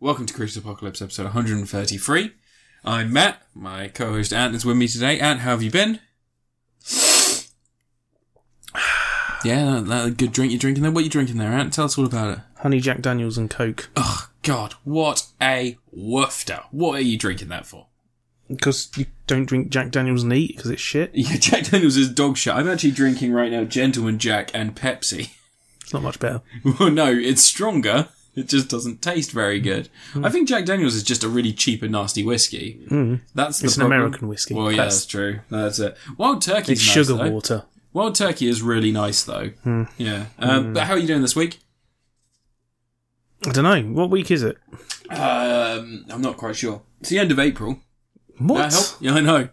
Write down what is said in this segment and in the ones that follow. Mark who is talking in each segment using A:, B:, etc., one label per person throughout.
A: Welcome to Creature Apocalypse episode 133. I'm Matt. My co-host Ant is with me today. Ant, how have you been? yeah, that, that good drink you're drinking there. What are you drinking there, Ant? Tell us all about it.
B: Honey Jack Daniels and Coke.
A: Oh God, what a woofter! What are you drinking that for?
B: Because you don't drink Jack Daniels and eat because it's shit.
A: Yeah, Jack Daniels is dog shit. I'm actually drinking right now Gentleman Jack and Pepsi.
B: It's not much better.
A: Well, no, it's stronger. It just doesn't taste very good. I think Jack Daniels is just a really cheap and nasty whiskey. Mm. That's the
B: It's an
A: problem.
B: American whiskey.
A: Well, yeah,
B: That's-
A: that's, true. That's it. Wild turkey.
B: It's sugar Hmm. water.
A: Wild turkey is really nice though. Yeah. Um, But how are you doing this week?
B: I don't know. What week is it?
A: Um, I'm not quite sure. It's the end of April.
B: What?
A: That help? Yeah, I know.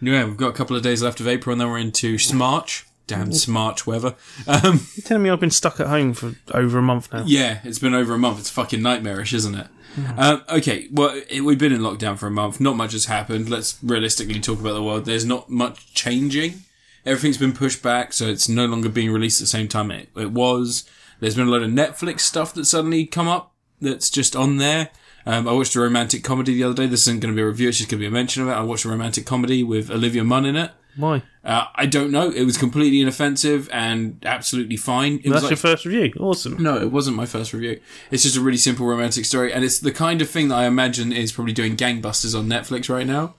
A: Yeah, we've got a couple of days left of April, and then we're into Smarch. Damn
B: Oh.
A: Smarch weather. Um,
B: You're telling me I've been stuck at home for over a month now.
A: Yeah, it's been over a month. It's fucking nightmarish, isn't it?
B: Hmm.
A: Um, okay, well, it, we've been in lockdown for a month. Not much has happened. Let's realistically talk about the world. There's not much changing. Everything's been pushed back, so it's no longer being released at the same time it, it was. There's been a lot of Netflix stuff that suddenly come up that's just on there. Um, I watched a romantic comedy the other day. This isn't going to be a review. It's just going to be a mention of it. I watched a romantic comedy with Olivia Munn in it.
B: Why?
A: Uh, I don't know. It was completely inoffensive and absolutely fine. It was
B: That's
A: like-
B: your first review. Awesome.
A: no, it wasn't my first review. It's just a really simple romantic story, and it's the kind of thing that I imagine is probably doing gangbusters on Netflix right now.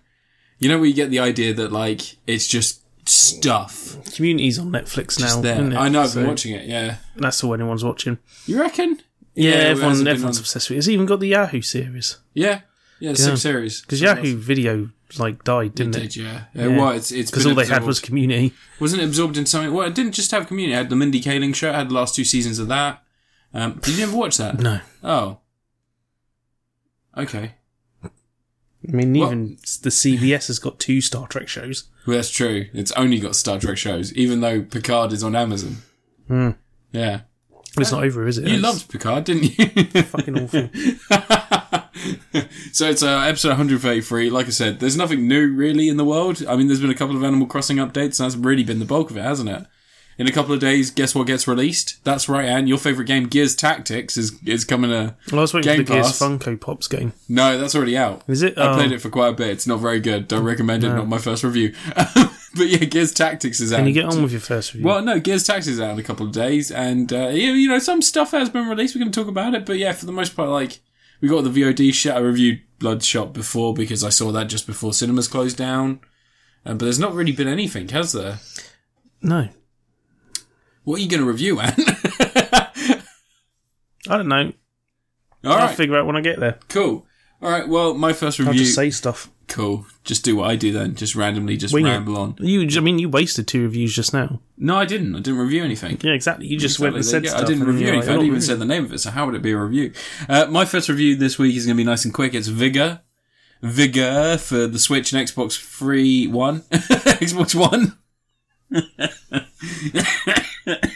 A: You know, where you get the idea that like it's just stuff
B: Community's on Netflix now.
A: there.
B: isn't it?
A: I know, I've
B: So
A: been watching it. Yeah,
B: That's all anyone's watching.
A: you reckon?
B: Yeah,
A: it hasn't
B: everyone,
A: been
B: everyone's
A: on-
B: obsessed with it. It's even got the Yahoo series.
A: Yeah, yeah, it's
B: Yeah.
A: six series
B: Because Yahoo Video like died, didn't it?
A: Did, yeah, yeah. Well, it's it's
B: Because
A: been
B: all they had
A: absorbed.
B: was Community.
A: wasn't it absorbed in something. Well, it didn't just have community. It had the Mindy Kaling show. It had the last two seasons of that. Um, did you ever watch that?
B: No.
A: Oh. Okay.
B: I mean,
A: Well-
B: even the CBS has got two Star Trek shows.
A: Well, that's true. It's only got Star Trek shows, even though Picard is on Amazon.
B: Hmm.
A: Yeah.
B: It's not over, is it?
A: You
B: It's
A: loved Picard, didn't you?
B: fucking awful.
A: so it's uh, episode 133. Like I said, there's nothing new really in the world. I mean, there's been a couple of Animal Crossing updates, and that's really been the bulk of it, hasn't it? In a couple of days, guess what gets released? That's right, Anne. Your favourite game, Gears Tactics, is is coming a.
B: Well, I was waiting
A: Game
B: for the Gears
A: Pass.
B: Funko Pops game.
A: No, that's already out.
B: Is it?
A: I
B: Oh.
A: played it for quite a bit. It's not very good. Don't recommend it. Not my first review. but yeah, Gears Tactics is out.
B: Can you get on with your first review?
A: Well, no, Gears Tax is out in a couple of days, and uh, you, you know some stuff has been released. We're going to talk about it, but yeah, for the most part, like we got the VOD shit. I reviewed Bloodshot before because I saw that just before cinemas closed down. Uh, but there's not really been anything, has there?
B: No.
A: What are you going to review, Anne?
B: I don't know.
A: All
B: I'll
A: right,
B: figure out when I get there.
A: cool. All right, well, my first
B: I'll
A: review.
B: just say stuff.
A: cool. Just do what I do then. Just randomly, just
B: Wing it.
A: ramble on.
B: You, I mean, you wasted two reviews just now.
A: No, I didn't. I didn't review anything.
B: Yeah, exactly. You just went and
A: Exactly, there you
B: said
A: go.
B: stuff.
A: I didn't
B: and then
A: review
B: you're
A: anything.
B: like,
A: I
B: "Oh,
A: didn't even
B: really?"
A: say the name of it, so how would it be a review? Uh, my first review this week is going to be nice and quick. It's Vigor. Vigor for the Switch and Xbox Free One. Xbox One. I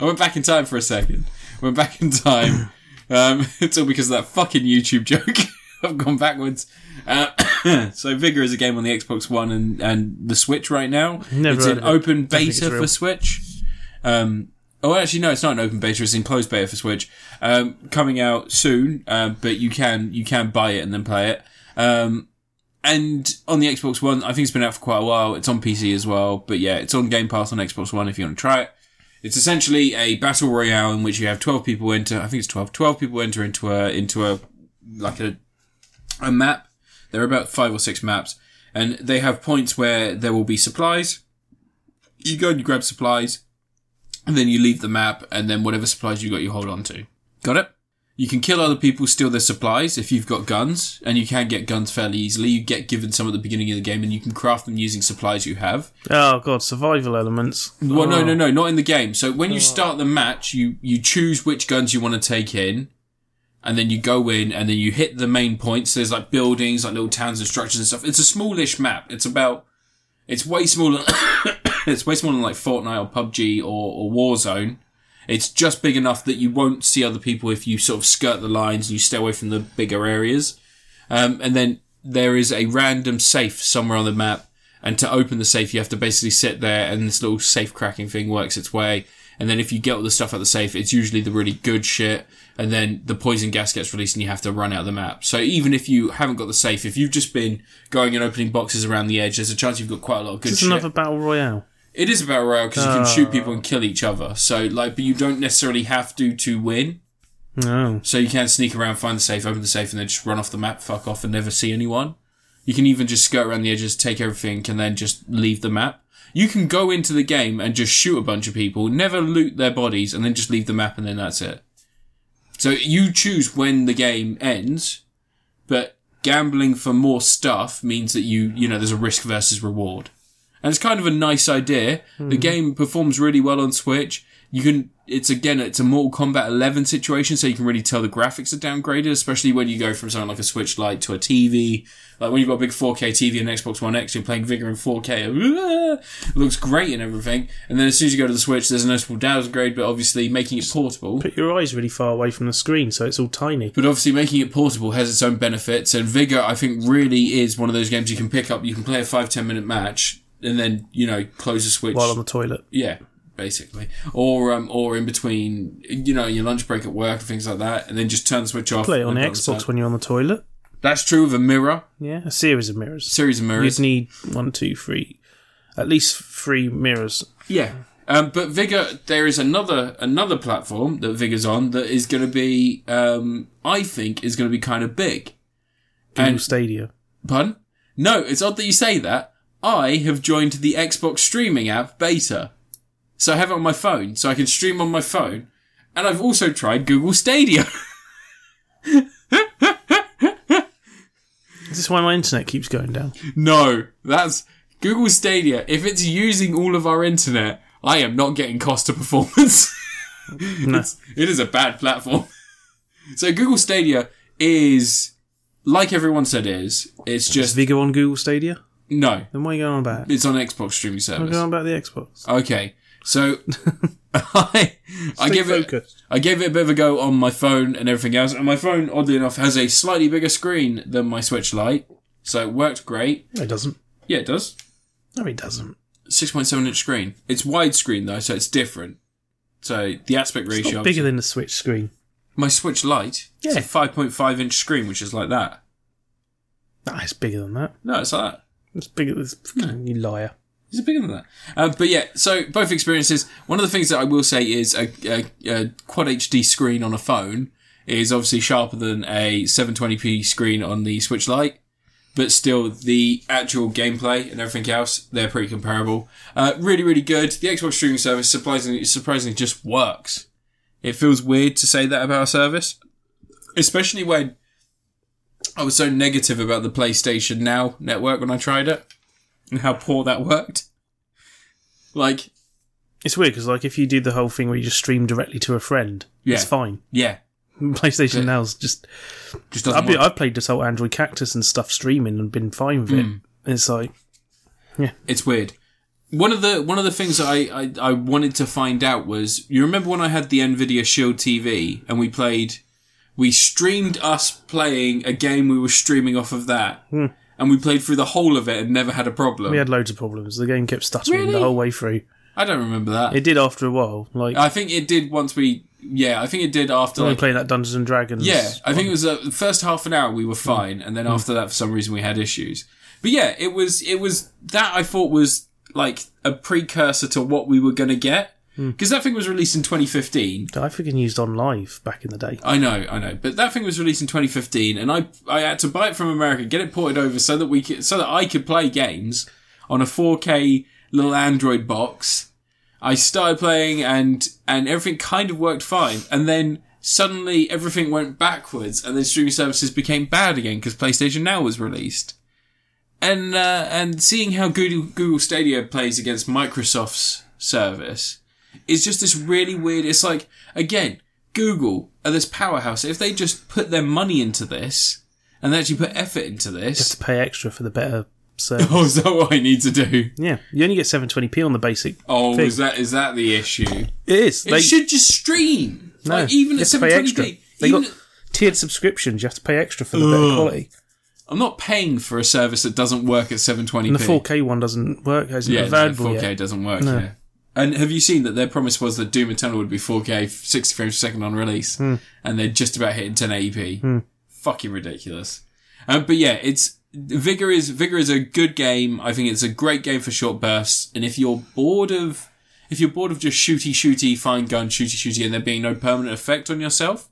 A: went back in time for a second. Went back in time. Um, it's all because of that fucking YouTube joke. I've gone backwards. Uh, so Vigor is a game on the Xbox One and, and the Switch right now.
B: Never
A: it's
B: heard
A: in
B: of it.
A: open
B: think it's
A: beta
B: real.
A: for Switch. Um, oh, actually, no, it's not an open beta. It's in closed beta for Switch. Um, coming out soon, uh, but you can you can buy it and then play it. Um, and on the Xbox One, I think it's been out for quite a while. It's on PC as well, but yeah, it's on Game Pass on Xbox One if you want to try it. It's essentially a battle royale in which you have twelve people enter. I think it's 12. 12 people enter into a into a like a a map. There are about five or six maps, and they have points where there will be supplies. You go and you grab supplies, and then you leave the map, and then whatever supplies you got, you hold on to. Got it? You can kill other people, steal their supplies if you've got guns, and you can get guns fairly easily. You get given some at the beginning of the game, and you can craft them using supplies you have.
B: Oh god, survival elements.
A: Well, no,
B: Oh.
A: no, no, not in the game. So when you start the match, you you choose which guns you want to take in, and then you go in, and then you hit the main points. There's like buildings, like little towns and structures and stuff. It's a smallish map. It's about, it's way smaller. it's way smaller than like Fortnite or PUBG or, or Warzone. It's just big enough that you won't see other people if you sort of skirt the lines and you stay away from the bigger areas. Um, and then there is a random safe somewhere on the map. And to open the safe, you have to basically sit there and this little safe cracking thing works its way. And then if you get all the stuff out the safe, it's usually the really good shit. And then the poison gas gets released and you have to run out of the map. So even if you haven't got the safe, if you've just been going and opening boxes around the edge, there's a chance you've got quite a lot of good
B: It's
A: shit.
B: Oh, another battle royale.
A: It is a battle royale because you can shoot people and kill each other. So like, but you don't necessarily have to to win.
B: No.
A: So you can sneak around, find the safe, open the safe, and then just run off the map, fuck off, and never see anyone. You can even just skirt around the edges, take everything, and then just leave the map. You can go into the game and just shoot a bunch of people, never loot their bodies, and then just leave the map, and then that's it. So you choose when the game ends, but gambling for more stuff means that you, you know, there's a risk versus reward. And it's kind of a nice idea. The game performs really well on Switch. You can, it's again, it's a Mortal Kombat 11 situation, so you can really tell the graphics are downgraded, especially when you go from something like a Switch Lite to a TV. Like when you've got a big 4K TV and Xbox One X, you're playing Vigor in 4K. It looks great and everything. And then as soon as you go to the Switch, there's a noticeable downgrade, but obviously making it portable.
B: Put your eyes really far away from the screen so it's all tiny.
A: But obviously, making it portable has its own benefits, and Vigor, I think, really is one of those games you can pick up. You can play a five ten minute match, and then you know close the switch.
B: While on the toilet.
A: yeah, basically, or um, or in between, you know, your lunch break at work and things like that, and then just turn the switch off.
B: Play it on the
A: and put
B: Xbox
A: side.
B: when you're on the toilet.
A: That's true of a mirror,
B: Yeah, a series of mirrors.
A: series of mirrors.
B: You'd need one, two, three, at least three mirrors.
A: Yeah. Um, but Vigor, there is another another platform that Vigor's on that is going to be, um, I think, is going to be kind of big.
B: Google
A: And-
B: Stadia.
A: Pun? No, it's odd that you say that. I have joined the Xbox streaming app beta. So I have it on my phone, so I can stream on my phone. And I've also tried Google Stadia.
B: Is this why my internet keeps going down?
A: no, that's Google Stadia. If it's using all of our internet, I am not getting cost to performance.
B: No.
A: it is a bad platform. so Google Stadia is, like everyone said, it is. It's
B: Is
A: just,
B: Vigor on Google Stadia?
A: no,
B: Then what are you going on about?
A: it's on Xbox streaming
B: I'm
A: service.
B: going on about the Xbox.
A: Okay, so I I
B: Stay
A: give it
B: focused.
A: I gave it a bit of a go on my phone and everything else, and my phone, oddly enough, has a slightly bigger screen than my Switch Lite, so it worked great.
B: No, it doesn't.
A: Yeah, it does.
B: No, it doesn't.
A: Six point seven inch screen. It's widescreen though, so it's different. So the aspect
B: It's
A: ratio.
B: not bigger than the Switch screen.
A: my Switch Lite. It's
B: Yeah.
A: a five point five inch screen, which is like that.
B: Nah, it's bigger than that.
A: No, it's like that.
B: It's bigger than you liar.
A: Is it bigger than that? Uh, but yeah, so both experiences. One of the things that I will say is a, a, a quad HD screen on a phone is obviously sharper than a 720p screen on the Switch Lite, but still the actual gameplay and everything else they're pretty comparable. Uh, really, really good. The Xbox streaming service surprisingly, surprisingly just works. It feels weird to say that about a service, especially when I was so negative about the PlayStation Now network when I tried it and how poor that worked. Like,
B: It's weird because like if you did the whole thing where you just stream directly to a friend,
A: Yeah.
B: it's fine.
A: yeah,
B: PlayStation
A: Yeah.
B: Now's just
A: just
B: I've,
A: doesn't
B: been,
A: work.
B: I've played this whole Android Cactus and stuff streaming and been fine with
A: Hmm.
B: it. It's like
A: It's weird. One of the one of the things that I, I I wanted to find out was you remember when I had the Nvidia Shield TV and we played, we streamed us playing a game we were streaming off of that, and we played through the whole of it and never had a problem.
B: Hmm. we had loads of problems. The game kept stuttering
A: Really?
B: the whole way through.
A: I don't remember that.
B: It did after a while. Like
A: I think it did once we. Yeah, I think it did after
B: when we
A: like
B: played that Dungeons and Dragons.
A: Yeah, I think it was uh, the first half an hour we were fine, and then after that, for some reason, we had issues. But yeah, it was it was that I thought was like a precursor to what we were going to get because that thing was released in 2015.
B: I freaking used on live back in the day.
A: I know, I know, but that thing was released in 2015, and I I had to buy it from America, get it ported over, so that we could, so that I could play games on a 4K little Android box. I started playing, and and everything kind of worked fine, and then suddenly everything went backwards, and then streaming services became bad again because PlayStation Now was released, and uh, and seeing how Google Google Stadia plays against Microsoft's service is just this really weird. It's like again, Google are this powerhouse. If they just put their money into this and they actually put effort into
B: To
A: this,
B: pay extra for the better service.
A: oh, is that what I need to do?
B: yeah, you only get 720p on the basic.
A: Oh,
B: Thing.
A: is that is that the issue?
B: It is.
A: It should just stream.
B: No,
A: like even
B: you
A: at
B: have to pay
A: 720p.
B: extra. They
A: even-
B: got tiered subscriptions. You have to pay extra for the better quality.
A: I'm not paying for a service that doesn't work at 720p.
B: And the 4K one doesn't work. Isn't
A: yeah, no,
B: available
A: 4K
B: yet.
A: doesn't work. Yeah. And have you seen that their promise was that Doom Eternal would be 4K, 60 frames per second on release, and they're just about hitting 1080p? Fucking ridiculous. Um, but yeah, it's Vigor is Vigor is a good game. I think it's a great game for short bursts. And if you're bored of if you're bored of just shooty shooty, fine gun shooty shooty, and there being no permanent effect on yourself,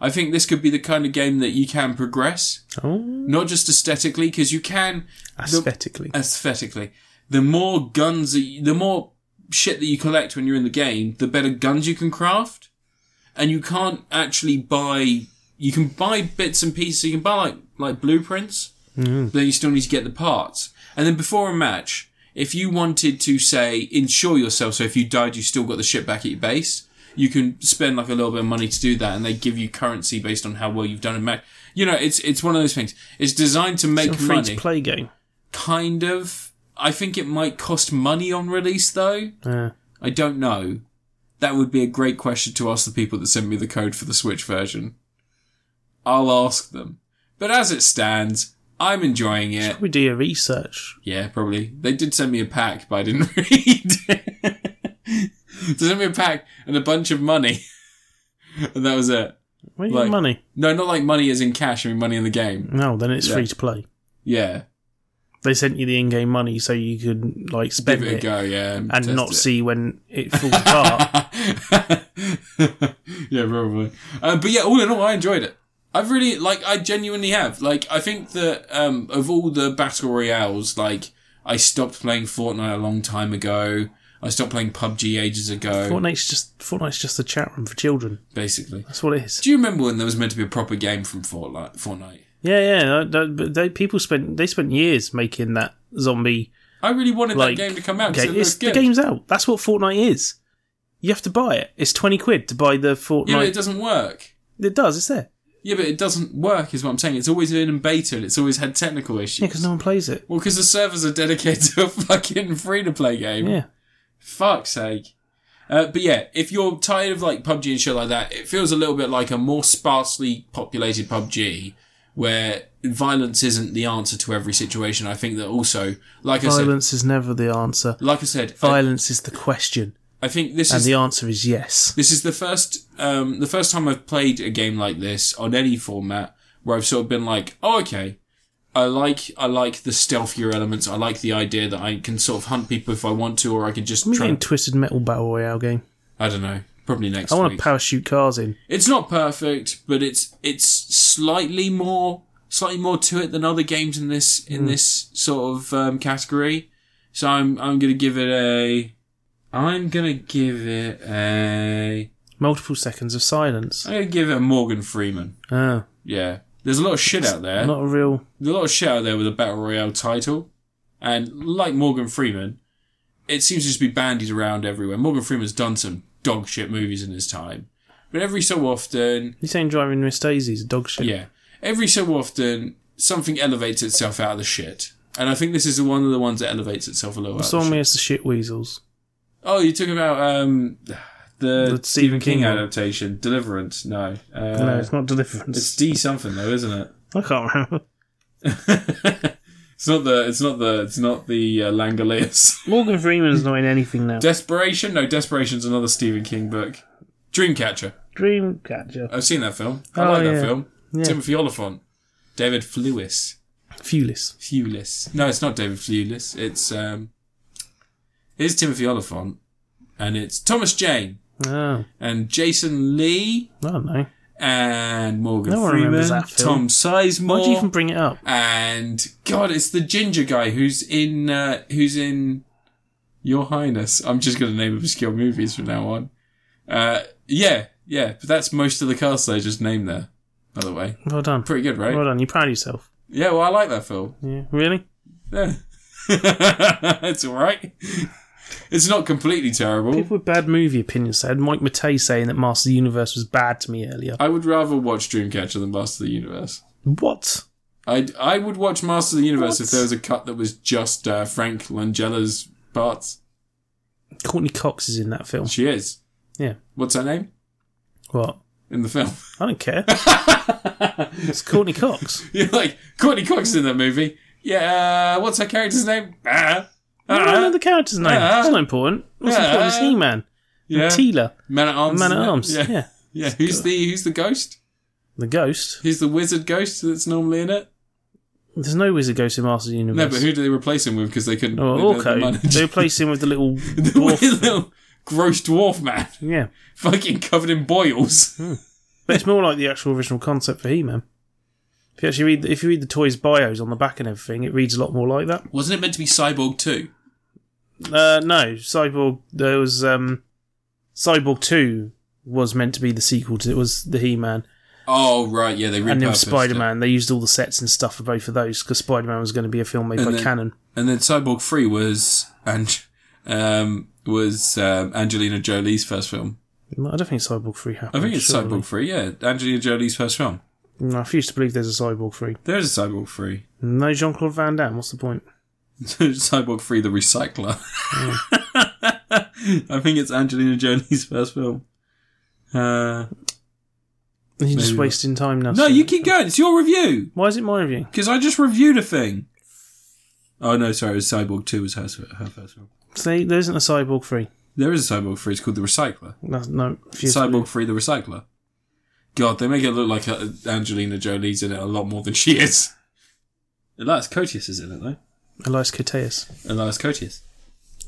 A: I think this could be the kind of game that you can progress,
B: Oh,
A: not just aesthetically, because you can
B: aesthetically.
A: aesthetically. The more guns that you, the more shit that you collect when you're in the game, the better guns you can craft. And you can't actually buy, you can buy bits and pieces, you can buy like, like blueprints,
B: Mm-hmm.
A: but then you still need to get the parts. And then before a match, if you wanted to say, insure yourself, so if you died, you still got the shit back at your base, you can spend like a little bit of money to do that and they give you currency based on how well you've done in match. You know, it's, it's one of those things. It's designed to make
B: a free
A: money
B: to play game.
A: kind of. I think it might cost money on release though.
B: Uh,
A: I don't know. That would be a great question to ask the people that sent me the code for the Switch version. I'll ask them. But as it stands, I'm enjoying it.
B: we do your research.
A: Yeah, probably. They did send me a pack, but I didn't read. they sent me a pack and a bunch of money. and that was it.
B: Where
A: Like-
B: your money?
A: No, not like money as in cash, I mean money in the game.
B: No, then it's
A: Yeah.
B: free to play.
A: Yeah.
B: They sent you the in-game money so you could like
A: Give
B: spend
A: it a
B: it,
A: go, yeah.
B: and
A: test
B: not
A: it.
B: see when it falls apart.
A: yeah, probably. Um, but yeah, all in all, I enjoyed it. I've really, like, I genuinely have. Like, I think that, um, of all the battle royales, like, I stopped playing Fortnite a long time ago. I stopped playing PUBG ages ago,
B: Fortnite's just Fortnite's just a chat room for children.
A: basically.
B: That's what it is.
A: Do you remember when there was meant to be a proper game from Fortnite? Fortnite?
B: Yeah, yeah. that- that- but they, people spent they spent years making that zombie
A: I really wanted
B: like
A: that game to come out because
B: game.
A: it
B: It's-
A: looked
B: the
A: good.
B: game's out. That's what Fortnite is. You have to buy it. It's twenty quid to buy the Fortnite.
A: yeah, but it doesn't work.
B: it does. It's there.
A: Yeah, but it doesn't work, is what I'm saying. It's always been in beta and it's always had technical issues.
B: Yeah, because no one plays it.
A: Well, because the servers are dedicated to a fucking free to play game.
B: Yeah,
A: Fuck's sake. Uh, but yeah, if you're tired of like PUBG and shit like that, it feels a little bit like a more sparsely populated PUBG where violence isn't the answer to every situation. I think that also, like I said,
B: violence is never the answer.
A: like I said, I,
B: Violence is the question,
A: I think this
B: and
A: is
B: the answer is yes.
A: this is the first um, the first time I've played a game like this on any format where I've sort of been like, oh okay, I like I like the stealthier elements. I like the idea that I can sort of hunt people if I want to, or I can just
B: I'm
A: try.
B: getting twisted metal battle royale game.
A: I don't know. Probably next.
B: I want
A: week.
B: to parachute cars in.
A: It's not perfect, but it's it's slightly more slightly more to it than other games in this in this sort of um, category. So I'm I'm gonna give it a I'm gonna give it a
B: Multiple seconds of silence.
A: I'm gonna give it a Morgan Freeman.
B: Oh,
A: Yeah, there's a lot of shit out there.
B: not a real.
A: There's a lot of shit out there with a battle royale title, and like Morgan Freeman, it seems to just be bandied around everywhere. Morgan Freeman's done some dog shit movies in his time, but every so often
B: You saying driving Miss Daisy's dog shit?
A: Yeah. Every so often, something elevates itself out of the shit. And I think this is one of the ones that elevates itself a little out
B: Saw
A: of the
B: me
A: shit.
B: as the shit weasels.
A: Oh, you're talking about um, the,
B: The Stephen
A: King,
B: King one.
A: adaptation. Deliverance. No. Uh,
B: no, it's not
A: It's
B: deliverance.
A: D something, though, isn't it?
B: I can't remember.
A: It's not the. It's not the. It's not the uh, Langoliers.
B: Morgan Freeman's not in anything now.
A: Desperation. No, Desperation's another Stephen King book. Dreamcatcher.
B: Dreamcatcher.
A: I've seen that film. I
B: Oh,
A: like that
B: yeah.
A: film.
B: Yeah.
A: Timothy Oliphant. David Flewis.
B: Fuelis.
A: Fewless. No, it's not David Fewless. It's um, it's Timothy Oliphant, and it's Thomas Jane
B: Oh,
A: and Jason Lee
B: I don't know.
A: and Morgan
B: No one
A: Freeman,
B: remembers that
A: Tom
B: film. Why'd
A: Sizemore,
B: you even bring it up?
A: and God, it's the ginger guy who's in uh, who's in Your Highness. I'm just going to name obscure movies from now on. Uh, yeah, yeah, but that's most of the cast they just named there. By the way,
B: Well done.
A: pretty good, right?
B: Well done. You're proud of yourself.
A: Yeah, well, I like that film.
B: Yeah. Really?
A: Yeah. it's alright. It's not completely terrible.
B: People with bad movie opinions said Mike Matei saying that Master of the Universe was bad to me earlier.
A: I would rather watch Dreamcatcher than Master of the Universe.
B: What?
A: I I would watch Master of the Universe if
B: What?
A: there was a cut that was just uh, Frank Langella's parts.
B: Courtney Cox is in that film.
A: She is.
B: Yeah.
A: What's her name
B: What?
A: in the film?
B: I don't care. it's Courtney Cox.
A: You're like Courtney Cox is in that movie. Yeah. Uh, what's her character's name? Ah.
B: I don't know the character's name.
A: Yeah.
B: It's not important. What's
A: Yeah.
B: important is He Man,
A: yeah.
B: Tila,
A: Man at
B: the
A: arms.
B: Man at
A: isn't it?
B: Arms. Yeah.
A: Yeah. Yeah. Who's the Who's the ghost?
B: the Ghost.
A: Who's the wizard ghost that's normally in it?
B: There's no wizard ghost in Masters of the
A: No,
B: Universe.
A: but who do they replace him with? Because they couldn't.
B: Oh,
A: they didn't
B: Orko.
A: manage.
B: They replace him with the little
A: The
B: dwarf.
A: weird little gross dwarf man,
B: yeah,
A: fucking covered in boils.
B: but it's more like the actual original concept for He-Man. If you actually read, if you read the toys' bios on the back and everything, it reads a lot more like that.
A: Wasn't it meant to be Cyborg Two?
B: Uh, no, Cyborg. There was um, Cyborg Two was meant to be the sequel to it was the He-Man,
A: Oh right, yeah, they repurposed
B: and then
A: it.
B: Spider-Man. They used all the sets and stuff for both of those because Spider-Man was going to be a film made
A: And
B: by
A: then-
B: Canon.
A: And then Cyborg Three was and um, was um, Angelina Jolie's first film.
B: I don't think Cyborg Three
A: I
B: happened.
A: think it's
B: surely.
A: Cyborg Three. Yeah, Angelina Jolie's first film.
B: No, I refuse to believe there's a Cyborg Three.
A: There is a Cyborg Three.
B: No Jean Claude Van Damme. What's the point?
A: Cyborg Three, the Recycler. I think it's Angelina Jolie's first film. Uh,
B: You're just
A: Maybe-
B: wasting time now.
A: no,
B: Steve.
A: you keep going. It's your review.
B: Why is it my review?
A: Because I just reviewed a thing. Oh no, sorry, it was Cyborg Two was her, her first film.
B: See, there isn't a Cyborg Three.
A: There is a Cyborg Three. It's called the Recycler.
B: No, no refuse to
A: Cyborg Three, the Recycler. God, they make it look like uh, Angelina Jolie's in it a lot more than she is. Elias Cotius is in it though.
B: believe- Elias Koteas.
A: Elias Cotius.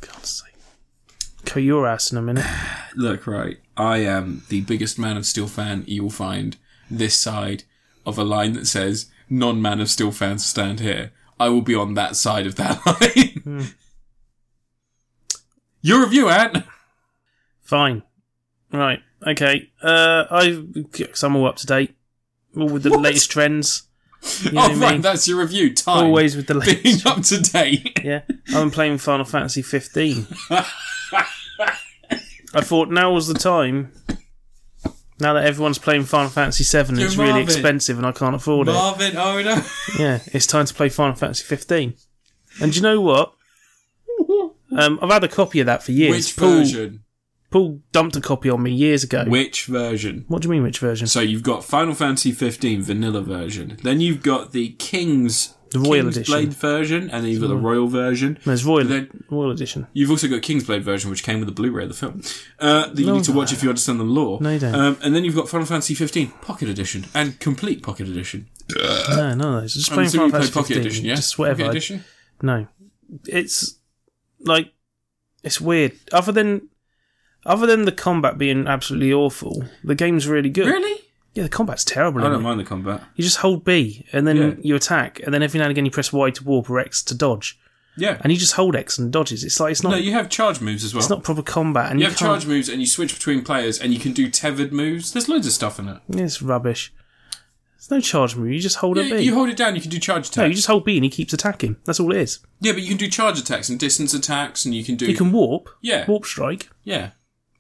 B: God's sake. Cut your ass in a minute.
A: Look, right. I am the biggest Man of Steel fan you will find this side of a line that says "Non Man of Steel fans stand here." I will be on that side of that line.
B: Hmm.
A: Your review, Ant.
B: Fine. Right. Okay. Uh, I. Cause I'm all up to date. All with the
A: What?
B: latest trends. You know
A: oh,
B: what I
A: right,
B: mean?
A: that's your review. Time
B: Always with the
A: being
B: latest.
A: up to date.
B: yeah. I've been playing Final Fantasy 15. I thought now was the time. Now that everyone's playing Final Fantasy 7,
A: You're
B: it's really
A: Marvin.
B: expensive and I can't afford it.
A: Marvin, oh no.
B: Yeah, it's time to play Final Fantasy 15. And do you know what? Um, I've had a copy of that for years.
A: Which
B: Paul,
A: version?
B: Paul dumped a copy on me years ago.
A: Which version?
B: what do you mean, which version?
A: So you've got Final Fantasy 15 vanilla version. Then you've got the King's
B: The Royal Edition. Hmm.
A: Blade version, and then you've got the Royal version.
B: No, it's Royal,
A: Then-
B: Royal Edition.
A: You've also got King's Blade version, which came with the Blu-ray of the film uh, that you
B: No,
A: need to
B: no.
A: watch if you understand the lore.
B: No, you don't.
A: Um, and then you've got Final Fantasy 15 Pocket Edition and Complete Pocket Edition. Um,
B: no, none of those. Just
A: Uh, I'm
B: playing
A: assuming
B: Final
A: you play
B: Fantasy
A: Pocket
B: 15.
A: Edition, yeah?
B: Just whatever.
A: Pocket
B: I-
A: Edition.
B: no, it's like it's weird. Other than other than the combat being absolutely awful, the game's really good.
A: Really?
B: Yeah, the combat's terrible.
A: I
B: isn't
A: don't
B: it?
A: mind the combat.
B: You just hold B and then
A: Yeah.
B: you attack, and then every now and again you press Y to warp or X to dodge,
A: Yeah.
B: and you just hold X and dodges. It's like it's not
A: No, you have charge moves as well.
B: it's not proper combat, and
A: you
B: you,
A: have
B: can't.
A: charge moves, and you switch between players, and you can do tethered moves. There's loads of stuff in it.
B: It's rubbish. There's no charge move. You just hold
A: Yeah,
B: a B.
A: you hold it down, you can do charge attacks.
B: no, you just hold B and he keeps attacking. That's all it is.
A: Yeah, but you can do charge attacks and distance attacks, and you can do
B: You can warp,
A: yeah,
B: warp strike,
A: yeah.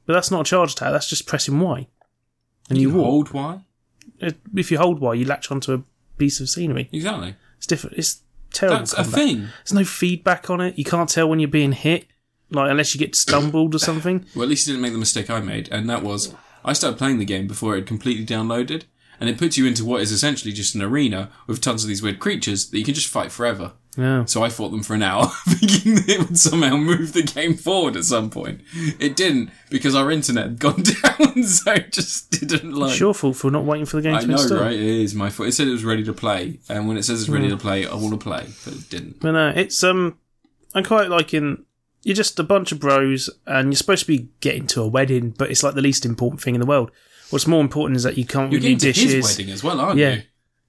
B: but that's not a charge attack. That's just pressing Y, and you,
A: can
B: warp.
A: hold Y
B: If you hold Y, you latch onto a piece of scenery.
A: exactly.
B: It's different. It's terrible.
A: That's
B: combat.
A: a thing.
B: There's no feedback on it. You can't tell when you're being hit, like unless you get stumbled or something.
A: Well, at least you didn't make the mistake I made, and that was I started playing the game before it had completely downloaded, and it puts you into what is essentially just an arena with tons of these weird creatures that you can just fight forever.
B: Yeah.
A: So I fought them for an hour, thinking that it would somehow move the game forward at some point. It didn't because our internet had gone down, so it just didn't load.
B: It's your fault for not waiting for the game
A: I
B: to
A: know,
B: install.
A: right? It is my fault. It said it was ready to play, and when it says it's ready to play, I want to play, but it didn't.
B: But no, it's um, I'm quite liking. You're just a bunch of bros, and you're supposed to be getting to a wedding, but it's like the least important thing in the world. What's more important is that you can't
A: You're
B: renew
A: getting to his
B: dishes.
A: wedding as well, aren't
B: Yeah.
A: you?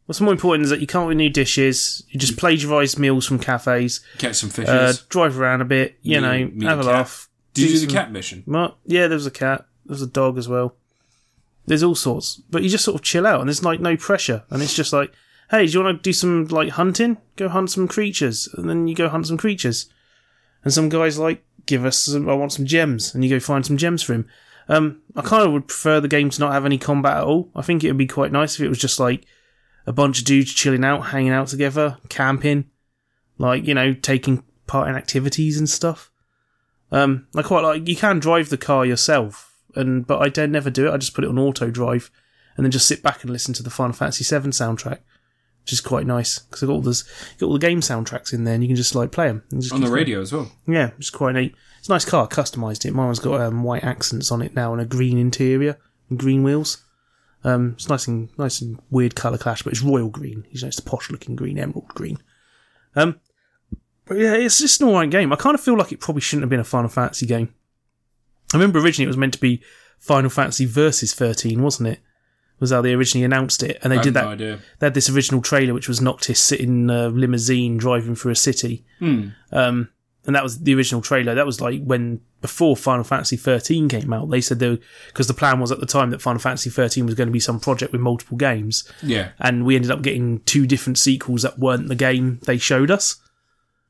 B: What's more important is that you can't renew dishes. You just plagiarise meals from cafes,
A: Catch some fishes.
B: uh, drive around a bit, you
A: Meet-
B: know,
A: meet a
B: have a
A: cat.
B: laugh.
A: Did you do the
B: some-
A: cat mission?
B: Well, yeah, there was a cat. There was a dog as well. There's all sorts, but you just sort of chill out, and there's like no pressure, and it's just like, hey, do you want to do some like hunting? Go hunt some creatures, and then you go hunt some creatures, and some guys like give us, some, I want some gems, and you go find some gems for him. Um, I kind of would prefer the game to not have any combat at all. I think it would be quite nice if it was just like a bunch of dudes chilling out, hanging out together, camping, like you know, taking part in activities and stuff. Um, I quite like you can drive the car yourself, and but I don't never do it. I just put it on auto drive, and then just sit back and listen to the Final Fantasy VII soundtrack which is quite nice because I've got all this, got all the game soundtracks in there, and you can just like play them
A: on the radio as well.
B: Yeah, it's quite neat. It's a nice car, customised it. Mine has got um, white accents on it now and a green interior and green wheels. Um, it's nice and nice and weird colour clash, but it's royal green. You know, it's the posh looking green, emerald green. Um, but yeah, it's just an alright game. I kind of feel like it probably shouldn't have been a Final Fantasy game. I remember originally it was meant to be Final Fantasy versus thirteen, wasn't it? Was how they originally announced it, and they
A: I have
B: did that
A: no idea.
B: they had this original trailer which was Noctis sitting in a limousine driving through a city. Um, and that was the original trailer. That was like when before Final Fantasy 13 came out. They said they because the plan was at the time that Final Fantasy 13 was going to be some project with multiple games,
A: Yeah,
B: and we ended up getting two different sequels that weren't the game they showed us.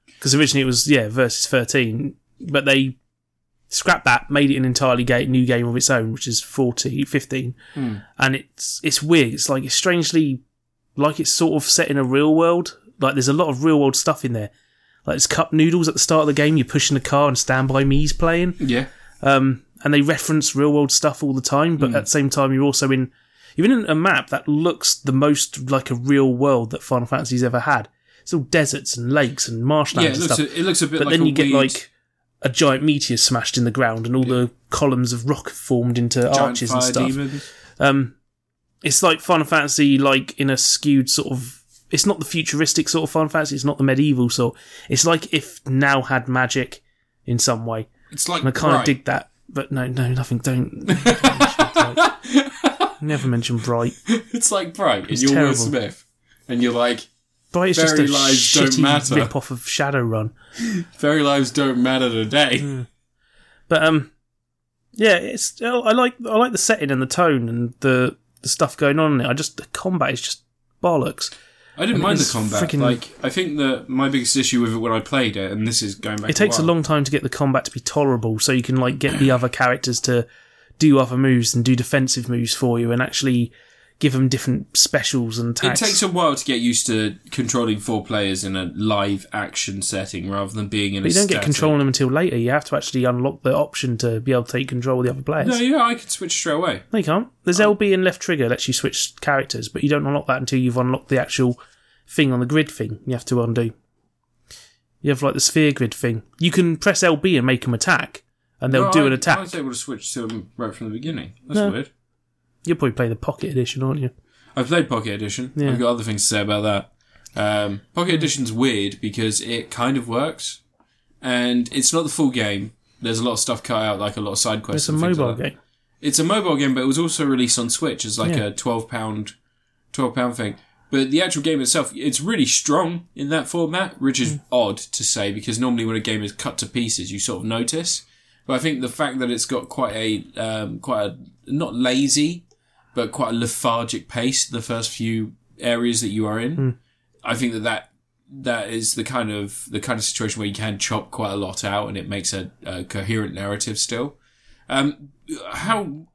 B: Because originally it was yeah versus 13, but they scrapped that, made it an entirely ga- new game of its own, which is 40, 15. And it's it's weird. It's like it's strangely like it's sort of set in a real world. Like there's a lot of real world stuff in there. Like it's cup noodles at the start of the game. You're pushing the car and Stand By Me's playing
A: yeah.
B: um, and they reference real world stuff all the time.
A: Hmm.
B: But at the same time, you're also in you're in a map that looks the most like a real world that Final Fantasy's ever had. It's all deserts and lakes and marshlands
A: Yeah, it
B: and
A: looks
B: stuff.
A: a, it looks a bit
B: but
A: like
B: then
A: a
B: you get
A: weird
B: like a giant meteor smashed in the ground, and all the columns of rock formed into
A: giant
B: arches
A: fire
B: and stuff.
A: demon.
B: Um, it's like Final Fantasy, like in a skewed sort of. It's not the futuristic sort of Final Fantasy. It's not the medieval sort. It's like if now had magic in some way.
A: It's like
B: And I can't
A: right.
B: dig that. But no, no, nothing. Don't. don't mention Bright. Never mention Bright.
A: It's like bright, and
B: It's
A: you're Will
B: terrible.
A: Smith, and you're like
B: Bright is
A: Fairy lives
B: just a
A: don't
B: shitty
A: matter.
B: rip off of Shadowrun.
A: fairy lives don't matter today.
B: Mm. But um, yeah, it's I I like I like the setting and the tone and the the stuff going on in it. I just the combat is just bollocks.
A: I didn't mind the
B: it's
A: combat.
B: freaking-
A: Like I think that my biggest issue with it when I played it, and this is going back.
B: It takes a
A: while,
B: long time to get the combat to be tolerable, so you can like get the other characters to do other moves and do defensive moves for you, and actually give them different specials and
A: It
B: attacks.
A: takes a while to get used to controlling four players in a live action setting rather than being in.
B: But
A: a
B: you don't get
A: static-
B: control of them until later. You have to actually unlock the option to be able to take control of the other players.
A: No, Oh.
B: No,
A: yeah, I could switch straight away.
B: you can't. There's LB and left trigger lets you switch characters, but you don't unlock that until you've unlocked the actual thing on the grid thing you have to undo. You have like the sphere grid thing. You can press LB and make them attack, and they'll
A: No,
B: do
A: I,
B: an
A: I
B: attack.
A: was able to switch to them right from the beginning. That's
B: No.
A: weird.
B: You'll probably play the pocket edition, aren't you?
A: I played Pocket Edition.
B: Yeah. Hmm.
A: I've got other things to say about that. Um, Pocket Edition's weird because it kind of works, and it's not the full game. There's a lot of stuff cut out, like a lot of side quests.
B: It's a
A: and things
B: mobile
A: like that.
B: game.
A: It's a mobile game, but it was also released on Switch as like
B: Yeah.
A: a twelve pound, twelve pound thing. But the actual game itself, it's really strong in that format, which is odd to say because normally when a game is cut to pieces, you sort of notice. But I think the fact that it's got quite a um, quite a not lazy, but quite a lethargic pace the first few areas that you are in. I think that that that is the kind of the kind of situation where you can chop quite a lot out, and it makes a, a coherent narrative still. Um, how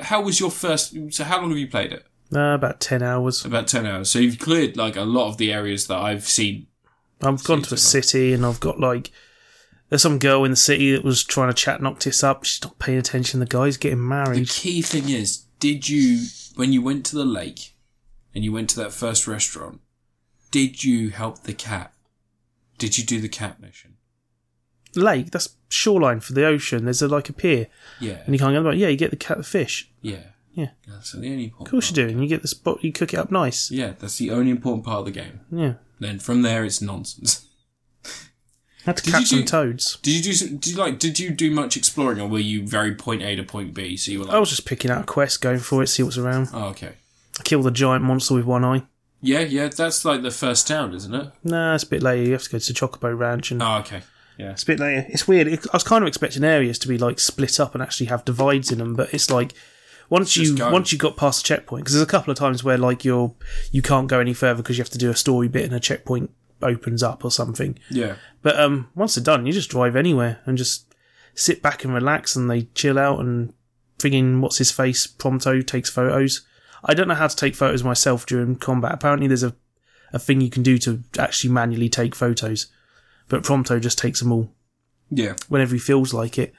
A: how was your first? So how long have you played it?
B: Uh, about ten hours.
A: About ten hours. So you've cleared like a lot of the areas that I've seen.
B: I've gone to a city and I've got like there's some girl in the city that was trying to chat Noctis up. She's not paying attention. The guy's getting
A: The
B: married.
A: key thing is, did you when you went to the lake and you went to that first restaurant? Did you help the cat? Did you do the cat mission?
B: lake. That's shoreline for the ocean. There's a, like a pier,
A: Yeah,
B: and you can't get about. Yeah, you get the cat, the fish.
A: yeah,
B: Yeah.
A: That's the only important.
B: Of course you
A: part.
B: do, and you get the spot. You cook it up nice.
A: Yeah, that's the only important part of the game.
B: Yeah,
A: Then from there, it's nonsense.
B: had to
A: Did you
B: catch some
A: do-
B: toads.
A: Did you do? Some, did you like? Did you do much exploring, or were you very point A to point B? So you were like,
B: I was just picking out a quest, going for it, see what's around.
A: oh okay.
B: I killed a giant monster with one eye.
A: Yeah, yeah, that's like the first town, isn't it?
B: Nah, it's a bit later. You have to go to Chocobo Ranch, and
A: Oh, okay. Yeah.
B: it's a bit later. It's weird. It, I was kind of expecting areas to be like split up and actually have divides in them, but it's like once
A: Just
B: you
A: go.
B: once you got past the checkpoint, because there's a couple of times where like you're you can't go any further because you have to do a story bit and a checkpoint opens up or something.
A: Yeah.
B: But um, once they're done, you just drive anywhere and just sit back and relax, and they chill out and frigging what's his face Prompto takes photos. I don't know how to take photos myself during combat. Apparently, there's a a thing you can do to actually manually take photos, but Prompto just takes them all
A: Yeah.
B: whenever he feels like it.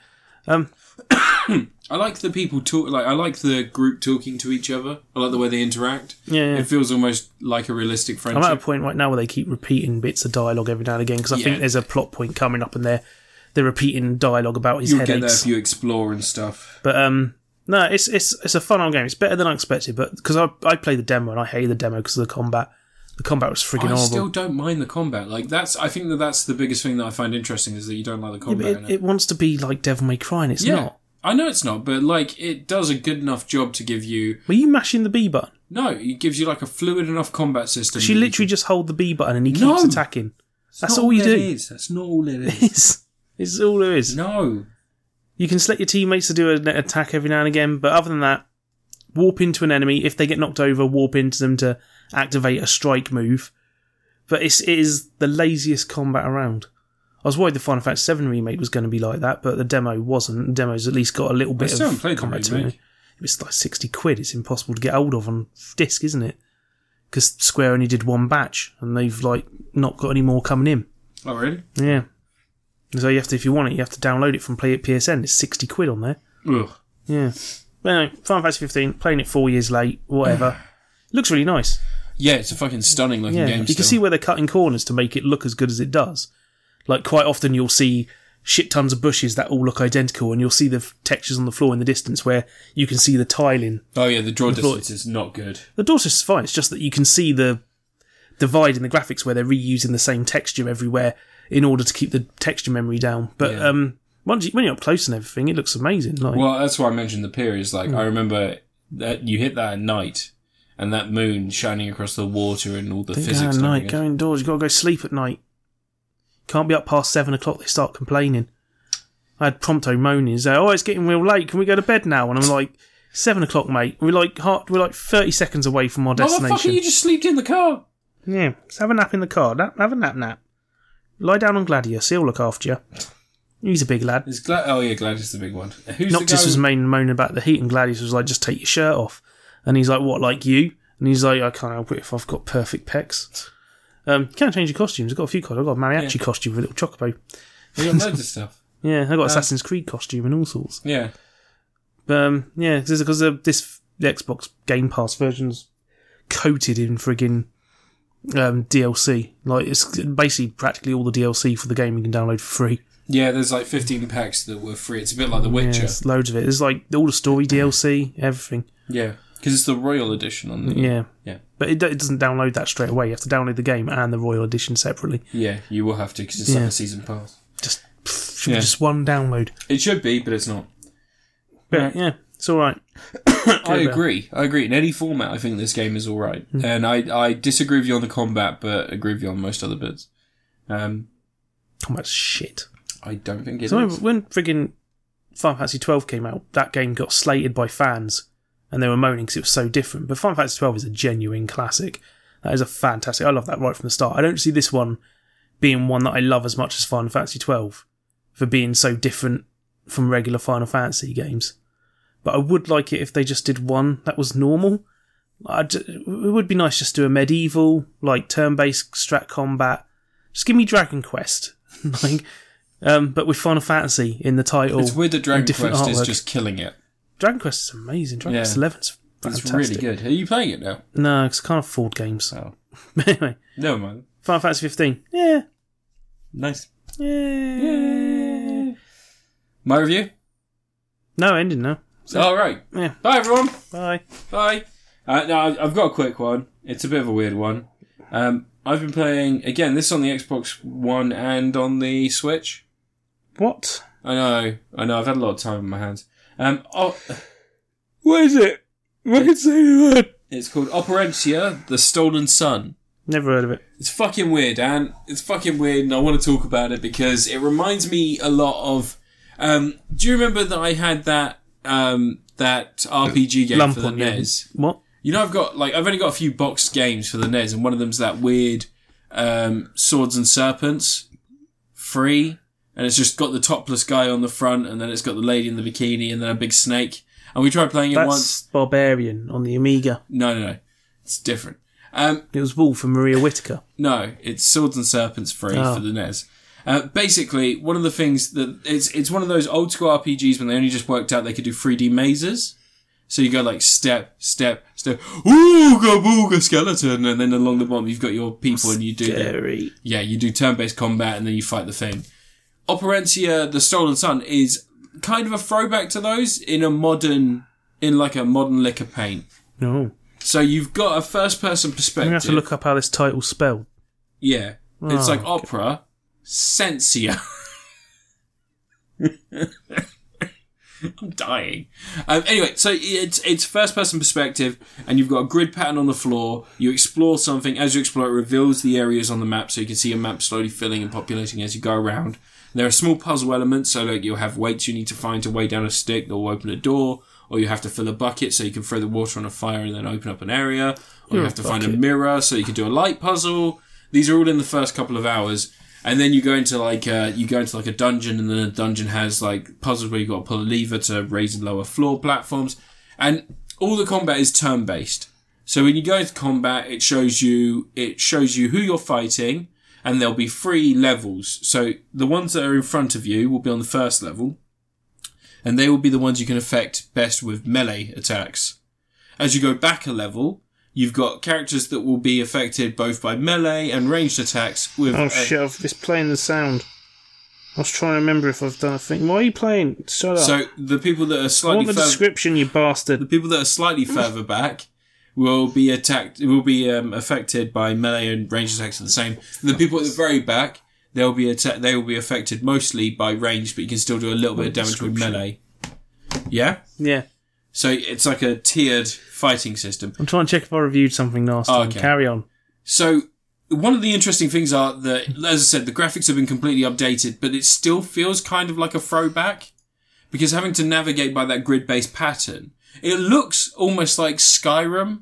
B: Um,
A: I like the people talk. Like I like the group talking to each other. I like the way they interact.
B: Yeah, yeah.
A: It feels almost like a realistic
B: I'm at a
A: friendship.
B: point right now where they keep repeating bits of dialogue every now and again because I
A: Yeah.
B: think there's a plot point coming up and they're they're repeating dialogue about his
A: You'll get that
B: headaches.
A: if you explore and stuff.
B: But um, no, it's it's it's a fun old game. It's better than I expected, but because I I played the demo and I hated the demo because of the combat. The combat was freaking
A: I
B: horrible.
A: still don't mind the combat. Like that's. I think that that's the biggest thing that I find interesting is that you don't like the combat.
B: But
A: in
B: it,
A: it.
B: it wants to be like Devil May Cry, and it's
A: yeah,
B: not.
A: I know it's not, but like it does a good enough job to give you.
B: Were you mashing the B button?
A: No, it gives you like a fluid enough combat system. that
B: She
A: you
B: literally just hold the B button and he keeps
A: No!
B: attacking. That's
A: not
B: all you
A: all it
B: do.
A: is. That's not all it is.
B: It's, it's all there is.
A: no.
B: You can select your teammates to do an attack every now and again, but other than that, warp into an enemy. If they get knocked over, warp into them to activate a strike move. But it's, it is the laziest combat around. I was worried the Final Fantasy VII remake was going to be like that, but the demo wasn't. The demo's at least got a little
A: I
B: bit
A: still haven't
B: of
A: played the
B: combat to
A: remake.
B: it. It was like 60 quid. It's impossible to get hold of on disc, isn't it? Because Square only did one batch, and they've like not got any more coming in.
A: Oh really?
B: Yeah. So you have to, if you want it, you have to download it from Play at PSN. It's sixty quid on there.
A: Ugh.
B: Yeah. But anyway, Final Fantasy fifteen, playing it four years late, whatever. Looks really nice.
A: Yeah, it's a fucking stunning looking
B: Yeah.
A: game.
B: you
A: still.
B: can see where they're cutting corners to make it look as good as it does. Like quite often you'll see shit tons of bushes that all look identical and you'll see the f- textures on the floor in the distance where you can see the tiling.
A: Oh yeah, the draw
B: thought-
A: distance is not good.
B: The door is fine, it's just that you can see the divide in the graphics where they're reusing the same texture everywhere in order to keep the texture memory down. But
A: Yeah.
B: um once you, when you're up close and everything, it looks amazing. Like
A: Well, that's why I mentioned the periods.
B: Hmm.
A: Like I remember that you hit that at night, and that moon shining across the water and all the
B: Don't
A: physics.
B: go at
A: and
B: night.
A: everything.
B: Go indoors. You gotta go sleep at night. Can't be up past seven o'clock. They start complaining. I had prompto moaning. He's like, "Oh, it's getting real late. Can we go to bed now?" And I'm like, seven o'clock, mate. We're like, hot, we're like thirty seconds away from our
A: Motherfucker,
B: destination."
A: you just slept in the car.
B: Yeah, let's have a nap in the car. Nap, have a nap, nap. Lie down on Gladius. He'll look after you. He's a big lad.
A: It's Glad- oh yeah, Gladys the big one. Who's the
B: Noctis
A: guy
B: was
A: with-
B: moaning, moaning about the heat, and Gladius was like, "Just take your shirt off." And he's like, "What, like you?" And he's like, "I can't help it if I've got perfect pecs." Um, you can change your costumes. I've got a few costumes. I've got a mariachi costume with a little chocobo.
A: He got loads of stuff.
B: Yeah, I've got Assassin's Creed costume and all sorts.
A: Yeah,
B: But um, yeah, because uh, this the Xbox Game Pass version's coated in friggin' um, DLC. Like it's basically practically all the DLC for the game you can download for free.
A: yeah. There's like 15 packs that were free. It's a bit like The
B: Yeah,
A: Witcher.
B: it's loads of it. It's like all the story DLC, everything.
A: Yeah, because it's the Royal Edition on the.
B: Yeah.
A: Yeah.
B: But it, do- it doesn't download that straight away. You have to download the game and the Royal Edition separately.
A: Yeah, you will have to because it's like
B: Yeah.
A: a season pass.
B: Just pff, should be
A: Yeah.
B: just one download.
A: It should be, but it's not.
B: But
A: Right.
B: yeah, it's all right.
A: I agree. I agree. In any format, I think this game is all right.
B: Hmm.
A: And I, I disagree with you on the combat, but agree with you on most other bits. Um,
B: Combat shit.
A: I don't think it is.
B: So remember when friggin' Final Fantasy twelve came out, that game got slated by fans, and they were moaning because it was so different. But Final Fantasy twelve is a genuine classic. That is a fantastic. I love that right from the start. I don't see this one being one that I love as much as Final Fantasy twelve for being so different from regular Final Fantasy games. But I would like it if they just did one that was normal. I d it would be nice just to do a medieval, like turn-based strat combat. Just give me Dragon Quest, like, um, but with Final Fantasy in the title.
A: It's weird that Dragon
B: and different
A: Quest is
B: artwork.
A: just killing it.
B: Dragon Quest is amazing. Dragon
A: Yeah.
B: Quest Eleven's fantastic.
A: It's really good. Are you playing it now?
B: No, 'cause I can't afford games.
A: Oh.
B: anyway,
A: Never mind.
B: Final Fantasy fifteen. Yeah,
A: Nice.
B: yeah.
A: My review?
B: No ending now.
A: All right.
B: Yeah.
A: Bye, everyone.
B: Bye.
A: Bye. Uh, now, I've- I've got a quick one. It's a bit of a weird one. Um, I've been playing, again, this on the Xbox One and on the Switch.
B: What?
A: I know, I know. I've had a lot of time on my hands. Um, oh, what is it? I can say the word. It's called Operentia: The Stolen Sun.
B: Never heard of it.
A: It's fucking weird, and it's fucking weird, and I want to talk about it because it reminds me a lot of. Um, do you remember that I had that um, that RPG game
B: Lump
A: for the E
B: on you.
A: NES?
B: What?
A: You know, I've got like I've only got a few boxed games for the NES, and one of them's that weird um, Swords and Serpents free, and it's just got the topless guy on the front, and then it's got the lady in the bikini, and then a big snake. And we tried playing it
B: That's
A: once.
B: Barbarian on the Amiga.
A: No, no, no, it's different. Um,
B: It was Wolf and Maria Whitaker.
A: no, it's Swords and Serpents free
B: Oh.
A: for the NES. Uh, basically, one of the things that it's it's one of those old school RPGs when they only just worked out they could do 3D mazes. So you go like step, step, step, ooga booga skeleton, and then along the bottom you've got your people and you do the,
B: Scary.
A: yeah, you do turn-based combat and then you fight the thing. Operencia: The Stolen Sun is kind of a throwback to those in a modern, in like a modern lick of paint.
B: No.
A: So you've got a first-person
B: I'm
A: perspective.
B: going to have to look up how this title's spelled.
A: Yeah. It's like
B: okay.
A: opera, sensia. I'm dying. Um, anyway, so it's it's first person perspective, and you've got a grid pattern on the floor. You explore something. As you explore, it reveals the areas on the map, so you can see a map slowly filling and populating as you go around. There are small puzzle elements, so like you'll have weights you need to find to weigh down a stick that will open a door, or you have to fill a bucket so you can throw the water on a fire and then open up an area, or you
B: You're a
A: have to find a
B: bucket.
A: mirror so you can do a light puzzle. These are all in the first couple of hours, and then you go into like uh, you go into like a dungeon, and then a dungeon has like puzzles where you got to pull a lever to raise and lower floor platforms, and all the combat is turn based. So when you go into combat, it shows you it shows you who you're fighting, and there'll be three levels. So the ones that are in front of you will be on the first level, and they will be the ones you can affect best with melee attacks. As you go back a level, you've got characters that will be affected both by melee and ranged attacks. With
B: Oh
A: uh,
B: shit, I've, it's playing the sound. I was trying to remember if I've done a thing. Why are you playing? Shut up.
A: so the people that are
B: I
A: slightly
B: want the
A: further,
B: description, you
A: the
B: bastard.
A: people that are slightly further back will be attacked will be um, affected by melee and ranged attacks are the same. The people at the very back they'll be atta- they will be affected mostly by range, but you can still do a little bit of damage with
B: description.
A: melee. Yeah,
B: Yeah.
A: so it's like a tiered fighting system.
B: I'm trying to check if I reviewed something last
A: Oh,
B: time.
A: okay.
B: Carry on.
A: So one of the interesting things are that, as I said, the graphics have been completely updated, but it still feels kind of like a throwback because having to navigate by that grid-based pattern, it looks almost like Skyrim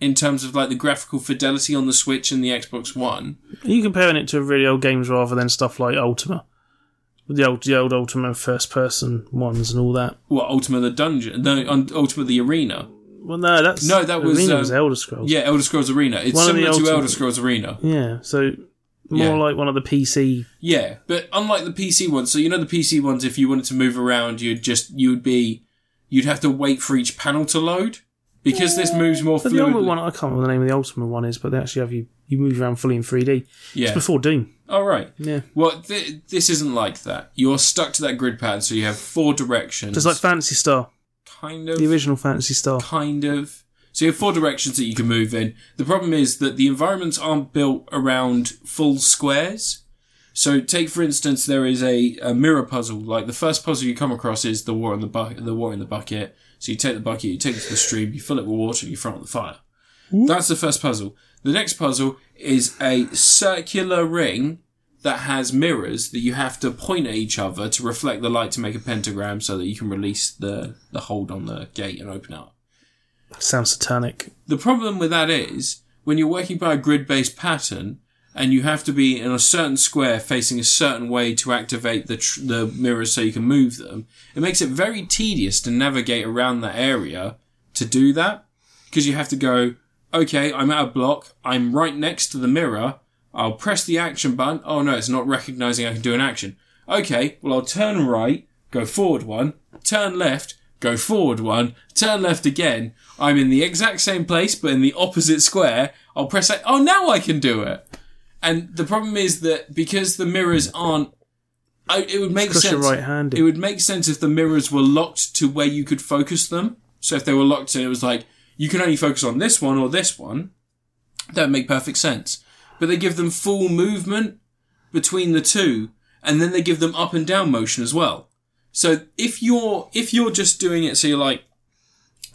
A: in terms of like the graphical fidelity on the Switch and the Xbox One.
B: Are you comparing it to really old games rather than stuff like Ultima? The old, the old Ultima first person ones and all that.
A: Well, Ultima the Dungeon, no, un- Ultima the Arena.
B: Well, no, that's
A: No, that was,
B: Arena was
A: um,
B: Elder Scrolls.
A: Yeah, Elder Scrolls Arena. It's
B: One of the
A: similar to
B: Ultima-
A: Elder Scrolls Arena.
B: Yeah, so more
A: Yeah.
B: like one of the PC.
A: Yeah, but unlike the PC ones, so you know the PC ones, if you wanted to move around, you'd just you'd be you'd have to wait for each panel to load because this moves more
B: But the
A: fluidly.
B: Ultima one, I can't remember the name of the Ultima one is, but they actually have you you move around fully in 3D. It's
A: yeah.
B: before Doom.
A: All right.
B: Yeah,
A: Well, th- this isn't like that. You're stuck to that grid pattern, so you have four directions.
B: just like Fantasy Star,
A: kind of
B: the original Fantasy Star.
A: kind of. So you have four directions that you can move in. The problem is that the environments aren't built around full squares. So take for instance, there is a, a mirror puzzle. Like the first puzzle you come across is the water in the bucket. The water in the bucket. So you take the bucket, you take it to the stream, you fill it with water, and you throw it on the fire. That's the first puzzle. The next puzzle is a circular ring that has mirrors that you have to point at each other to reflect the light to make a pentagram, so that you can release the the hold on the gate and open it up.
B: Sounds satanic.
A: The problem with that is when you're working by a grid based pattern and you have to be in a certain square facing a certain way to activate the, tr- the mirrors so you can move them, it makes it very tedious to navigate around that area to do that because you have to go, okay, I'm at a block, I'm right next to the mirror, I'll press the action button. Oh no, it's not recognizing I can do an action. Okay, well, I'll turn right, go forward one, turn left, go forward one, turn left again. I'm in the exact same place, but in the opposite square. I'll press it. Oh, now I can do it. And the problem is that because the mirrors aren't, I, it would make
B: Because you're
A: sense.
B: right-handed.
A: It would make sense if the mirrors were locked to where you could focus them. So if they were locked and it was like, you can only focus on this one or this one, that would make perfect sense. But they give them full movement between the two, and then they give them up and down motion as well. So if you're if you're just doing it, so you're like,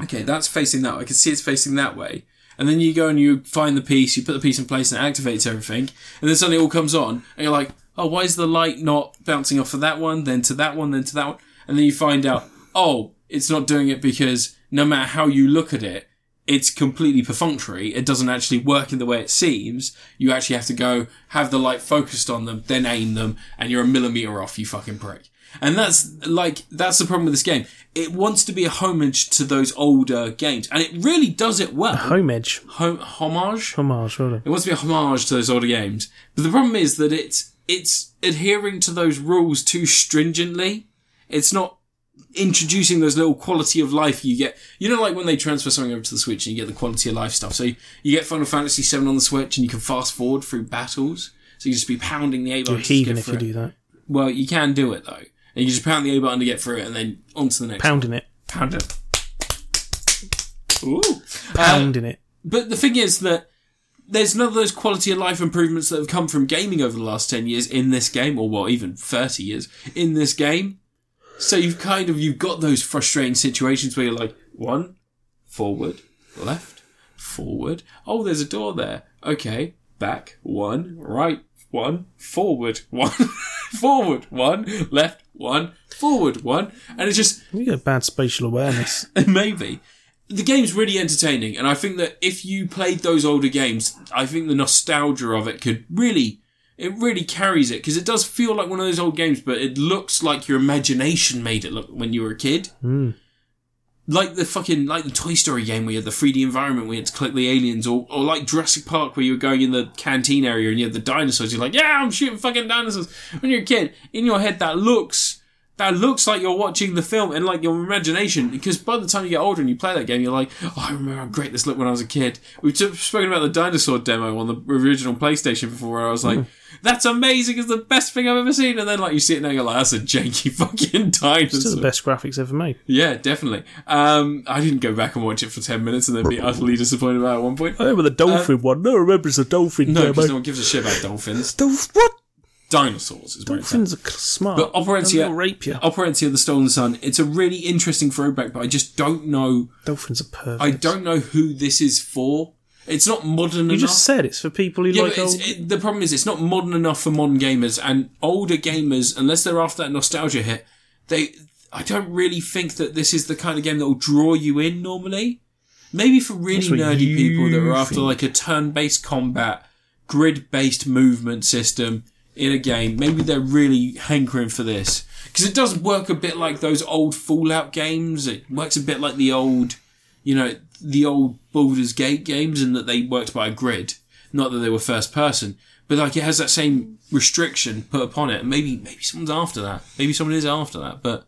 A: okay, that's facing that way. I can see it's facing that way. And then you go and you find the piece, you put the piece in place and it activates everything. And then suddenly it all comes on and you're like, oh, why is the light not bouncing off of that one, then to that one, then to that one? And then you find out, oh, it's not doing it because no matter how you look at it, it's completely perfunctory. It doesn't actually work in the way it seems. You actually have to go have the light focused on them, then aim them, and you're a millimeter off, you fucking prick. And that's like, that's the problem with this game. It wants to be a homage to those older games, and it really does it well.
B: Home Edge.
A: Hom- homage?
B: Homage, rather.
A: It wants to be a homage to those older games. But the problem is that it's it's adhering to those rules too stringently. It's not introducing those little quality of life you get. You know, like when they transfer something over to the Switch and you get the quality of life stuff. So you, you get Final Fantasy VII on the Switch and you can fast forward through battles. So you just be pounding the A
B: You're
A: button. to
B: heaving
A: get
B: if
A: through it.
B: you do that.
A: Well, you can do it though. And you just pound the A button to get through it and then onto the next.
B: Pounding it.
A: Pound it. Ooh. Uh,
B: Pounding it.
A: but the thing is that there's none of those quality of life improvements that have come from gaming over the last 10 years in this game, or well, even 30 years in this game. So you've kind of, you've got those frustrating situations where you're like, one, forward, left, forward. Oh, there's a door there. Okay. Back, one, right, one, forward, one, forward, one, left, one, forward, one. And it's just,
B: We got bad spatial awareness.
A: Maybe. The game's really entertaining, and I think that if you played those older games, I think the nostalgia of it could really, it really carries it because it does feel like one of those old games, but it looks like your imagination made it look when you were a kid. Like the fucking like the Toy Story game where you had the 3D environment where you had to collect the aliens, or or like Jurassic Park where you were going in the canteen area and you had the dinosaurs. You're like, yeah, I'm shooting fucking dinosaurs. When you're a kid, in your head that looks that looks like you're watching the film and like your imagination. Because by the time you get older and you play that game, you're like, oh, I remember how great this looked when I was a kid. We've just spoken about the dinosaur demo on the original PlayStation before, where I was like, that's amazing, it's the best thing I've ever seen. And then like you see it now, you're like, that's a janky fucking
B: Still the
A: dinosaur.
B: best graphics ever made.
A: Yeah, definitely. Um, I didn't go back and watch it for ten minutes and then be utterly disappointed about it at one point.
B: I remember the dolphin one. No, remember the dolphin eh?
A: No, because no one gives a shit about dolphins.
B: what?
A: Dinosaurs is where it's at.
B: Dolphins are c- smart.
A: But Operantia-
B: They'll rape you.
A: Operantia of the Stolen Sun. It's a really interesting throwback, but I just don't know
B: Dolphins are perfect.
A: I don't know who this is for. It's not modern
B: You
A: enough.
B: just said it's for people who
A: yeah,
B: like
A: but
B: old.
A: it's, it, the problem is it's not modern enough for modern gamers and older gamers. Unless they're after that nostalgia hit, they I don't really think that this is the kind of game that will draw you in normally. Maybe for really
B: what
A: nerdy
B: you
A: people that are after
B: think.
A: like a turn-based combat, grid-based movement system in a game. Maybe they're really hankering for this because it does work a bit like those old Fallout games. It works a bit like the old you know, the old Baldur's Gate games and that they worked by a grid, not that they were first person. But like it has that same restriction put upon it. And maybe maybe someone's after that. Maybe someone is after that. But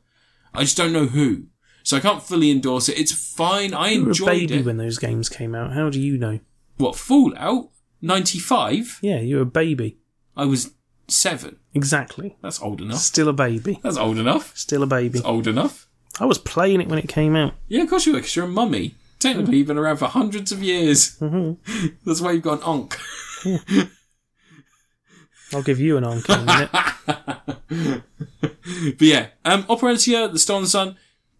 A: I just don't know who. So I can't fully endorse it. It's fine. I
B: you were a
A: enjoyed
B: baby
A: it.
B: when those games came out. How do you know?
A: What Fallout ninety five?
B: Yeah, you were a baby.
A: I was seven.
B: Exactly.
A: That's old enough.
B: Still a baby.
A: That's old enough.
B: Still a baby.
A: It's old enough.
B: I was playing it when it came out.
A: Yeah, of course you were, because you're a mummy. Technically, you've been around for hundreds of years.
B: Mm-hmm.
A: That's why you've got an onk.
B: I'll give you an arm in a minute.
A: But yeah, um, Operantia, The Stolen Sun,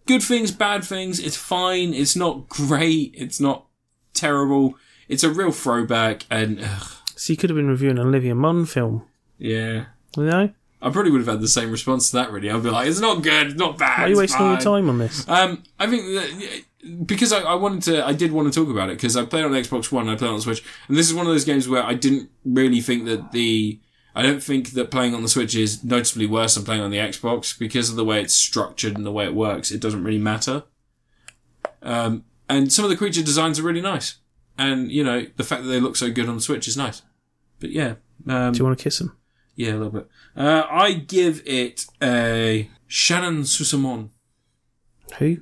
A: good things, bad things. It's fine. It's not great. It's not terrible. It's a real throwback, and ugh,
B: So you could have been reviewing an Olivia Munn film.
A: yeah,
B: You know?
A: I probably would have had the same response to that. Really, I'd be like, it's not good. It's not bad.
B: Why are you
A: it's
B: wasting all your
A: fine.
B: time on this?
A: Um, I think that, because I, I wanted to, I did want to talk about it because I played on Xbox One, I played on the Switch, and this is one of those games where I didn't really think that the, I don't think that playing on the Switch is noticeably worse than playing on the Xbox because of the way it's structured and the way it works. It doesn't really matter. Um, and some of the creature designs are really nice, and you know the fact that they look so good on the Switch is nice. But yeah, um,
B: Do you want to kiss him?
A: yeah, a little bit. Uh, I give it a Shannon Susamon.
B: Who?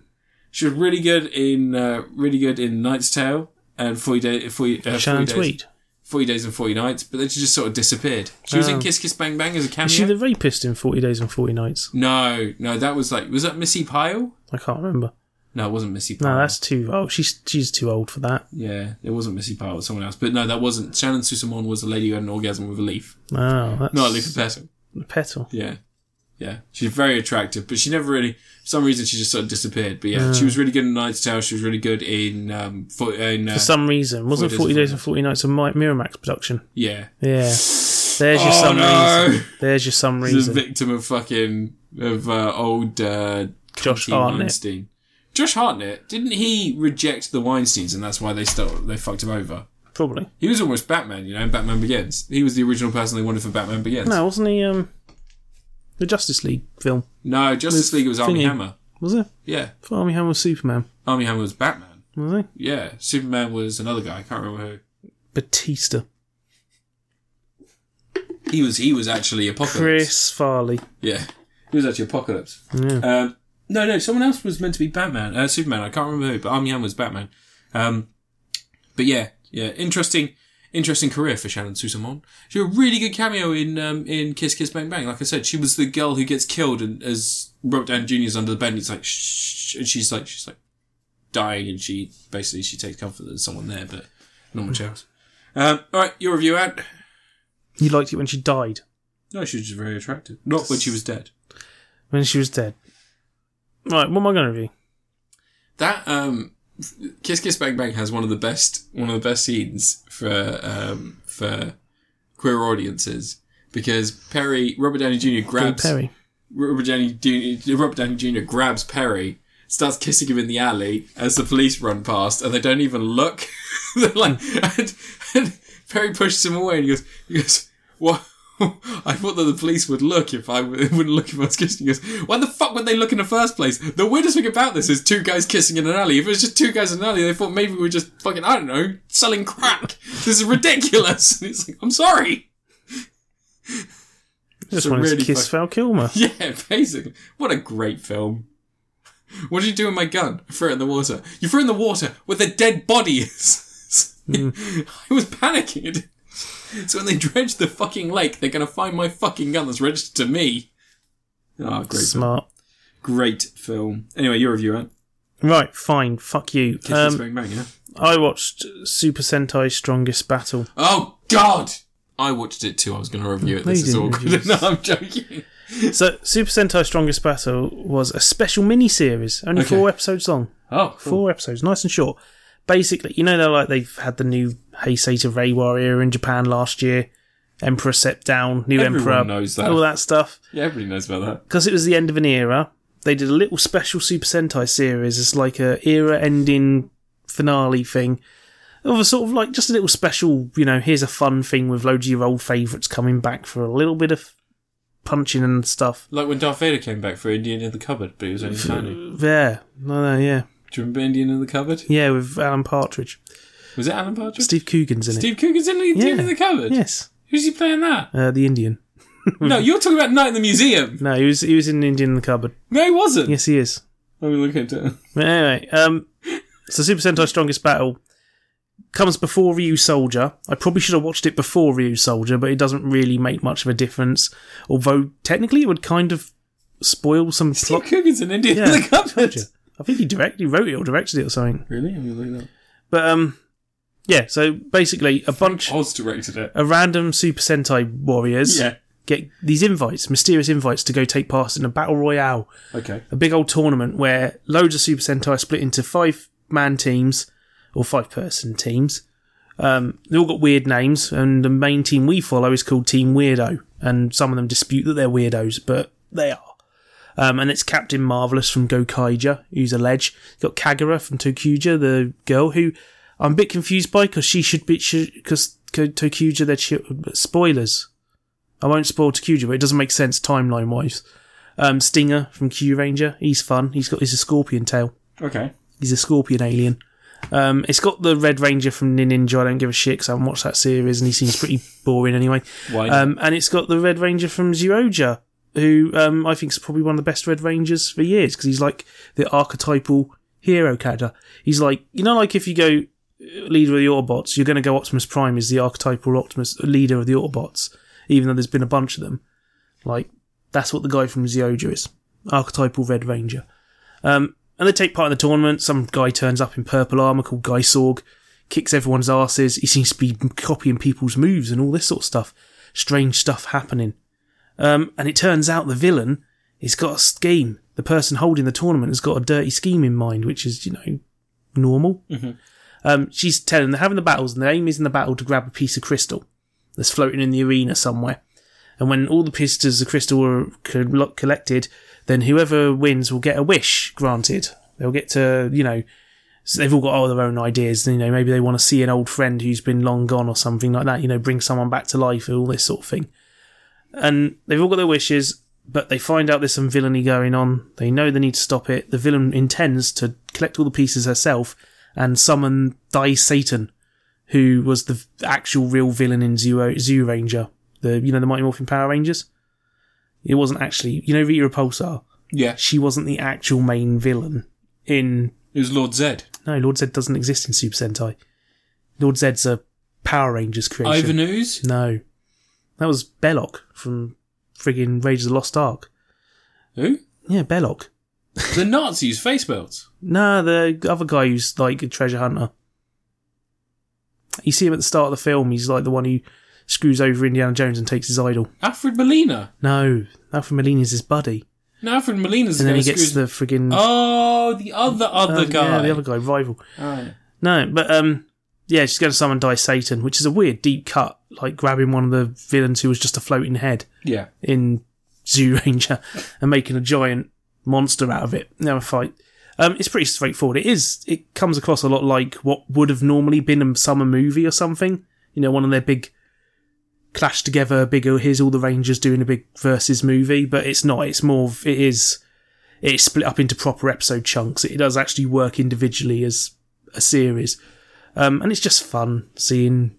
A: She was really good in uh, really good in Knight's Tale and Forty Days, 40, uh, 40
B: Shannon
A: days,
B: Tweed.
A: 40 Days and Forty Nights, but then she just sort of disappeared. She was in
B: Oh.
A: Kiss Kiss Bang Bang as a cameo.
B: Is she the rapist in 40 Days and 40 Nights?
A: no, no, that was like was that Missy Pyle?
B: I can't remember.
A: No, it wasn't Missy Pyle.
B: No, that's too. Oh, she's she's too old for that.
A: yeah, it wasn't Missy Pyle. It was someone else, but no, that wasn't. Shannon Susamon was the lady who had an orgasm with a leaf,
B: Oh, that's
A: not a leaf of petal.
B: the petal.
A: Yeah. Yeah. She's very attractive, but she never really, for some reason, she just sort of disappeared. But yeah,
B: Uh.
A: she was really good in Knight's Tale. She was really good in, um, for, in, uh,
B: For some reason, wasn't 40 Days and 40 Nights a Mi- Miramax production?
A: yeah.
B: Yeah. There's your
A: Oh,
B: some
A: no.
B: reason. There's your some
A: He's a
B: reason.
A: victim of fucking of uh, old uh,
B: Josh
A: cunty
B: Hartnett.
A: Weinstein. Josh Hartnett didn't he reject the Weinstein's and that's why they still they fucked him over.
B: Probably.
A: He was almost Batman, you know, in Batman Begins. He was the original person they wanted for Batman Begins.
B: No, wasn't he? Um, the Justice League film
A: No, Justice League was Army
B: thingy.
A: Hammer.
B: was it?
A: Yeah,
B: Army Hammer was Superman.
A: Army Hammer was Batman.
B: Was he?
A: Yeah, Superman was another guy. I can't remember who.
B: Batista.
A: He was he was actually Apocalypse.
B: Chris Farley.
A: Yeah, he was actually Apocalypse. Um, no, no, someone else was meant to be Batman, uh, Superman. I can't remember who, but Arm Yan was Batman. Um, but yeah, yeah, interesting, interesting career for Shannon Susamon. She had a really good cameo in um, in Kiss Kiss Bang Bang. Like I said, she was the girl who gets killed and as Robert Downey Jr.'s under the bed. And he's like, shh, and she's like, she's like dying, and she basically she takes comfort that there's someone there, but not much else. Um, all right, your review out.
B: You liked it when she died,
A: No, she was just very attractive. Not when she was dead.
B: when she was dead. Right, what am I going to review?
A: That um, Kiss Kiss Bang Bang has one of the best one of the best scenes for um, for queer audiences because Perry Robert Downey Jr.
B: Bill
A: grabs
B: Perry.
A: Robert Downey Jr., Robert Downey Jr. grabs Perry, starts kissing him in the alley as the police run past, and they don't even look. They're like, and, and Perry pushes him away, and he goes, he goes, what? I thought that the police would look if I w- wouldn't look if I was kissing. He goes, why the fuck would they look in the first place? The weirdest thing about this is two guys kissing in an alley. If it was just two guys in an alley, they thought maybe we were just fucking I don't know selling crack. This is ridiculous. And it's like, I'm sorry.
B: Just
A: a
B: wanted
A: really
B: to kiss Val Kilmer.
A: Yeah, basically. What a great film. What did you do with my gun? I threw it in the water. You threw it in the water where the dead body is. I was panicking. So when they dredge the fucking lake, they're going to find my fucking gun that's registered to me. Ah, great, film.
B: Smart.
A: great film. Anyway, your review, right?
B: Right, fine. Fuck you.
A: Kiss Kiss
B: Um,
A: bang bang, yeah.
B: I watched Super Sentai Strongest Battle.
A: Oh God! I watched it too. I was going to review it.
B: No,
A: This
B: you
A: is
B: didn't
A: awkward.
B: review
A: No, I'm joking.
B: So, Super Sentai Strongest Battle was a special mini series, only
A: Okay.
B: four episodes long.
A: Oh, cool.
B: Four episodes, nice and short. Basically, you know, they're like they've had the new Heisei to Rei Warrior in Japan last year, Emperor Set Down, New
A: Everyone
B: Emperor,
A: knows that.
B: all that stuff.
A: Yeah, everybody knows about that.
B: Because it was the end of an era, they did a little special Super Sentai series. It's like a era ending finale thing. Of a sort of like just a little special, you know, here's a fun thing with loads of your old favourites coming back for a little bit of punching and stuff.
A: Like when Darth Vader came back for Indian in the cupboard, but he was only tiny.
B: Yeah, no, no, yeah.
A: Do you remember Indian in the Cupboard?
B: Yeah, with Alan Partridge.
A: Was it Alan Partridge?
B: Steve Coogan's in
A: Steve Coogan's in Indian
B: Yeah.
A: in the Cupboard?
B: it. Yes,
A: Who's he playing that?
B: uh, the Indian.
A: no, you're talking about Night in the Museum.
B: No, he was he was in Indian in the cupboard.
A: No, he wasn't.
B: Yes, he is.
A: Let me look into it.
B: But anyway, um, so Super Sentai Strongest Battle comes before Ryu Soldier. I probably should have watched it before Ryu Soldier, but it doesn't really make much of a difference. Although technically, it would kind of spoil some
A: Steve
B: plot.
A: Coogan's in Indian
B: Yeah,
A: in the Cupboard.
B: I think he directly wrote it or directed it or something.
A: Really? I'm going to look it
B: But um, yeah. So basically, a bunch
A: up. Oz directed it.
B: of random Super Sentai warriors
A: Oh. Yeah.
B: get these invites, mysterious invites, to go take part in a battle royale.
A: Okay.
B: a big old tournament where loads of Super Sentai split into five man teams or five person teams. Um, they all got weird names, and the main team we follow is called Team Weirdo, and some of them dispute that they're weirdos, but they are. Um, and it's Captain Marvelous from Gokaija, who's a ledge. Got Kagura from Tokuja, the girl who I'm a bit confused by because she should be because Tokuja they're chi- spoilers. I won't spoil Tokuja, but it doesn't make sense timeline wise. Um, Stinger from Q Ranger. He's fun. He's got he's a scorpion tail.
A: Okay.
B: He's a scorpion alien. Um, it's got the Red Ranger from Ninja. I don't give a shit 'cause I haven't watched that series, and he seems pretty boring anyway.
A: Why?
B: Um, and it's got the Red Ranger from Zeroja, who um, I think is probably one of the best Red Rangers for years because he's like the archetypal hero character. He's like you know, like if you go uh, leader of the Autobots, you're going to go Optimus Prime is the archetypal Optimus leader of the Autobots, even though there's been a bunch of them. Like that's what the guy from Zeroja is, archetypal Red Ranger. Um, and they take part in the tournament. Some guy turns up in purple armor called Guy Sorg, kicks everyone's asses. He seems to be copying people's moves and all this sort of stuff. Strange stuff happening. Um, and it turns out the villain has got a scheme. The person holding the tournament has got a dirty scheme in mind, which is, you know, normal. Um, she's telling them they're having the battles, and the aim is in the battle to grab a piece of crystal that's floating in the arena somewhere. And when all the pieces of crystal are co- collected, then whoever wins will get a wish granted. They'll get to, you know, so they've all got all their own ideas. You know, maybe they want to see an old friend who's been long gone or something like that. You know, bring someone back to life, all this sort of thing. And they've all got their wishes, but they find out there's some villainy going on. They know they need to stop it. The villain intends to collect all the pieces herself and summon Thy Satan, who was the actual real villain in Zero Zoo Ranger. the you know the Mighty Morphin Power Rangers. It wasn't actually you know Rita Repulsar.
A: Yeah.
B: She wasn't the actual main villain in
A: It was Lord Zed.
B: no Lord Zed doesn't exist in Super Sentai. Lord Zed's a Power Rangers creation.
A: Ivan Ooze?
B: No, that was Belloc from friggin' Rage of the Lost Ark.
A: Who?
B: Yeah, Belloc.
A: The Nazis, face belts.
B: Nah, the other guy who's like a treasure hunter. You see him at the start of the film. He's like the one who screws over Indiana Jones and takes his idol.
A: Alfred Molina.
B: No, Alfred Molina's his buddy,
A: No, Alfred Molina's
B: and
A: the
B: then
A: guy
B: he
A: who
B: gets
A: screws-
B: the friggin'
A: Oh, the other, other
B: Uh,
A: guy.
B: yeah, the other guy, rival.
A: Oh, yeah.
B: No, but um, yeah, she's going to summon Die Satan, which is a weird deep cut, like grabbing one of the villains who was just a floating head
A: yeah.
B: in Zoo Ranger and making a giant monster out of it. Now a fight. Um, it's pretty straightforward. It is. It comes across a lot like what would have normally been a summer movie or something. You know, one of their big clash together, big oh, here's all the Rangers doing a big versus movie, but it's not. It's more. of- It is. It's split up into proper episode chunks. It does actually work individually as a series, um, and it's just fun seeing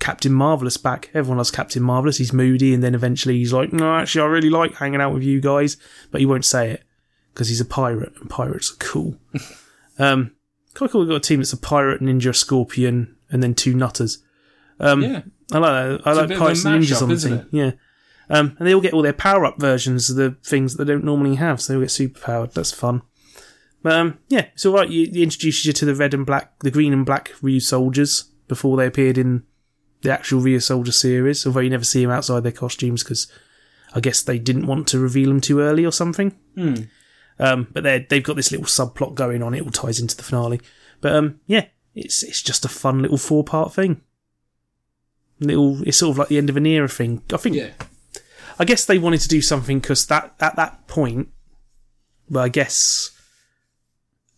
B: Captain Marvelous back. Everyone loves Captain Marvelous. He's moody, and then eventually he's like, "No, actually, I really like hanging out with you guys," but he won't say it because he's a pirate, and pirates are cool. um, quite cool. We've got a team that's a pirate, ninja, a scorpion, and then two nutters. Um,
A: Yeah.
B: I like that. I
A: It's a
B: like
A: bit of
B: pirates
A: a
B: and
A: mashup,
B: ninjas on the
A: isn't
B: team. Yeah. Um, and they all get all their power up versions of the things that they don't normally have, so they all get superpowered. That's fun. But um, yeah, it's all right. You, it introduces you to the red and black, the green and black Ryu soldiers before they appeared in the actual Ryu soldier series. Although you never see them outside their costumes because I guess they didn't want to reveal them too early or something. Um, but they they've got this little subplot going on. It all ties into the finale. But um, yeah, it's it's just a fun little four part thing. Little, it's sort of like the end of an era thing. I think
A: Yeah.
B: I guess they wanted to do something because that at that point, well, I guess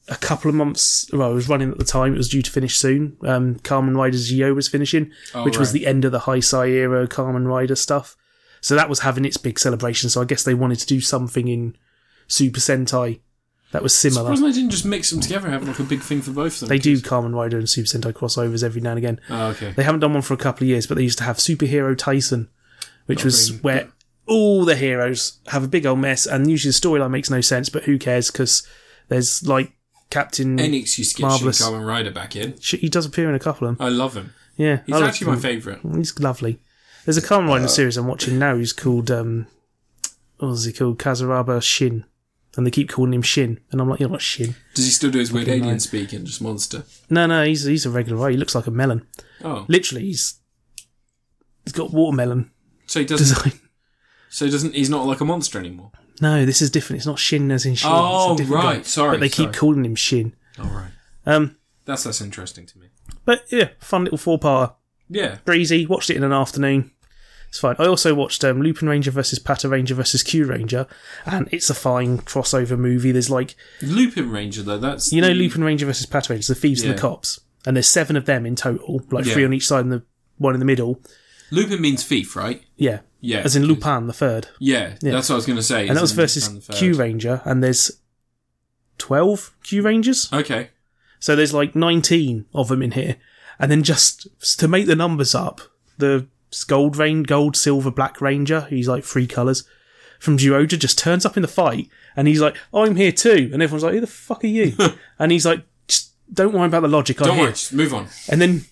B: a couple of months. Well, it was running at the time. It was due to finish soon. Um, Carmen Rider Zio was finishing,
A: Oh,
B: which was
A: right.
B: the end of the High Sai era Carmen Rider stuff. So that was having its big celebration. So I guess they wanted to do something in Super Sentai that was similar.
A: Surprised they didn't just mix them together and have like a big thing for both of them.
B: They do Carmen Rider and Super Sentai crossovers every now and again.
A: Oh, okay.
B: They haven't done one for a couple of years, but they used to have Superhero Tyson, which was
A: bring-
B: where all the heroes have a big old mess, and usually the storyline makes no sense, but who cares? Because there's like Captain.
A: Any excuse to get
B: Marvellous.
A: Shin Kamen Rider back in.
B: Sh- he does appear in a couple of them.
A: I love him.
B: Yeah,
A: He's
B: I like
A: actually my Uh,
B: him.
A: favourite.
B: He's lovely. There's a Kamen Rider series I'm watching now. Who's called um, what was he called? Kazuraba Shin, and they keep calling him Shin, and I'm like, you're not Shin.
A: Does he still do his weird alien speak and just monster?
B: No, no, he's he's a regular rider. He looks like a melon.
A: Oh,
B: Literally, he's he's got watermelon
A: so he doesn't.
B: design.
A: So he doesn't. He's not like a monster anymore.
B: No, this is different. It's not Shin as in Shin.
A: Oh,
B: it's a different
A: right.
B: guy.
A: Sorry,
B: But they
A: sorry.
B: keep calling him Shin.
A: All right.
B: Um,
A: That's less interesting to me.
B: but yeah, fun little four parter.
A: Yeah.
B: Breezy. Watched it in an afternoon. It's fine. I also watched um, Lupin Ranger versus Pata Ranger versus Q Ranger, and it's a fine crossover movie. There's like
A: Lupin Ranger though. That's
B: you know
A: the-
B: Lupin Ranger versus Pata Ranger, the thieves and
A: Yeah.
B: the cops, and there's seven of them in total, like three
A: Yeah.
B: on each side and the one in the middle.
A: Lupin means thief, right?
B: Yeah,
A: Yeah.
B: as in Lupin the third,
A: Yeah, That's what I was going to say.
B: and that was
A: isn't it? And
B: versus
A: the third.
B: Q Ranger, and there's twelve Q Rangers.
A: Okay.
B: So there's like 19 of them in here. And then just to make the numbers up, the gold rain, gold, silver, black ranger, he's like three colours from Geoja just turns up in the fight and he's like, I'm here too. And everyone's like, who the fuck are you? and he's like, just don't worry about the logic. I'm
A: Don't worry.
B: here.
A: Just move on.
B: And then,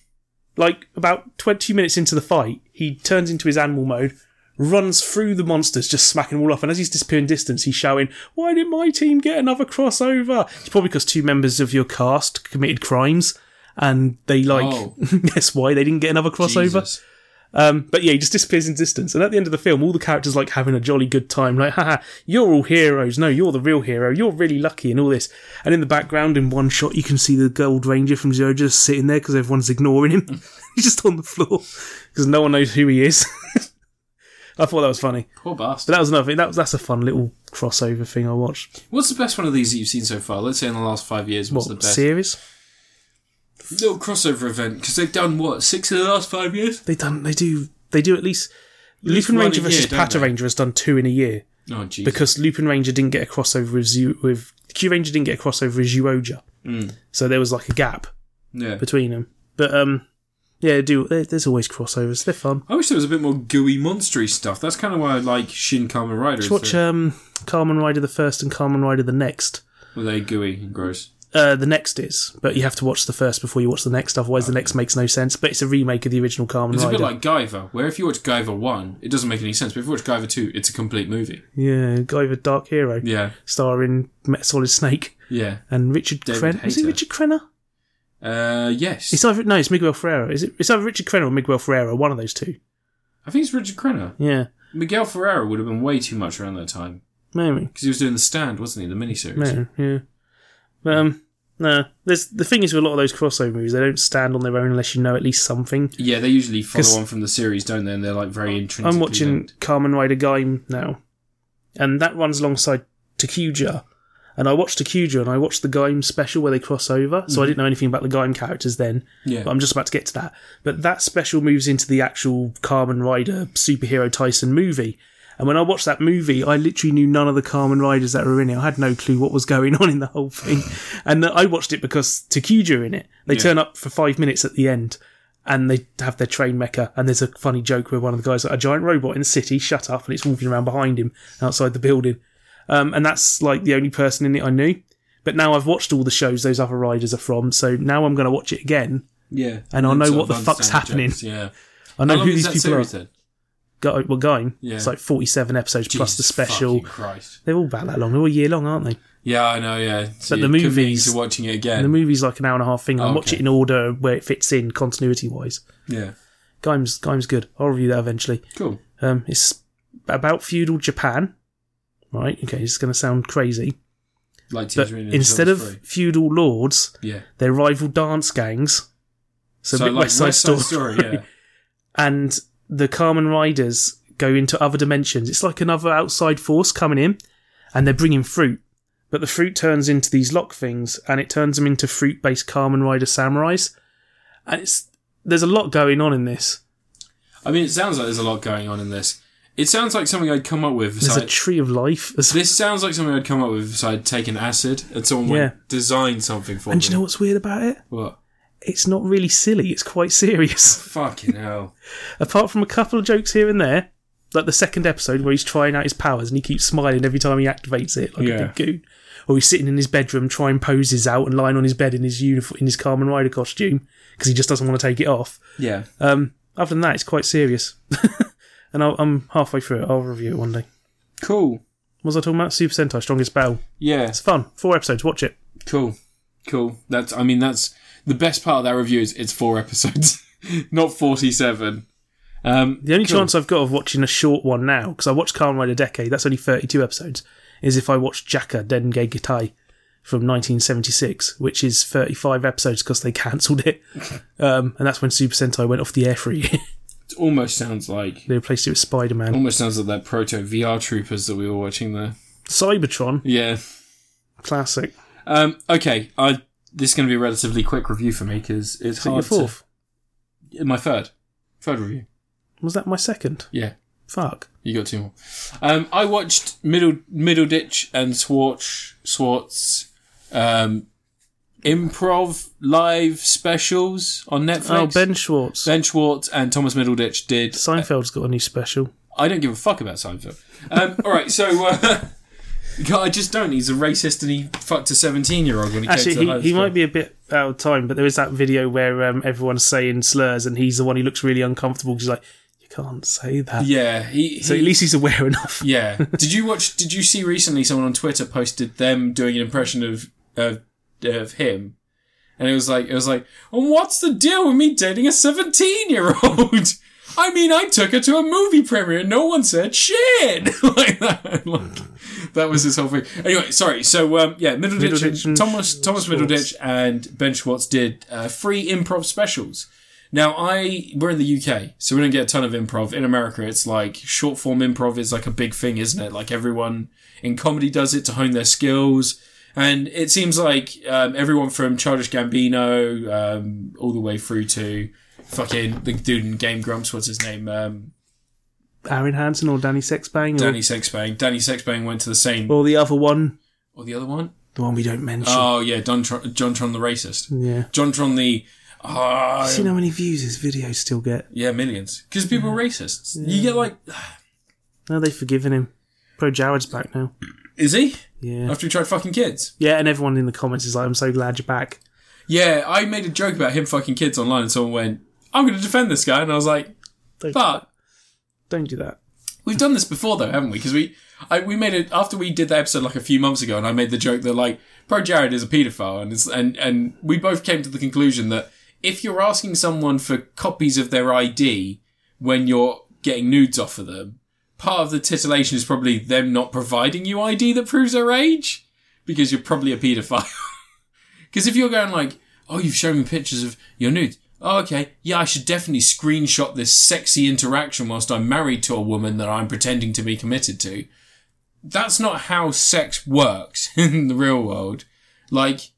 B: like, about 20 minutes into the fight, he turns into his animal mode, runs through the monsters, just smacking them all off. And as he's disappearing distance, he's shouting, Why didn't my team get another crossover? It's probably because two members of your cast committed crimes. And they like,
A: Oh.
B: guess why they didn't get another crossover?
A: Jesus.
B: Um, but yeah, he just disappears in distance. And at the end of the film, all the characters like having a jolly good time, like, haha, you're all heroes. No, you're the real hero. You're really lucky and all this. And in the background, in one shot, you can see the Gold Ranger from Zero just sitting there because everyone's ignoring him. He's just on the floor because no one knows who he is. I thought that was funny.
A: Poor
B: But
A: bastard.
B: that was another thing. That was, that's a fun little crossover thing I watched.
A: What's the best one of these that you've seen so far? Let's say in the last five years, what's the
B: What,
A: best?
B: series?
A: little crossover event because they've done what six of the last five years.
B: They done. They do. They do at least.
A: least
B: Lupin
A: one
B: Ranger
A: a year,
B: versus
A: don't
B: Pata
A: they?
B: Ranger has done two in a year.
A: Oh, jeez.
B: because Lupin Ranger didn't get a crossover with Zu- with Q Ranger didn't
A: Mm.
B: get a crossover with Zuoja. So there was like a gap
A: yeah,
B: between them. But um Yeah, do there- there's always crossovers. They're fun.
A: I wish there was a bit more gooey, monstery stuff. That's kind of why I like Shin Kamen Rider. is
B: Just watch
A: that-
B: um, Carmen Rider the first and Carmen Rider the next.
A: Were they gooey and gross?
B: Uh, the next is, but you have to watch the first before you watch the next. Otherwise, the next makes no sense. But it's a remake of the original Carmen
A: It's a
B: Rider.
A: bit like Guyver, where if you watch Guyver 1, it doesn't make any sense, but if you watch Guyver 2, it's a complete movie.
B: yeah, Guy with a Dark Hero,
A: Yeah,
B: starring Met Solid Snake
A: yeah.
B: and Richard
A: David
B: Crenna. Is it
A: Hayter.
B: Richard Crenna?
A: Uh, yes.
B: It's either no, it's Miguel Ferreira. Is it? It's either Richard Crenna or Miguel Ferreira. One of those two.
A: I think it's Richard Crenna.
B: Yeah,
A: Miguel Ferrara would have been way too much around that time.
B: maybe.
A: Because he was doing The Stand, wasn't he? The miniseries.
B: No, yeah. But, um, no. There's the thing is with a lot of those crossover movies, they don't stand on their own unless you know at least something.
A: Yeah, they usually
B: 'Cause-
A: follow on from the series, don't they? And they're like very intrinsically
B: I'm watching
A: linked.
B: Carmen Rider Gaim now, and that runs alongside Takuja. And I watched Takuja and I watched the Gaim special where they cross over, so I didn't know anything about the Gaim characters then.
A: Yeah.
B: But I'm just about to get to that. But that special moves into the actual Carmen Rider superhero Tyson movie. And when I watched that movie, I literally knew none of the Carmen Riders that were in it. I had no clue what was going on in the whole thing. And I watched it because Takuja in it. They
A: Yeah.
B: turn up for five minutes at the end and they have their train mecha. And there's a funny joke where one of the guys, like, a giant robot in the city, shut up, and it's walking around behind him outside the building. Um, and that's like the only person in it I knew. But now I've watched all the shows those other riders are from, so now I'm going to watch it again.
A: yeah.
B: and I'll
A: then
B: know
A: sort of
B: what the fuck's
A: understand
B: happening.
A: jokes, Yeah.
B: I
A: How
B: know
A: long
B: who
A: is
B: these
A: that
B: people
A: series
B: are.
A: then?
B: Go, well, going.
A: Yeah.
B: It's like 47 episodes plus the
A: Jesus
B: special.
A: fucking Christ.
B: They're all about that long. They're all year long, aren't they?
A: Yeah, I know, yeah. So
B: But
A: you're
B: the
A: committing
B: movies-
A: to watching it again.
B: And the movie's like an hour and a half thing. I
A: Oh,
B: watch
A: okay.
B: it in order where it fits in continuity wise.
A: yeah.
B: Gaim's, Gaim's good. I'll review that eventually.
A: Cool.
B: Um, it's about feudal Japan. Right, okay, it's going to sound crazy.
A: Like
B: But
A: Teenage Mutant Ninja
B: instead of
A: Turtles three.
B: feudal lords,
A: Yeah.
B: they're rival dance gangs. So, a bit
A: like,
B: West Side Story.
A: yeah.
B: and the Carmen Riders go into other dimensions. It's like another outside force coming in, and they're bringing fruit. But the fruit turns into these lock things, and it turns them into fruit-based Carmen Rider samurais. And it's there's a lot going on in this.
A: I mean, it sounds like there's a lot going on in this. It sounds like something I'd come up with. if
B: There's a
A: I-
B: tree of life. As
A: this sounds like something I'd come up with if I'd taken acid and someone would
B: Yeah.
A: design something for
B: and
A: me.
B: do you know what's weird about it?
A: what?
B: It's not really silly. It's quite serious.
A: Fucking hell.
B: Apart from a couple of jokes here and there, like the second episode where he's trying out his powers and he keeps smiling every time he activates it, like a
A: Yeah.
B: big goon. Or he's sitting in his bedroom trying poses out and lying on his bed in his uniform, in his Carmen Rider costume because he just doesn't want to take it off.
A: Yeah.
B: Um, other than that, it's quite serious. and I'll, I'm halfway through it. I'll review it one day.
A: Cool.
B: What was I talking about? Super Sentai Strongest Battle.
A: Yeah.
B: It's fun. Four episodes. Watch it.
A: Cool. Cool. That's. I mean, that's the best part of that review is it's four episodes, not forty-seven. Um,
B: The only
A: cool.
B: chance I've got of watching a short one now, because I watched Kamen Rider Decade, that's only 32 episodes, is if I watch Jaka Denge Gitai from 1976, which is 35 episodes because they cancelled it. Um, and that's when Super Sentai went off the air for a year.
A: It almost sounds like.
B: they replaced it with Spider Man.
A: Almost sounds like that proto VR troopers that we were watching there.
B: Cybertron,
A: Yeah.
B: classic.
A: Um, okay. I. This is going to be a relatively quick review for me because it's
B: Is it your
A: hard.
B: fourth?
A: To, my third. Third review.
B: Was that my second?
A: Yeah.
B: Fuck.
A: You got two more. Um, I watched Middle Middle Ditch and Swartz Swartz um, improv live specials on Netflix.
B: Oh, Ben Schwartz.
A: Ben Schwartz and Thomas Middleditch did.
B: Seinfeld's got a new special.
A: I don't give a fuck about Seinfeld. Um, all right, so uh, God, I just don't. He's a racist and he fucked a seventeen-year-old when he came to the
B: Actually,
A: high
B: he, he
A: school.
B: might be a bit out of time, but there is that video where um, everyone's saying slurs, and he's the one who looks really uncomfortable because he's like, "You can't say that."
A: Yeah, he.
B: So
A: he-
B: at least he's aware enough.
A: yeah. Did you watch? Did you see recently someone on Twitter posted them doing an impression of of, uh, of him, and it was like it was like, and what's the deal with me dating a seventeen year old? I mean, I took her to a movie premiere and no one said shit like that. Like, that was his whole thing. Anyway, sorry. So um, yeah, Middleditch,
B: Middleditch and
A: and Thomas Thomas
B: Schwartz.
A: Middleditch and Ben Schwartz did uh, free improv specials. Now I we're in the UK, so we don't get a ton of improv. In America, it's like short form improv is like a big thing, isn't it? Like everyone in comedy does it to hone their skills, and it seems like um, everyone from Childish Gambino um, all the way through to fucking the dude in Game Grumps. What's his name? Um,
B: Aaron Hansen or Danny Sexbang
A: Danny Sexbang. Danny Sexbang went to the same
B: or, or the other one,
A: or the other one.
B: the one we don't mention.
A: Oh yeah, Don Tr- John Tron the racist.
B: yeah,
A: John Tron the Ah,
B: Seen how many views his videos still get?
A: yeah, millions. Because people are racists. You get like,
B: No, they've forgiven him. Pro Jared's back now.
A: is he?
B: Yeah.
A: After he tried fucking kids.
B: Yeah, and everyone in the comments is like, I'm so glad you're back.
A: Yeah, I made a joke about him fucking kids online, and someone went, "I'm going to defend this guy," and I was like,
B: Don't,
A: "But
B: don't do that.
A: we've done this before, though, haven't we? Because we, I, we made it after we did the episode like a few months ago, and I made the joke that like Pro Jared is a paedophile, and it's, and and we both came to the conclusion that if you're asking someone for copies of their ID when you're getting nudes off of them, part of the titillation is probably them not providing you ID that proves their age because you're probably a paedophile. Because if you're going like, oh, you've shown me pictures of your nudes. Oh, okay. Yeah, I should definitely screenshot this sexy interaction whilst I'm married to a woman that I'm pretending to be committed to. That's not how sex works in the real world. Like,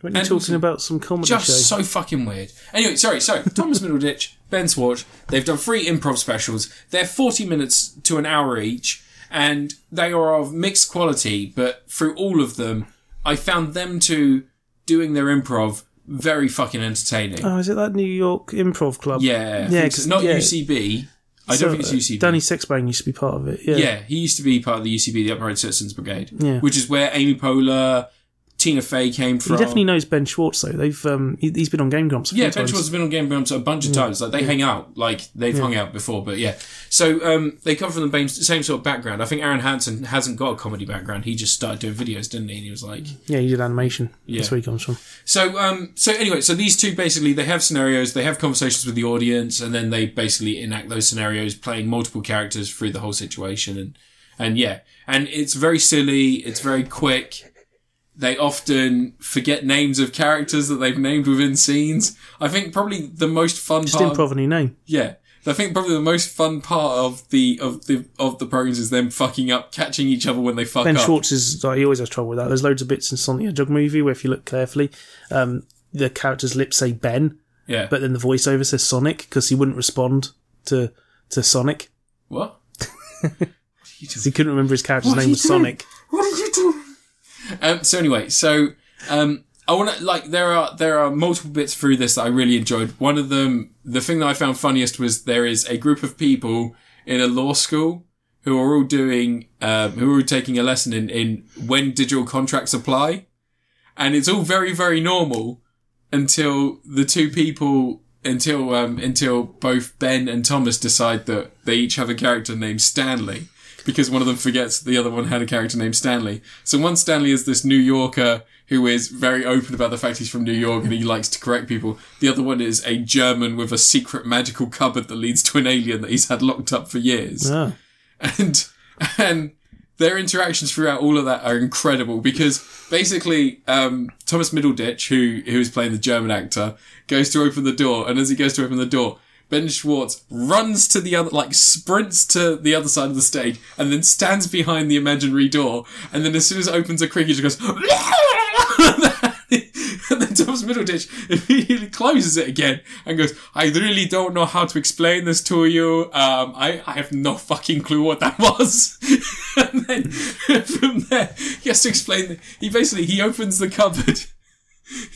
B: When you're
A: And
B: talking about some comedy
A: just
B: show,
A: so fucking weird. Anyway, sorry, so Thomas Middleditch, Ben Swatch, they've done three improv specials. They're 40 minutes to an hour each, and they are of mixed quality, but through all of them, I found them two doing their improv very fucking entertaining.
B: oh, is it that New York Improv Club?
A: yeah,
B: yeah,
A: 'cause not
B: yeah.
A: UCB. I
B: So,
A: don't think it's
B: uh,
A: UCB.
B: Danny Sexbang used to be part of it. Yeah.
A: yeah, he used to be part of the UCB, the Upright Citizens Brigade,
B: Yeah.
A: which is where Amy Poehler, Tina Fey came from.
B: He definitely knows Ben Schwartz though. They've um, he, he's been on Game Grumps. A
A: Yeah,
B: few
A: Bench
B: times.
A: has been on Game Grumps a bunch of times. Like they hang out, like they've hung out before. But yeah, so um, they come from the same, same sort of background. I think Aaron Hansen hasn't got a comedy background. He just started doing videos, didn't he? And he was like,
B: Yeah, he did animation.
A: Yeah.
B: That's where he comes from.
A: so um, so anyway, so these two basically they have scenarios, they have conversations with the audience, and then they basically enact those scenarios, playing multiple characters through the whole situation, and and yeah, and it's very silly, it's very quick. They often forget names of characters that they've named within scenes. I think probably the most fun
B: Just
A: part.
B: improv a new name.
A: Yeah. I think probably the most fun part of the of the of the programs is them fucking up, catching each other when they fuck
B: Ben
A: up.
B: Schwartz is like, he always has trouble with that. There's loads of bits in Sonic the Hedgehog movie where if you look carefully, um, the character's lips say Ben,
A: yeah.
B: but then the voiceover says Sonic because he wouldn't respond to to Sonic
A: what?
B: 'cause he couldn't remember his character's
A: What
B: name
A: are
B: was
A: you doing?
B: Sonic.
A: What did you do? Um, so anyway, so um, I want to like there are there are multiple bits through this that I really enjoyed. One of them, the thing that I found funniest was there is a group of people in a law school who are all doing um, who are all taking a lesson in in when digital contracts apply, and it's all very very normal until the two people. Until um, until both Ben and Thomas decide that they each have a character named Stanley, because one of them forgets the other one had a character named Stanley. So one Stanley is this New Yorker who is very open about the fact he's from New York and he likes to correct people. The other one is a German with a secret magical cupboard that leads to an alien that he's had locked up for years.
B: Oh.
A: And and their interactions throughout all of that are incredible because basically um, Thomas Middleditch, who who is playing the German actor, goes to open the door, and as he goes to open the door, Ben Schwartz runs to the other, like sprints to the other side of the stage, and then stands behind the imaginary door, and then as soon as it opens a creak, he just goes. And then Thomas Middleditch immediately closes it again and goes, I really don't know how to explain this to you. Um, I, I have no fucking clue what that was. and then from there, he has to explain. He basically, he opens the cupboard.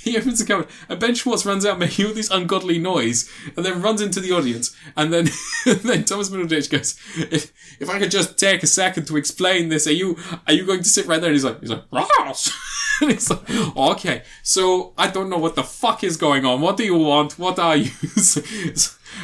A: He opens the cupboard and Ben Schwartz runs out making all this ungodly noise and then runs into the audience and then and then Thomas Middleditch goes, if, if I could just take a second to explain this, are you are you going to sit right there? And he's like he's like Ross And he's like Okay, so I don't know what the fuck is going on. What do you want? What are you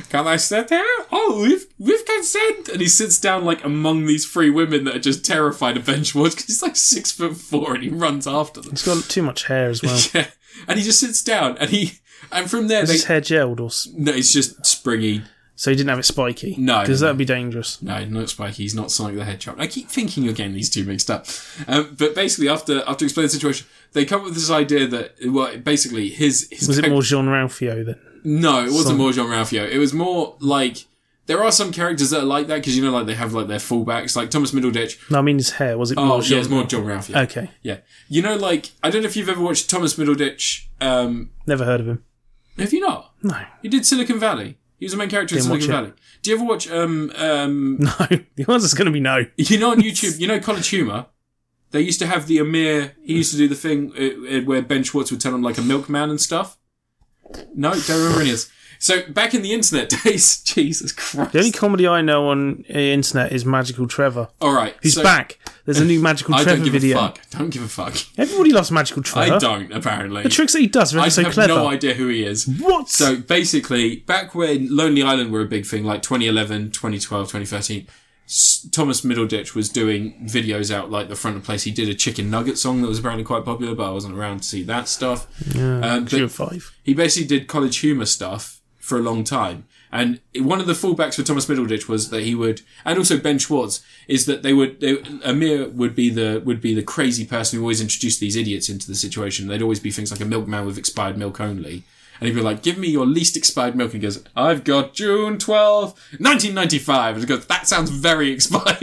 A: Can I sit there? Oh, we've we've consent and he sits down like among these three women that are just terrified of Ben Schwartz because he's like six foot four and he runs after them.
B: He's got too much hair as well.
A: Yeah, and he just sits down, and he and from there
B: Is
A: they
B: his hair gelled or s-
A: no, it's just springy.
B: so he didn't have it spiky?
A: No,
B: because
A: no,
B: that'd be dangerous.
A: No, not spiky. He's not Sonic the Hedgehog. I keep thinking you're getting these two mixed up. Um, but basically, after after explaining the situation, they come up with this idea that well, basically his his
B: Was it
A: character-
B: more Jean Ralphio then?
A: No, it wasn't
B: Some-
A: more John Ralphio. It was more like there are some characters that are like that because you know, like they have like their fullbacks, like Thomas Middleditch.
B: No, I mean his hair. Was it
A: Oh,
B: more
A: yeah,
B: Jean?
A: it's more John Ralphio.
B: Okay,
A: Yeah, you know, like I don't know if you've ever watched Thomas Middleditch. Um,
B: never heard of him.
A: have you not?
B: No,
A: He did Silicon Valley. He was the main character in
B: Didn't
A: Silicon
B: watch it.
A: Valley. Do you ever watch um um
B: no. The answer's going to be no.
A: you know on YouTube, you know College Humor? They used to have the Amir, he used to do the thing uh, uh, where Ben Schwartz would tell him like a milkman and stuff. No, don't remember any of this. So back in the internet days, Jesus Christ.
B: The only comedy I know on the internet is Magical Trevor.
A: All right,
B: He's
A: so
B: back. There's a new Magical
A: I
B: Trevor
A: don't give
B: video.
A: a fuck. Don't give a fuck.
B: Everybody loves Magical Trevor.
A: I don't. Apparently,
B: The tricks that he does are
A: I
B: really so
A: have
B: clever.
A: no idea who he is.
B: What?
A: So basically, back when Lonely Island were a big thing, like 2011, 2012, 2013, S- Thomas Middleditch was doing videos out like the front of place. He did a chicken nugget song that was apparently quite popular, but I wasn't around to see that stuff. um,
B: Zero
A: but
B: five.
A: he basically did college humor stuff for a long time. And one of the fallbacks for Thomas Middleditch was that he would, and also Ben Schwartz, is that they would, they, Amir would be the, would be the crazy person who always introduced these idiots into the situation. They'd always be things like a milkman with expired milk only. And he'd be like, give me your least expired milk. And he goes, I've got June 12th, 1995. And he goes, that sounds very expired. and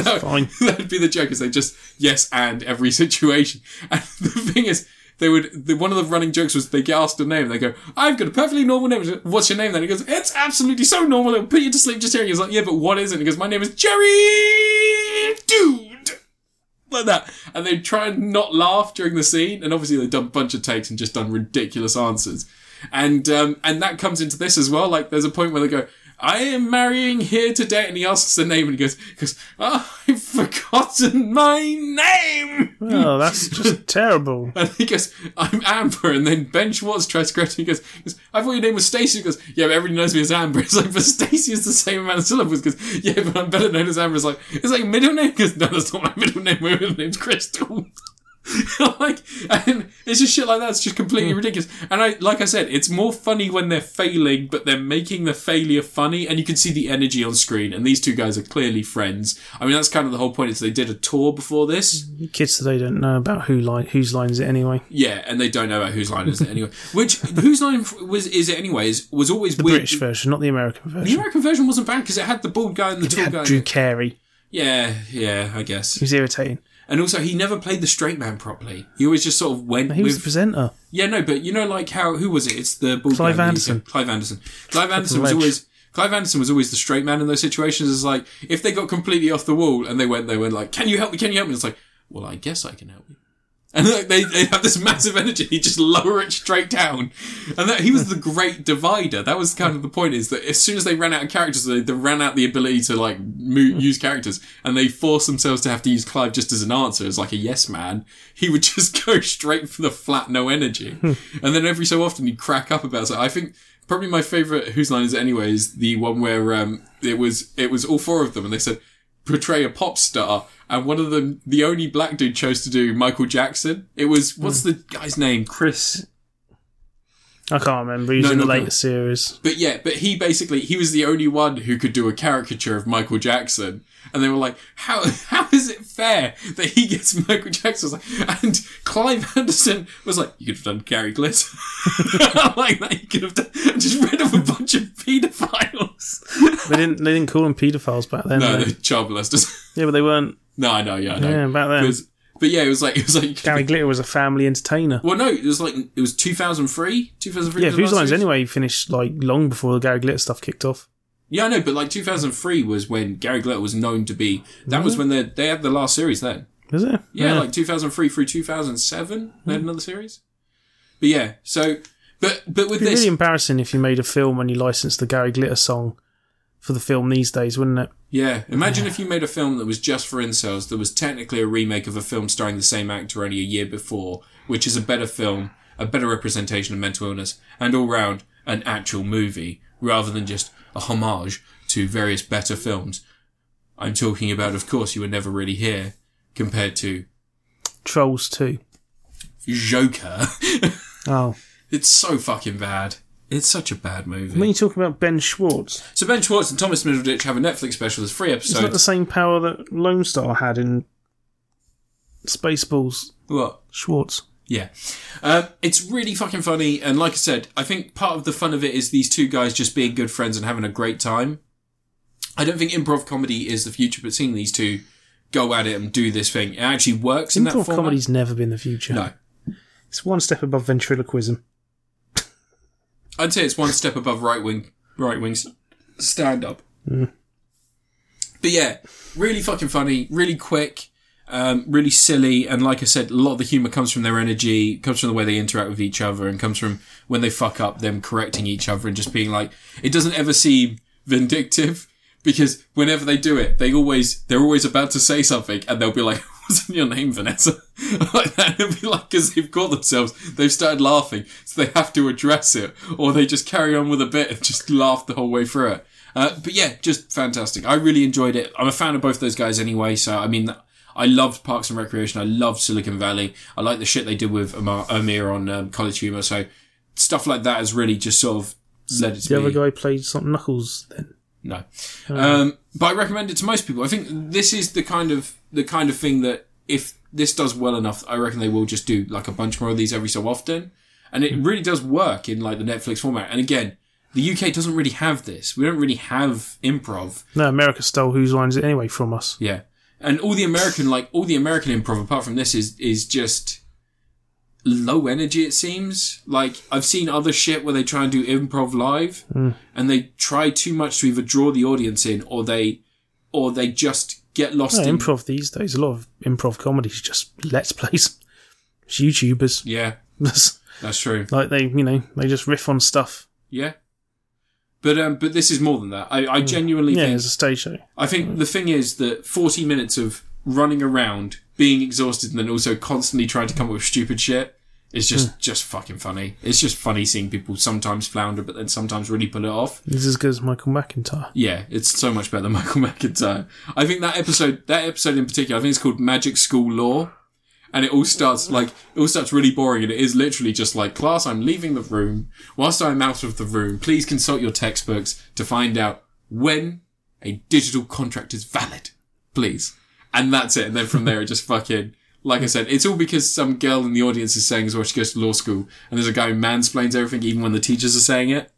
A: that,
B: Fine.
A: that'd be the joke is they just yes and every situation. And the thing is, they would the, one of the running jokes was they get asked a name, they go, "I've got a perfectly normal name. What's your name?" Then he goes, "It's absolutely so normal. It'll put you to sleep just hearing." it." He's like, "Yeah, but what is it?" And he goes, "My name is Jerry Dude." Like that, and they try and not laugh during the scene, and obviously they've done a bunch of takes and just done ridiculous answers, and um, and that comes into this as well. Like, there's a point where they go, I am marrying here today. And he asks the name and he goes, he goes oh, I've forgotten my name.
B: Oh, that's just terrible.
A: And he goes, I'm Amber. And then Ben Schwartz tries to correct him. He goes, he goes, I thought your name was Stacey. He goes, yeah, but everybody knows me as Amber. It's like, but Stacey is the same amount of syllables. Because, yeah, but I'm better known as Amber. It's like, it's like middle name. Because, no, that's not my middle name. My middle name's Crystal. like, and it's just shit like that. It's just completely ridiculous. And I, like I said, it's more funny when they're failing, but they're making the failure funny, and you can see the energy on screen. And these two guys are clearly friends. I mean, that's kind of the whole point. Is they did a tour before this.
B: Kids today don't know about who line whose line is it anyway.
A: Yeah, and they don't know about whose line is it anyway. Which whose line f- was is it anyways was always
B: The
A: weird.
B: British version, not the American
A: The
B: version.
A: American version wasn't bad because it had the bald guy and the tall guy.
B: Had Drew Carey.
A: Yeah, yeah, I guess.
B: He was irritating.
A: And also, he never played the straight man properly. He always just sort of went
B: He was
A: with.
B: the presenter.
A: Yeah, no, but you know, like how who was it? It's the bald
B: Clive
A: guy in the
B: Anderson.
A: UK. Clive Anderson. Clive Anderson
B: Fucking
A: was
B: ledge.
A: always. Clive Anderson was always the straight man in those situations. Is like if they got completely off the wall and they went, they went like, "Can you help me? Can you help me?" It's like, well, I guess I can help you. And like, they, they have this massive energy. You just lower it straight down. And that he was the great divider. That was kind of the point is that as soon as they ran out of characters, they, they ran out the ability to like mo- use characters and they forced themselves to have to use Clive just as an answer, as like a yes man. He would just go straight for the flat, no energy. and then every so often he'd crack up about it. I think probably my favorite Whose Line Is It Anyway is the one where, um, it was, it was all four of them and they said, portray a pop star, and one of them, the only black dude, chose to do Michael Jackson. It was what's the guy's name, Chris.
B: I can't remember. He was
A: No,
B: in the
A: no, no.
B: later series.
A: But yeah, but he basically he was the only one who could do a caricature of Michael Jackson, and they were like, how how is it fair that he gets Michael Jackson? Like, and Clive Anderson was like, you could have done Gary Glitter, like that. You could have done, just rid of a bunch of paedophiles.
B: They didn't. They didn't call them paedophiles back then.
A: no,
B: though.
A: they're child molesters.
B: Yeah, but they weren't.
A: no, I know, yeah, I know.
B: Yeah, back then.
A: 'Cause- But yeah, it was like it was like you could-
B: Gary Glitter was a family entertainer.
A: Well, no, it was like it was 2003, 2003.
B: Yeah,
A: was the
B: Whose
A: last
B: Lines
A: series?
B: Anyway finished like long before the Gary Glitter stuff kicked off.
A: Yeah, I know, but like 2003 was when Gary Glitter was known to be. That
B: Mm.
A: was when they they had the last series then.
B: Is it?
A: Yeah, like 2003 through 2007, they
B: Mm.
A: had another series. But yeah, so but but with
B: It'd be
A: this,
B: really embarrassing if you made a film and you licensed the Gary Glitter song for the film these days, wouldn't it?
A: yeah, imagine if you made a film that was just for incels that was technically a remake of a film starring the same actor only a year before, which is a better film, a better representation of mental illness, and all round an actual movie rather than just a homage to various better films. I'm talking about, of course, you were never really here compared to
B: Trolls 2.
A: Joker.
B: Oh.
A: it's so fucking bad. It's such a bad movie.
B: When you're talking about Ben Schwartz,
A: So Ben Schwartz and Thomas Middleditch have a Netflix special. There's three
B: it's not the
A: episodes.
B: same power that Lone Star had in Spaceballs.
A: What?
B: Schwartz.
A: Yeah. Um, it's really fucking funny. And like I said, I think part of the fun of it is these two guys just being good friends and having a great time. I don't think improv comedy is the future, but seeing these two go at it and do this thing, it actually works in that
B: Improv
A: format.
B: comedy's never been the future.
A: No.
B: It's one step above ventriloquism.
A: I'd say it's one step above right wing, right wing
B: Mm.
A: stand up. But yeah, really fucking funny, really quick. um, really silly, and like I said, a lot of the humor comes from their energy, comes from the way they interact with each other, and comes from when they fuck up, them correcting each other and just being like, it doesn't ever seem vindictive because whenever they do it, they always they're always about to say something, and they'll be like, "What's in your name, Vanessa?" like that, and it'll be like because they've caught themselves, they've started laughing, so they have to address it, or they just carry on with a bit and just laugh the whole way through it. Uh, but yeah, just fantastic. I really enjoyed it. I'm a fan of both those guys anyway, so I mean, I loved Parks and Recreation. I loved Silicon Valley. I like the shit they did with Amar- Amir on um, College Humor. So stuff like that has really just sort of led it to
B: The
A: be-
B: other guy played something Knuckles then.
A: no. Um, but I recommend it to most people. I think this is the kind of the kind of thing that if this does well enough, I reckon they will just do like a bunch more of these every so often. And it really does work in like the Netflix format. And again, the UK doesn't really have this. We don't really have improv.
B: No, America stole Whose Line Is It Anyway from us.
A: Yeah. And all the American like all the American improv apart from this is is just low energy it seems. Like I've seen other shit where they try and do improv live
B: Hmm.
A: and they try too much to either draw the audience in or they or they just get lost
B: No,
A: in
B: improv these days, a lot of improv comedy is just let's plays. It's YouTubers.
A: Yeah, that's true.
B: like they, you know, they just riff on stuff.
A: Yeah. But um but this is more than that. I, I genuinely
B: Hmm. Yeah,
A: think
B: it's a stage show.
A: I think the thing is that 40 minutes of running around, being exhausted, and then also constantly trying to come up with stupid shit is just, just fucking funny. It's just funny seeing people sometimes flounder, but then sometimes really pull it off.
B: This is as good as Michael McIntyre.
A: Yeah, it's so much better than Michael McIntyre. I think that episode, that episode in particular, I think it's called Magic School Law. And it all starts like, it all starts really boring and it is literally just like, class, I'm leaving the room. Whilst I'm out of the room, please consult your textbooks to find out when a digital contract is valid. Please. And that's it. And then from there, it just fucking, like I said, it's all because some girl in the audience is saying as well, she goes to law school and there's a guy who mansplains everything even when the teachers are saying it.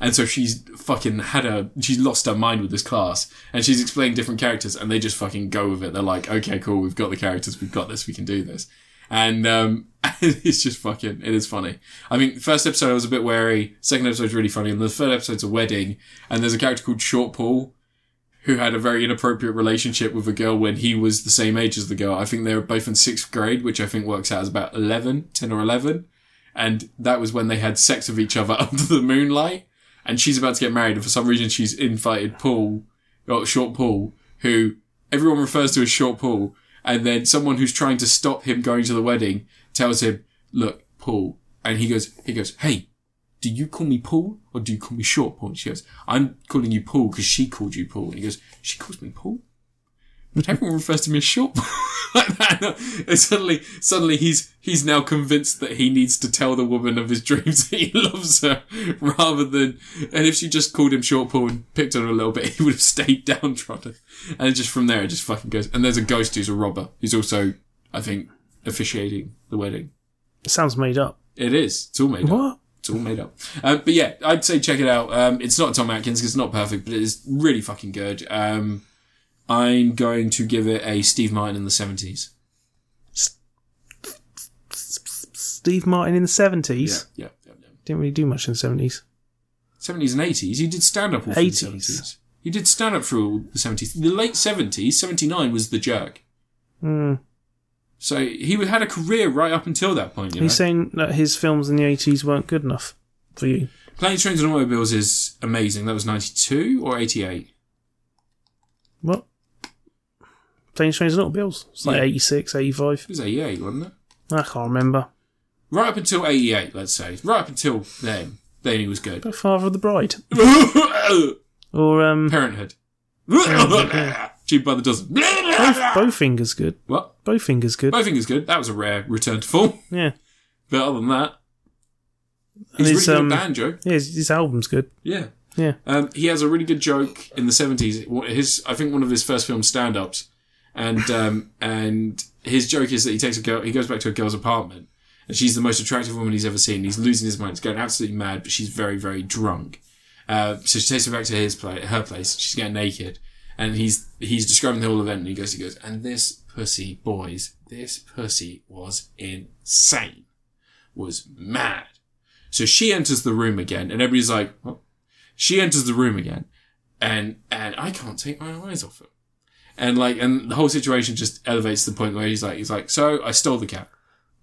A: And so she's fucking had a, she's lost her mind with this class and she's explaining different characters and they just fucking go with it. They're like, okay, cool. We've got the characters. We've got this. We can do this. And, um, it's just fucking, it is funny. I mean, first episode I was a bit wary. Second episode's really funny. And the third episode's a wedding. And there's a character called Short Paul who had a very inappropriate relationship with a girl when he was the same age as the girl. I think they were both in sixth grade, which I think works out as about 11, 10 or 11. And that was when they had sex with each other under the moonlight. And she's about to get married. And for some reason, she's invited Paul, or Short Paul, who everyone refers to as Short Paul. And then someone who's trying to stop him going to the wedding tells him, look, Paul. And he goes, he goes, hey, do you call me Paul or do you call me Short Paul? And she goes, I'm calling you Paul because she called you Paul. And he goes, she calls me Paul? But everyone refers to me as Short Paul. like that. And suddenly, suddenly he's, he's now convinced that he needs to tell the woman of his dreams that he loves her rather than, and if she just called him Short Paul and picked on her a little bit, he would have stayed downtrodden. And just from there, it just fucking goes. And there's a ghost who's a robber who's also, I think, officiating the wedding.
B: It sounds made up.
A: It is. It's all made up.
B: What?
A: It's all made up. Uh, but yeah, I'd say check it out. Um, it's not Tom Atkins 'cause it's not perfect, but it is really fucking good. Um, I'm going to give it a Steve Martin in the 70s.
B: Steve Martin in the seventies
A: Yeah, yeah, yeah. yeah.
B: didn't really do much in the seventies.
A: 70s and 80s. He did stand up all through
B: 80s.
A: the 70s. He did stand up through all the 70s. The late 70s, 79 was The Jerk.
B: Mm.
A: So he had a career right up until that point. You
B: He's
A: know?
B: saying that his films in the eighties weren't good enough for you.
A: Planes, Trains and Automobiles is amazing. That was 92 or 88?
B: What? Planes, Trains, and Automobiles. It's like
A: Yeah.
B: 86, 85.
A: It was 88, wasn't it?
B: I can't remember.
A: Right up until 88, let's say. Right up until then. Then he was good.
B: But Father of the Bride.
A: Parenthood.
B: Or, um,
A: Cheap by the dozen.
B: Bowfinger's good.
A: What?
B: Bowfinger's good.
A: Bowfinger's good. That was a rare return to form.
B: Yeah. But
A: But other than that, he's
B: And
A: really
B: his,
A: good
B: um,
A: at banjo.
B: Yeah, his, his album's good.
A: Yeah.
B: Yeah.
A: Um, he has a really good joke in the seventies. His, I think, one of his first film stand-ups, and um, and his joke is that he takes a girl, he goes back to a girl's apartment, and she's the most attractive woman he's ever seen. He's losing his mind, he's going absolutely mad, but she's very, very drunk. Uh, so she takes her back to his place, her place. She's getting naked, and he's he's describing the whole event. And he goes, he goes, and this pussy, boys, this pussy was insane, was mad. So she enters the room again, and everybody's like, "What?" She enters the room again, and and I can't take my eyes off her. and like and the whole situation just elevates to the point where he's like he's like so I stole the cat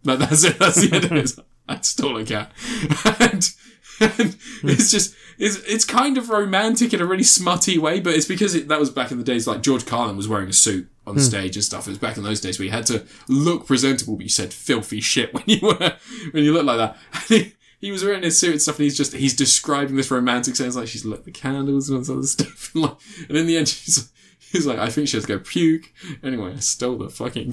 A: like that's it that's the end of it It's like, I stole a cat and, and it's just it's it's kind of romantic in a really smutty way but it's because it, that was back in the days like George Carlin was wearing a suit on stage and stuff it was back in those days where you had to look presentable but you said filthy shit when you were when you looked like that and he, he was wearing his suit and stuff, and he's just he's describing this romantic sense like she's lit the candles and all this other stuff, and, like, and in the end she's he's like I think she has to go puke. Anyway, I stole the fucking.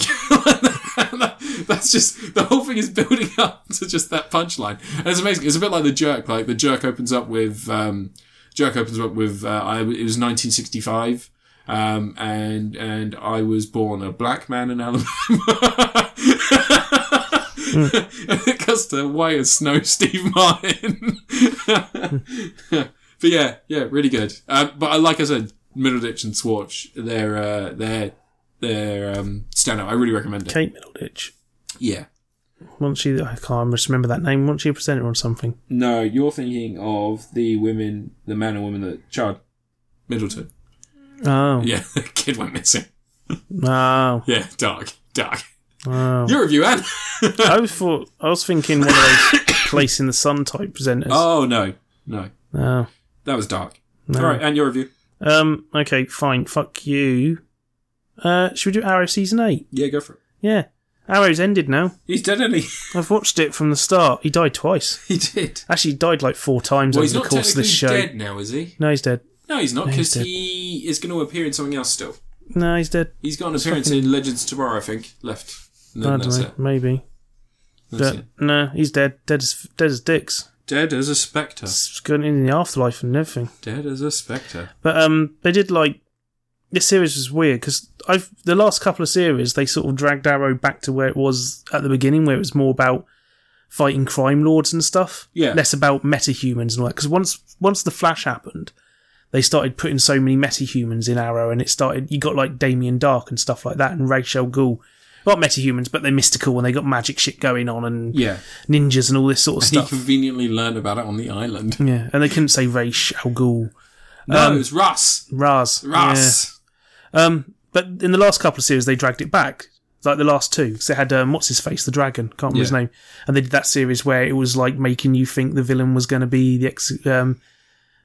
A: That's just the whole thing is building up to just that punchline, and it's amazing. It's a bit like the jerk. Like the jerk opens up with um, jerk opens up with uh, I, it was 1965. Um, and and I was born a black man in Alabama. Because the white as snow, Steve Martin. but yeah, yeah, really good. Um, but I, like I said, Middleditch and Swatch, they're uh, they're they're um, stand up. I really recommend it.
B: Kate Middleditch.
A: Yeah.
B: Once she, I can't just remember that name. Once she a presenter on something.
A: No, you're thinking of the women, the man and woman that Chad Middleton.
B: Oh,
A: Yeah, the kid went missing.
B: oh,
A: Yeah, dark, dark.
B: oh.
A: Your review, Anne.
B: I was thought I was thinking one of those place in the sun type presenters.
A: oh no, no,
B: Oh.
A: that was dark.
B: No.
A: All right, and your review.
B: Um. Okay. Fine. Fuck you. Uh. Should we do Arrow season eight?
A: Yeah, go for it.
B: Yeah. Arrow's ended now.
A: He's dead, isn't he?
B: I've watched it from the start. He died twice.
A: he did.
B: Actually, he died like four times
A: Well,
B: over
A: he's
B: the
A: not
B: course of
A: technically
B: this show.
A: dead now, is he?
B: No, he's dead.
A: No, he's not,
B: No, he's
A: because
B: dead.
A: he is going to appear in something else still.
B: No, he's dead.
A: He's got an appearance in Legends Tomorrow, I think, left. And then
B: I
A: that's
B: don't know.
A: it.
B: Maybe.
A: That's
B: but
A: it.
B: no, he's dead. Dead as dead as dicks.
A: Dead as a spectre.
B: It's going in the afterlife and everything.
A: Dead as a spectre.
B: But um, they did like this series was weird because I've the last couple of series they sort of dragged Arrow back to where it was at the beginning, where it was more about fighting crime lords and stuff,
A: Yeah.
B: less about metahumans and all that. Because once once the Flash happened, they started putting so many metahumans in Arrow, and it started you got like Damien Dark and stuff like that, and Ra's al Ghul. Not metahumans, but they're mystical and they got magic shit going on and
A: Yeah.
B: ninjas and all this sort of
A: He
B: stuff.
A: conveniently learned about it on the island.
B: Yeah, and they couldn't say Ra's al Ghul,
A: No,
B: Um,
A: it was Russ.
B: Raz, Yeah.
A: Russ.
B: Um, but in the last couple of series, they dragged it back, like the last two. So they had um, what's his face, the dragon, can't remember his
A: Yeah.
B: name, and they did that series where it was like making you think the villain was going to be the ex. Um,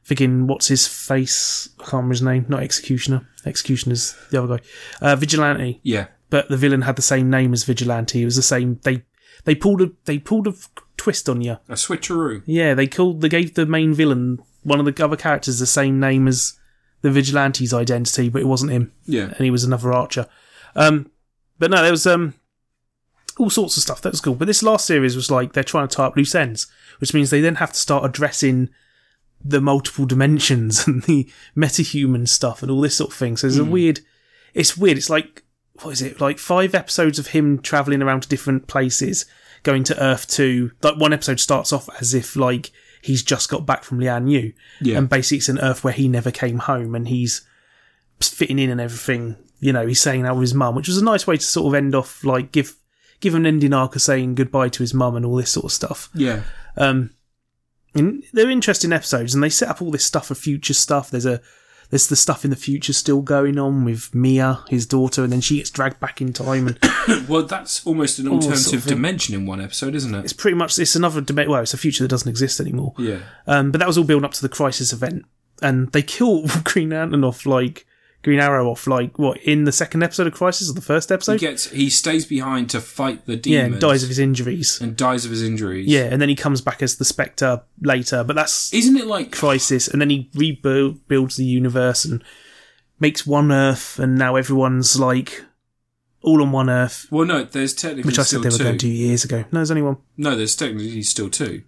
B: thinking what's his face, I can't remember his name, not executioner. Executioner's the other guy, uh, vigilante.
A: Yeah.
B: But the villain had the same name as vigilante. It was the same. They they pulled a they pulled a f- twist on you.
A: A switcheroo.
B: Yeah, they called they gave the main villain one of the other characters the same name as the vigilante's identity, but it wasn't him
A: Yeah.
B: and he was another archer. Um, but no, there was um, all sorts of stuff. That was cool. But this last series was like they're trying to tie up loose ends, which means they then have to start addressing the multiple dimensions and the metahuman stuff and all this sort of thing. So there's a weird. It's weird. It's like what is it? Like five episodes of him traveling around to different places, going to Earth Two. Like one episode starts off as if like he's just got back from Lian Yu,
A: Yeah.
B: and basically it's an Earth where he never came home, and he's fitting in and everything. You know, he's saying that with his mum, which was a nice way to sort of end off, like give give him an ending arc of saying goodbye to his mum and all this sort of stuff.
A: yeah.
B: Um, and they're interesting episodes, and they set up all this stuff of future stuff. There's a there's the stuff in the future still going on with Mia, his daughter, and then she gets dragged back in time, and
A: Well, that's almost an
B: All sort of
A: alternative
B: thing.
A: dimension in one episode, isn't it?
B: it's pretty much it's another debate. Well, it's a future that doesn't exist anymore.
A: Yeah.
B: Um, but that was all building up to the crisis event, and they kill Green Lantern off like Green Arrow off like what in the second episode of Crisis or the first
A: He
B: episode?
A: gets. He stays behind to fight the
B: yeah,
A: demons.
B: and dies of his injuries.
A: and dies of his injuries.
B: Yeah, and then he comes back as the Spectre later, but that's
A: Isn't it like
B: crisis, and then he rebuilds the universe and makes one Earth, and now everyone's like all on one Earth,
A: Well, no, there's technically
B: which I
A: still
B: said they were
A: two.
B: going to do years ago. No, there's only one.
A: No, there's technically still two.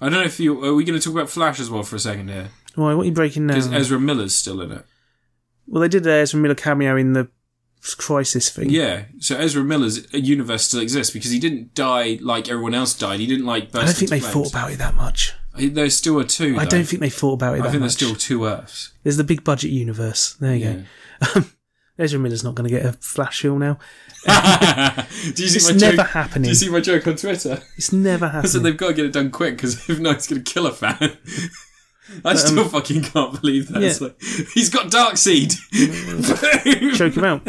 A: I don't know if you are we going to talk about Flash as well for a second here
B: Why? What are you breaking now?
A: because Ezra Miller's still in it.
B: well, they did a Ezra Miller cameo in the Crisis thing.
A: Yeah, so Ezra Miller's universe still exists because he didn't die like everyone else died. He didn't like. Burst
B: I don't think they
A: into
B: thought
A: flames.
B: about it that much.
A: I- There's still a two.
B: I
A: though.
B: don't think they thought about it
A: I
B: that
A: think there's
B: much.
A: still two Earths.
B: There's the big budget universe. There you
A: Yeah.
B: go. Ezra Miller's not going to get a flash film now.
A: do you see
B: It's
A: my
B: never
A: joke? Do
B: happening.
A: you see my joke on Twitter?
B: It's never
A: I said
B: happening.
A: they've got to get it done quick because if not, it's going to kill a fan. I still fucking can't believe that. It's
B: um, yeah.
A: like, he's got dark seed.
B: Choke him out.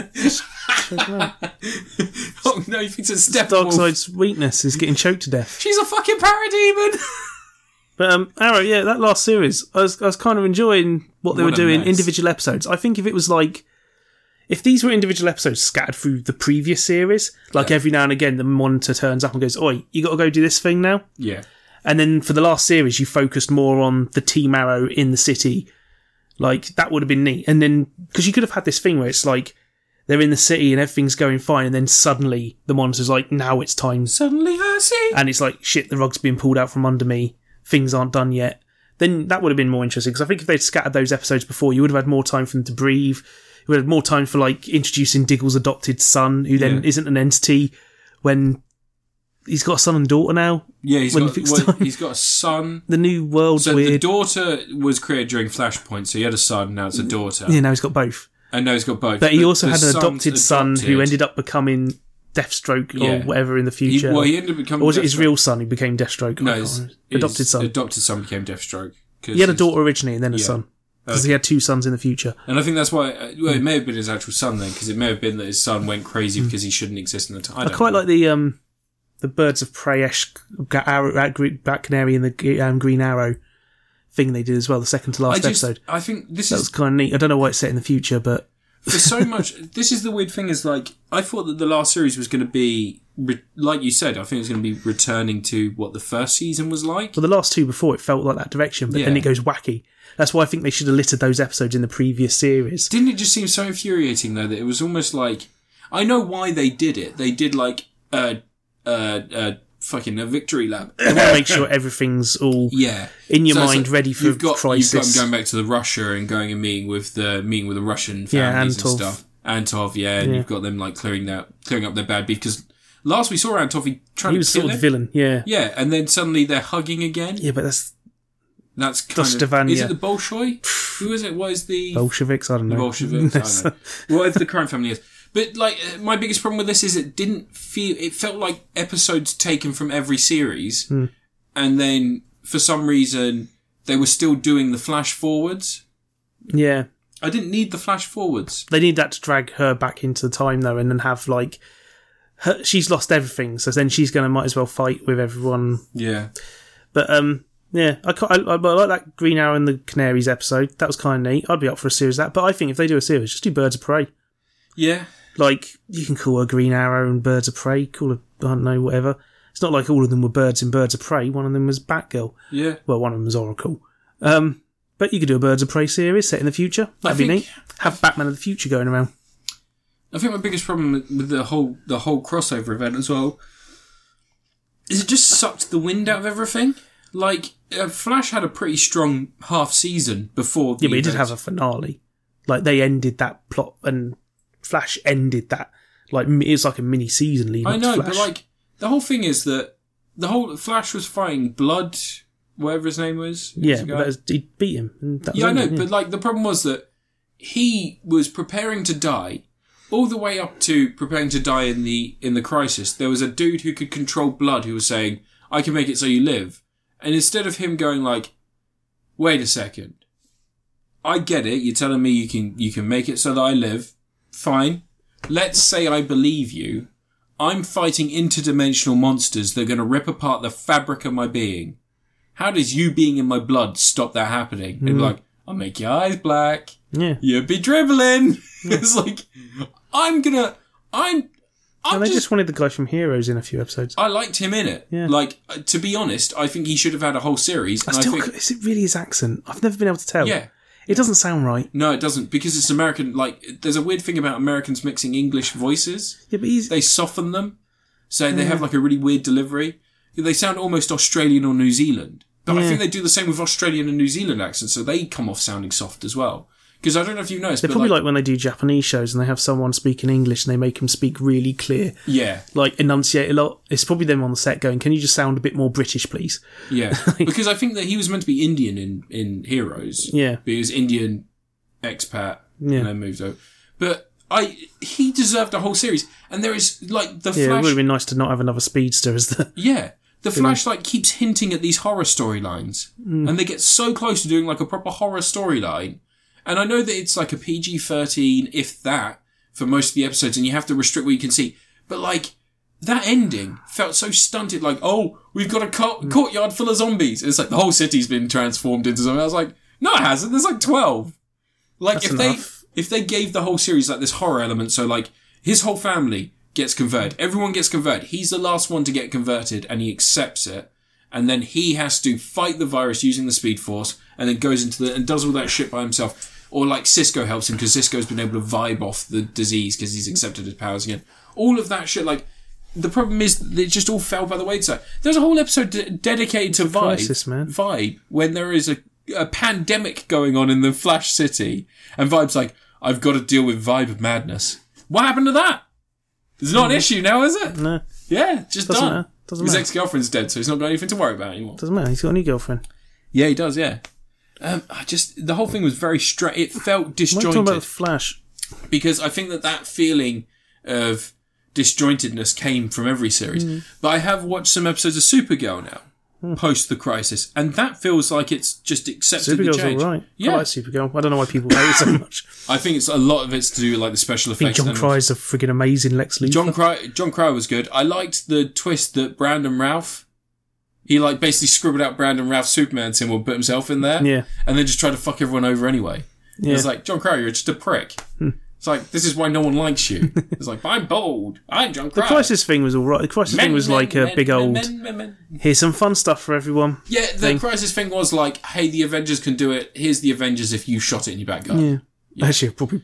A: oh, no, he thinks it's Steppenwolf.
B: Darkseid's weakness is getting choked to death.
A: She's a fucking parademon.
B: But um, Arrow, yeah, that last series, I was, I was kind of enjoying what they
A: What
B: were
A: a
B: doing,
A: mess.
B: individual episodes. I think if it was like, if these were individual episodes scattered through the previous series, like every now and again, the monitor turns up and goes, "Oi, you got to go do this thing now."
A: yeah.
B: And then for the last series, you focused more on the Team Arrow in the city. Like that would have been neat. And then because you could have had this thing where it's like they're in the city and everything's going fine, and then suddenly the monitor's like, "Now it's time
A: Suddenly I see.
B: and it's like shit the rug's being pulled out from under me things aren't done yet then that would have been more interesting because i think if they'd scattered those episodes before you would have had more time for them to breathe you would have had more time for like introducing diggle's adopted son who then
A: Yeah.
B: isn't an entity when he's got a son and daughter now
A: Yeah, he's
B: When
A: got,
B: fixed
A: well,
B: time.
A: he's got a son.
B: the new world's
A: So the
B: weird
A: daughter was created during Flashpoint, so he had a son, now it's a daughter.
B: yeah now he's got both
A: And now he's got both.
B: but he also
A: the
B: had an
A: son's
B: adopted son who
A: adopted.
B: ended up becoming deathstroke or
A: Yeah.
B: whatever in the
A: He,
B: future
A: well, he ended up becoming.
B: or was it his
A: Deathstroke.
B: real son who became deathstroke I
A: No,
B: can't
A: his,
B: remember.
A: his
B: adopted son
A: Adopted son became Deathstroke. 'cause
B: he had a
A: his-
B: daughter originally and then a
A: Yeah.
B: son because he had two sons in the future
A: And I think that's why. uh,
B: Hmm.
A: Well, it may have been his actual son then, because it may have been that his son went crazy because he shouldn't exist in the time.
B: I quite like the um the birds of prey ash g- arrow, uh, gre- black canary and the g- um, green arrow thing they did as well the second to
A: I
B: last
A: just,
B: episode
A: I think this
B: that
A: is
B: was kind of neat I don't know why it's set in the future but
A: for so much. This is the weird thing is like I thought that the last series was going to be re- like you said. I think it's going to be returning to what the first season was like.
B: well the last two before it felt like that direction but then
A: Yeah.
B: it goes wacky that's why I think they should have littered those episodes in the previous series
A: Didn't it just seem so infuriating though that it was almost like I know why they did it. They did like a uh, uh, uh, fucking a victory lap.
B: they want to make sure everything's all
A: Yeah,
B: In your
A: it's
B: mind, ready for
A: you've got, You've
B: crisis.
A: got him going back to the Russia and going and meeting with the meeting with the Russian families
B: Yeah, Antov.
A: and stuff. Antov, yeah, and you've got them like clearing that clearing up their bad beef because last we saw Antov, he tried
B: he
A: to
B: was
A: kill
B: sort of the
A: him.
B: villain yeah yeah,
A: Yeah, and then suddenly they're hugging again.
B: but that's
A: That's kind
B: Dostoevsky.
A: of is it the Bolshoi? Who is it? What is the
B: Bolsheviks I don't know
A: Bolsheviks. I don't know. Well, if the current family is. But like, uh, my biggest problem with this is it didn't feel. It felt like episodes taken from every series,
B: Hmm.
A: and then for some reason they were still doing the flash forwards.
B: yeah
A: I didn't need the flash forwards.
B: they need that to drag her back into the time though, and then have like her, she's lost everything, so then she's gonna might as well fight with everyone.
A: Yeah,
B: But um, yeah, I ca- I, I, I like that Green Arrow and the Canaries episode. That was kind of neat. I'd be up for a series of that. But I think if they do a series, just do Birds of Prey.
A: yeah.
B: Like you can call her Green Arrow and Birds of Prey. Call her I don't know whatever. It's not like all of them were birds in Birds of Prey. One of them was Batgirl.
A: Yeah.
B: Well, one of them was Oracle. Um, but you could do a Birds of Prey series set in the future. That'd be
A: think-
B: neat. Have Batman of the future going around.
A: I think my biggest problem with with the whole the whole crossover event as well is it just sucked the wind out of everything. Like uh, Flash had a pretty strong half season before. The
B: Yeah, but it did
A: event.
B: have a finale. Like they ended that plot, and Flash ended that. Like mi- it's like a mini season leading
A: I
B: up
A: know,
B: to
A: but
B: Flash.
A: like the whole thing is that the whole Flash was fighting Blood, whatever his name was. It was
B: yeah,
A: a
B: but
A: guy.
B: that was, he beat him. And that was
A: yeah, I know.
B: it, yeah.
A: But like the problem was that he was preparing to die, all the way up to preparing to die in the in the crisis. There was a dude who could control Blood who was saying, "I can make it so you live," and instead of him going like, "Wait a second, I get it. You're telling me you can you can make it so that I live. Fine. Let's say I believe you. I'm fighting interdimensional monsters that are going to rip apart the fabric of my being. How does you being in my blood stop that happening? And be
B: Hmm.
A: like, I'll make your eyes black.
B: yeah,
A: You'll be dribbling. it's like I'm gonna. I'm. I'm
B: and they
A: just,
B: just wanted the guy from Heroes in a few episodes.
A: I liked him in it.
B: Yeah.
A: Like uh, to be honest, I think he should have had a whole series.
B: I
A: And I,
B: still,
A: think.
B: c- is it really his accent? I've never been able to tell.
A: Yeah.
B: it doesn't sound right.
A: No, it doesn't because it's American. Like, there's a weird thing about Americans mixing English voices.
B: Yeah, but he's
A: They soften them, so they
B: Hmm.
A: have like a really weird delivery. They sound almost Australian or New Zealand, but I
B: Yeah.
A: think they do the same with Australian and New Zealand accents, so they come off sounding soft as well. Because I don't know if you noticed,
B: they're
A: but
B: probably
A: like,
B: like when they do Japanese shows and they have someone speaking English and they make him speak really clear,
A: yeah,
B: like enunciate a lot. It's probably them on the set going, "Can you just sound a bit more British, please?"
A: yeah, because I think that he was meant to be Indian in in Heroes.
B: Yeah,
A: But he was Indian expat
B: Yeah.
A: and then moved over. But I, he deserved a whole series, and there is like the
B: yeah. It
A: Flash
B: would have been nice to not have another speedster as the
A: Yeah. The Flash like keeps hinting at these horror storylines, and they get so close to doing like a proper horror storyline. And I know that it's like a PG thirteen, if that, for most of the episodes, and you have to restrict what you can see. But like that ending felt so stunted. Like, oh, we've got a co-
B: Hmm.
A: courtyard full of zombies. And it's like the whole city's been transformed into something. I was like, no, it hasn't. There's like twelve. Like
B: That's
A: if
B: enough.
A: they if they gave the whole series like this horror element, so like his whole family gets converted, everyone gets converted. He's the last one to get converted, and he accepts it. And then he has to fight the virus using the Speed Force, and then goes into the and does all that shit by himself. Or like Cisco helps him because Cisco's been able to vibe off the disease because he's accepted his powers again. All of that shit, like the problem is that it just all fell by the wayside. There's a whole episode de- dedicated to vibe,
B: crisis, man.
A: vibe when there is a, a pandemic going on in the Flash City, and Vibe's like, I've got to deal with vibe madness. What happened to that? It's not an issue now, is it?
B: No,
A: Yeah, just
B: Mm. Doesn't
A: done.
B: matter. Doesn't
A: His
B: matter.
A: ex girlfriend's dead, so he's not got anything to worry about anymore.
B: doesn't matter. He's got a new girlfriend.
A: Yeah, he does. Yeah. Um, I just the whole thing was very straight. It felt
B: We're talking
A: disjointed
B: about the Flash.
A: because I think that that feeling of disjointedness came from every series.
B: Mm.
A: But I have watched some episodes of Supergirl now,
B: Hmm.
A: post the crisis, and that feels like it's just accepted the
B: Supergirl's
A: change.
B: all right.
A: Yeah,
B: I like Supergirl. I don't know why people hate it so much.
A: I think it's a lot of it's to do with like the special
B: I think
A: effects.
B: John
A: and-
B: Crye's a freaking amazing Lex Luthor.
A: John Cryer, John Cryer was good. I liked the twist that Brandon Ralph. He like basically scribbled out Brandon Ralph's Superman symbol, put himself in there,
B: Yeah.
A: and then just tried to fuck everyone over anyway.
B: yeah. Hmm.
A: It's like John Cryer, you're just a prick. It's like this is why no one likes you. It's like I'm bold. I'm John
B: the
A: Cryer.
B: crisis thing was all right. The crisis thing was like a big old. Here's some fun stuff for everyone.
A: Yeah, the crisis thing was like, hey, the Avengers can do it. Here's the Avengers if you shot it in your back garden.
B: Yeah. Actually, probably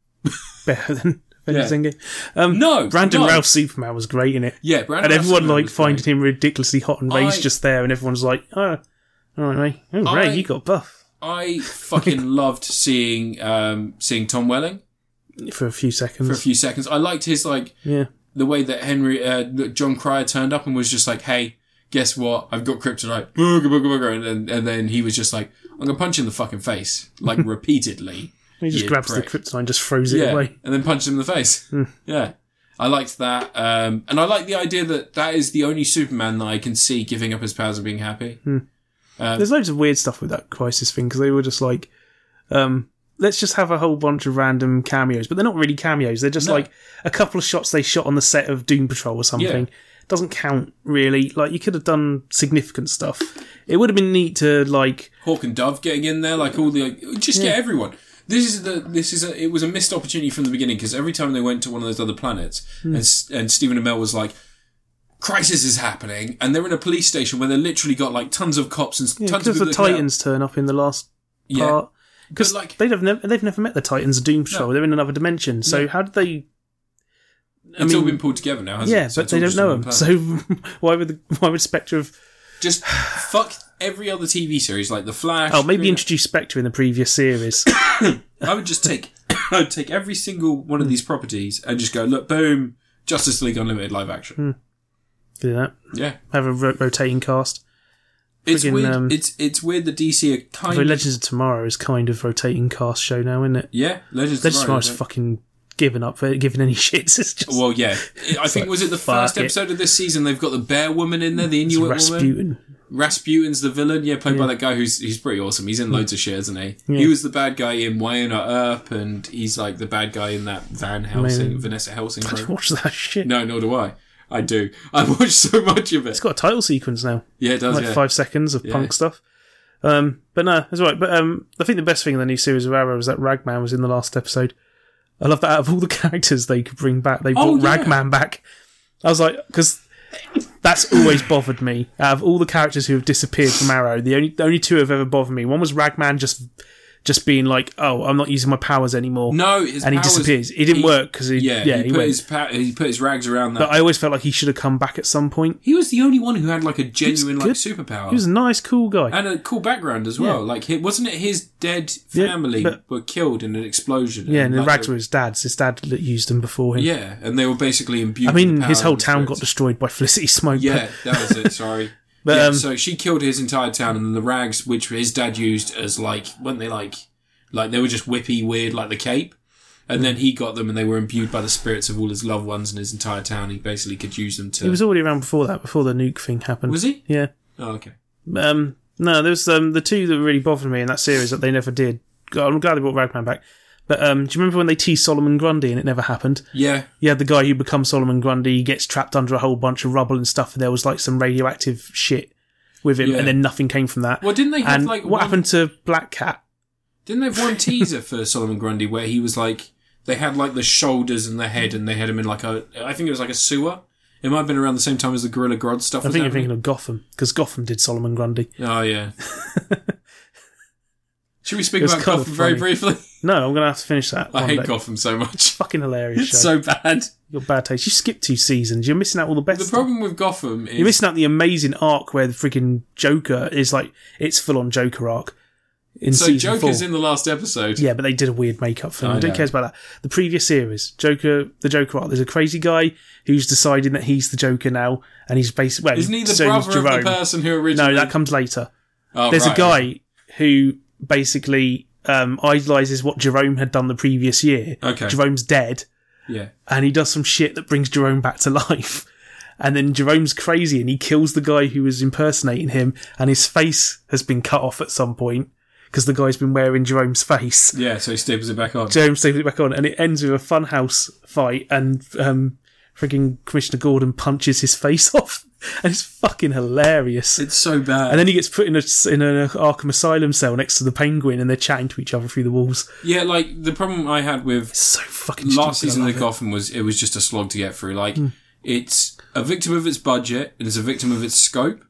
B: better than Avengers
A: Yeah.
B: Endgame. Um,
A: No,
B: Brandon
A: no.
B: Ralph Superman was great in it,
A: Yeah, Brandon
B: and
A: Ralph's
B: everyone
A: Superman
B: like
A: was great.
B: finding him ridiculously hot and raised
A: I-
B: just there, and everyone's like, "Oh, all right, mate. Oh, Ray,
A: I-
B: you got buff
A: I fucking loved seeing um, seeing Tom Welling
B: for a few seconds."
A: for a few seconds. I liked his like
B: yeah,
A: the way that Henry uh, that John Cryer turned up and was just like, "Hey, guess what? I've got kryptonite." Booga booga booga, and then and then he was just like, "I'm gonna punch you in the fucking face," like repeatedly.
B: he just
A: You
B: grabs
A: prick.
B: the kryptonite, and just throws it
A: yeah,
B: away.
A: and then punched him in the face. Yeah, I liked that, um, and I like the idea that that is the only Superman that I can see giving up his powers and being happy.
B: There's loads of weird stuff with that crisis thing because they were just like, um, let's just have a whole bunch of random cameos, but they're not really cameos. They're just
A: No.
B: like a couple of shots they shot on the set of Doom Patrol or something. Doesn't count really. Like you could have done significant stuff. It would have been neat to like
A: Hawk and Dove getting in there, like all the like, just get everyone. This is the this is a, it was a missed opportunity from the beginning because every time they went to one of those other planets
B: Hmm.
A: and S- and Stephen Amell was like, crisis is happening, and they're in a police station where they literally got like tons of cops and s- tons of
B: because
A: people
B: the
A: looking out.
B: Titans turn up in the last
A: Yeah.
B: part. Because
A: But, like-
B: they'd have never they've never met the Titans of Doom Patrol. They're in another dimension. So how did they?
A: it's all
B: mean-
A: been pulled together now, hasn't
B: Yeah,
A: it? So
B: but
A: it's
B: they
A: all
B: don't
A: just on
B: know
A: one
B: them.
A: planet.
B: So why would the, why would Spectre have
A: just fuck every other TV series like The Flash.
B: Oh, maybe
A: Green-
B: introduce Spectre in the previous series.
A: I would just take I would take every single one
B: Hmm.
A: of these properties and just go look boom Justice League Unlimited live
B: Hmm.
A: action.
B: Do that.
A: Yeah,
B: Have a ro- rotating cast.
A: it's
B: Friggin',
A: weird.
B: um,
A: it's it's weird that DC are kind
B: Although
A: of
B: Legends of Tomorrow is kind of rotating cast show now, isn't it?
A: Yeah, Legends,
B: Legends of
A: of Tomorrow.
B: Tomorrow's fucking given up, uh, giving any shits. It's just
A: well, yeah, I I think
B: like,
A: was it the
B: fuck
A: first
B: it.
A: episode of this season? They've got the bear woman in there, the Inuit woman.
B: Rasputin.
A: Rasputin's the villain, yeah, played by that guy who's he's pretty awesome. He's in loads of shit, isn't he? He was the bad guy in Wayne Earp, and he's like the bad guy in that Van Helsing,
B: Amazing.
A: Vanessa Helsing. program.
B: Watch that shit.
A: No, nor do I. I do. I watch so much of it.
B: It's got a title sequence now,
A: Yeah, it does.
B: like
A: yeah.
B: five seconds of punk stuff. Um, but no, it's all right. But um, I think the best thing in the new series of Arrow was that Ragman was in the last episode. I love that out of all the characters they could bring back, they brought
A: Oh, yeah.
B: Ragman back. I was like, because that's always bothered me. Out of all the characters who have disappeared from Arrow, the only the only two have ever bothered me. One was Ragman just just being like, "Oh, I'm not using my powers anymore,"
A: No, his
B: and he
A: powers-
B: disappears. It didn't
A: he-
B: work because he
A: Yeah,
B: yeah, he,
A: he, put
B: went.
A: his pa- he put his rags around that.
B: but I always felt like he should have come back at some point.
A: he was the only one who had like a genuine like
B: good.
A: superpower.
B: He was a nice, cool guy.
A: and a cool background as well. Like, hi- wasn't it his dead
B: Yeah,
A: family
B: but-
A: were killed in an explosion?
B: yeah, and the
A: like,
B: rags
A: they-
B: were his dad's. His dad that used them before him.
A: Yeah, and they were basically imbued.
B: I
A: with
B: mean,
A: the
B: his
A: power
B: whole
A: of the
B: town got
A: spirits.
B: destroyed by Felicity Smoke. but-
A: Yeah, that was it. Sorry.
B: But,
A: yeah,
B: um,
A: so she killed his entire town, and then the rags, which his dad used as like, weren't they like, like they were just whippy, weird, like the cape. And then he got them, and they were imbued by the spirits of all his loved ones and his entire town. He basically could use them to.
B: He was already around before that, before the nuke thing happened.
A: Was he?
B: Yeah.
A: Oh, okay.
B: Um, no, there was um, the two that really bothered me in that series that they never did. God, I'm glad they brought Ragman back. But um, do you remember when they teased Solomon Grundy and it never happened?
A: Yeah.
B: You had the guy who becomes Solomon Grundy, he gets trapped under a whole bunch of rubble and stuff, and there was like some radioactive shit with him,
A: Yeah.
B: and then nothing came from that.
A: Well, didn't they have
B: and
A: like
B: what
A: one,
B: happened to Black Cat?
A: Didn't they have one teaser for Solomon Grundy where he was like they had like the shoulders and the head, and they had him in like a I think it was like a sewer. It might have been around the same time as the Gorilla Grodd stuff.
B: I
A: was
B: think you're
A: happening.
B: thinking of Gotham, because Gotham did Solomon Grundy.
A: Oh yeah. Should we speak
B: It was
A: about
B: kind
A: Gotham
B: of
A: very
B: funny.
A: briefly?
B: No, I'm going to have to finish that.
A: I
B: one
A: hate
B: day.
A: Gotham so much.
B: Fucking hilarious show.
A: It's so bad.
B: Your bad taste. You skipped two seasons. You're missing out all the best.
A: The
B: stuff.
A: problem with Gotham
B: You're
A: is
B: missing out the amazing arc where the freaking Joker is like it's full on Joker arc in
A: so
B: season
A: Joker's
B: four.
A: in the last episode.
B: yeah, but they did a weird makeup for him.
A: I
B: I don't
A: know.
B: care about that. The previous series, Joker, the Joker arc. There's a crazy guy who's deciding that he's the Joker now, and he's basically well,
A: Isn't he the
B: so is
A: brother of the
B: Jerome.
A: person who originally?
B: No, that comes later.
A: Oh,
B: There's
A: right.
B: a guy who basically um, idolizes what Jerome had done the previous year.
A: Okay.
B: Jerome's dead,
A: Yeah.
B: and he does some shit that brings Jerome back to life. And then Jerome's crazy and he kills the guy who was impersonating him, and his face has been cut off at some point because the guy's been wearing Jerome's face.
A: Yeah. So he staples it back on.
B: Jerome staples it back on, and it ends with a funhouse fight, and um, freaking Commissioner Gordon punches his face off, and it's fucking hilarious.
A: it's so bad.
B: and then he gets put in a in an Arkham Asylum cell next to the Penguin, and they're chatting to each other through the walls.
A: yeah. Like the problem I had with
B: So fucking
A: last
B: stupid, I
A: season
B: love
A: of
B: it. Hmm.
A: Gotham was it was just a slog to get through. Like it's a victim of its budget and it's a victim of its scope.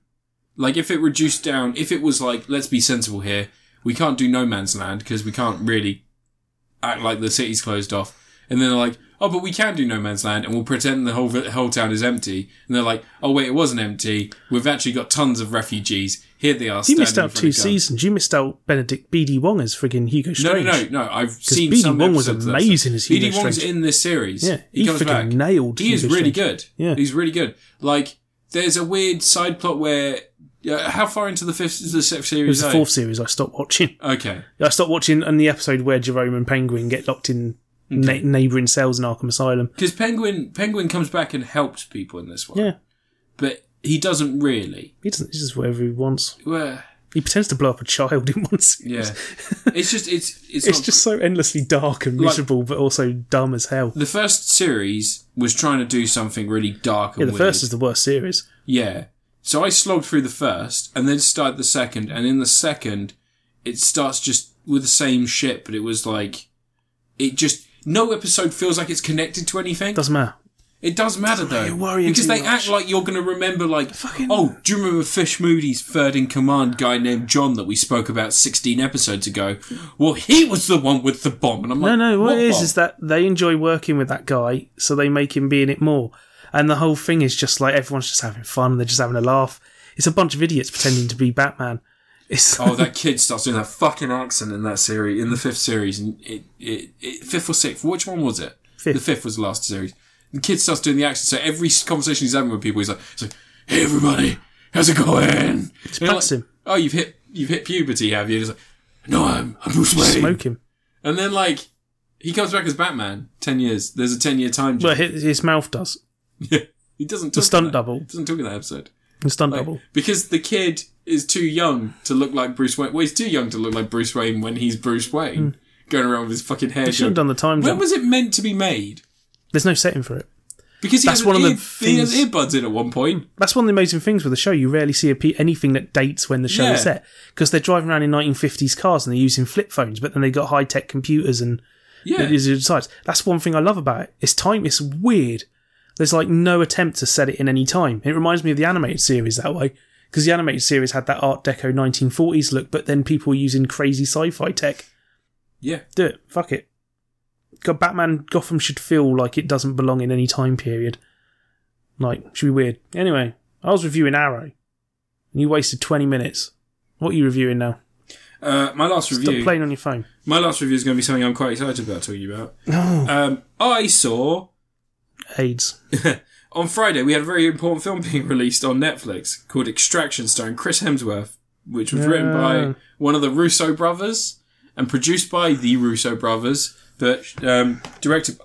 A: Like if it reduced down, if it was like let's be sensible here, we can't do No Man's Land because we can't really act like the city's closed off. And then they're like, oh, but we can do No Man's Land and we'll pretend the whole vi- whole town is empty. And they're like, oh wait, it wasn't empty. We've actually got tons of refugees. Here they are.
B: You
A: standing
B: missed
A: in
B: out
A: front
B: two
A: of guns."
B: seasons. You missed out Benedict BD Wong as friggin' Hugo
A: No, no,
B: Strange.
A: no, no. I've seen
B: BD
A: some
B: Wong was
A: episodes of that
B: amazing
A: stuff.
B: as Hugo
A: BD Wong's
B: Strange.
A: in this series.
B: Yeah,
A: he,
B: he
A: comes
B: freaking
A: back.
B: nailed
A: He is
B: Hugo
A: really good.
B: Strange. Yeah.
A: he's really good. Like, there's a weird side plot where. Uh, how far into the fifth, the sixth
B: It
A: series?
B: was the
A: are
B: fourth series I stopped watching.
A: you? Okay,
B: I stopped watching on the episode where Jerome and Penguin get locked in na- neighbouring cells in Arkham Asylum.
A: because Penguin Penguin comes back and helps people in this one.
B: Yeah.
A: but he doesn't really.
B: He doesn't. He does whatever he wants.
A: Well,
B: He pretends to blow up a child in one series.
A: yeah, it's just it's it's,
B: It's
A: not,
B: just so endlessly dark and
A: Like-
B: miserable, but also dumb as hell.
A: the first series was trying to do something really dark and
B: Yeah, the
A: weird.
B: first is the worst series.
A: Yeah. So I slogged through the first and then started the second, and in the second, it starts just with the same shit, but it was like, it just, no episode feels like it's connected to anything.
B: Doesn't matter.
A: It does matter though.
B: You're worrying
A: because
B: too
A: they
B: much.
A: act like you're going to remember, like,
B: Fucking-
A: oh, do you remember Fish Moody's third in command guy named John that we spoke about 16 episodes ago? Well, he was the one with the bomb. And I'm
B: No,
A: like,
B: no.
A: what
B: what it is
A: bomb?
B: is that they enjoy working with that guy, so they make him be in it more. And the whole thing is just like everyone's just having fun. They're just having a laugh. It's a bunch of idiots pretending to be Batman. It's
A: oh, that kid starts doing that fucking accent in that series, in the fifth series, and it, it, it fifth or sixth, which one was it?
B: Fifth.
A: The fifth was the last series. The kid starts doing the accent, so every conversation he's having with people, he's like, he's like "Hey everybody, how's it going?" It's
B: past him.
A: Oh, you've hit you've hit puberty, have you? And he's like, "No, I'm I'm Bruce Wayne."
B: smoke him.
A: And then like he comes back as Batman. Ten years. There's a ten year time
B: Well,
A: jump.
B: his, his mouth does.
A: he doesn't talk
B: The
A: in
B: stunt
A: that-
B: double.
A: Doesn't talk in that episode.
B: The stunt
A: Like,
B: double.
A: because the kid is too young to look like Bruce Wayne. Well, he's too young to look like Bruce Wayne when he's Bruce Wayne, going around with his fucking hair.
B: Should have
A: going-
B: Hmm. done the time
A: when
B: jump.
A: was it meant to be made?
B: There's no setting for it.
A: Because he
B: That's
A: has
B: one
A: an
B: of the
A: ear- he has
B: things- Hmm.
A: earbuds in at one point.
B: That's one of the amazing things with the show. You rarely see a pe- anything that dates when the show
A: Yeah.
B: is set because they're driving around in 1950s cars and they're using flip phones, but then they got high tech computers and
A: Yeah,
B: It is its size. That's one thing I love about it. It's time. It's weird. There's like no attempt to set it in any time. It reminds me of the animated series that way because the animated series had that Art Deco 1940s look, but then people were using crazy sci-fi tech.
A: yeah.
B: Do it. Fuck it. God, Batman Gotham should feel like it doesn't belong in any time period. Like, should be weird. Anyway, I was reviewing Arrow, and you wasted 20 minutes. What are you reviewing now?
A: Uh, my last
B: Stop
A: review.
B: playing on your phone.
A: My last review is going to be something I'm quite excited about talking about.
B: Oh,
A: Um, I saw
B: AIDS.
A: on Friday we had a very important film being released on Netflix called Extraction, starring Chris Hemsworth, which was written
B: Yeah.
A: by one of the Russo brothers and produced by the Russo brothers that um, directed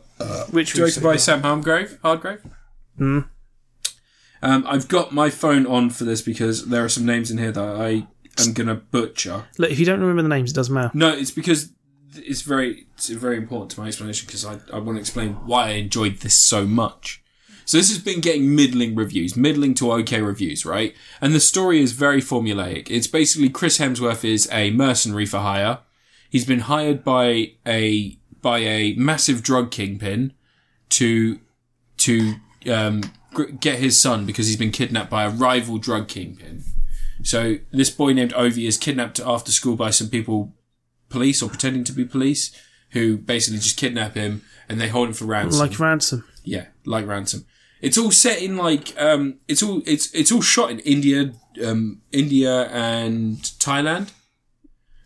B: Which we
A: directed by Sam Hargrave. Hardgrave. Um, I've got my phone on for this because there are some names in here that I am gonna butcher.
B: Look, if you don't remember the names, it doesn't matter.
A: No, it's because it's very it's very important to my explanation because I, I want to explain why I enjoyed this so much. So this has been getting middling reviews, middling to okay reviews, right? And the story is very formulaic. It's basically Chris Hemsworth is a mercenary for hire. He's been hired by a by a massive drug kingpin to to um, gr- get his son because he's been kidnapped by a rival drug kingpin. So this boy named Ovi is kidnapped after school by some people police or pretending to be police who basically just kidnap him and they hold him for ransom.
B: Like ransom.
A: yeah, like ransom. It's all set in like um, it's all it's it's all shot in India, um, India and Thailand.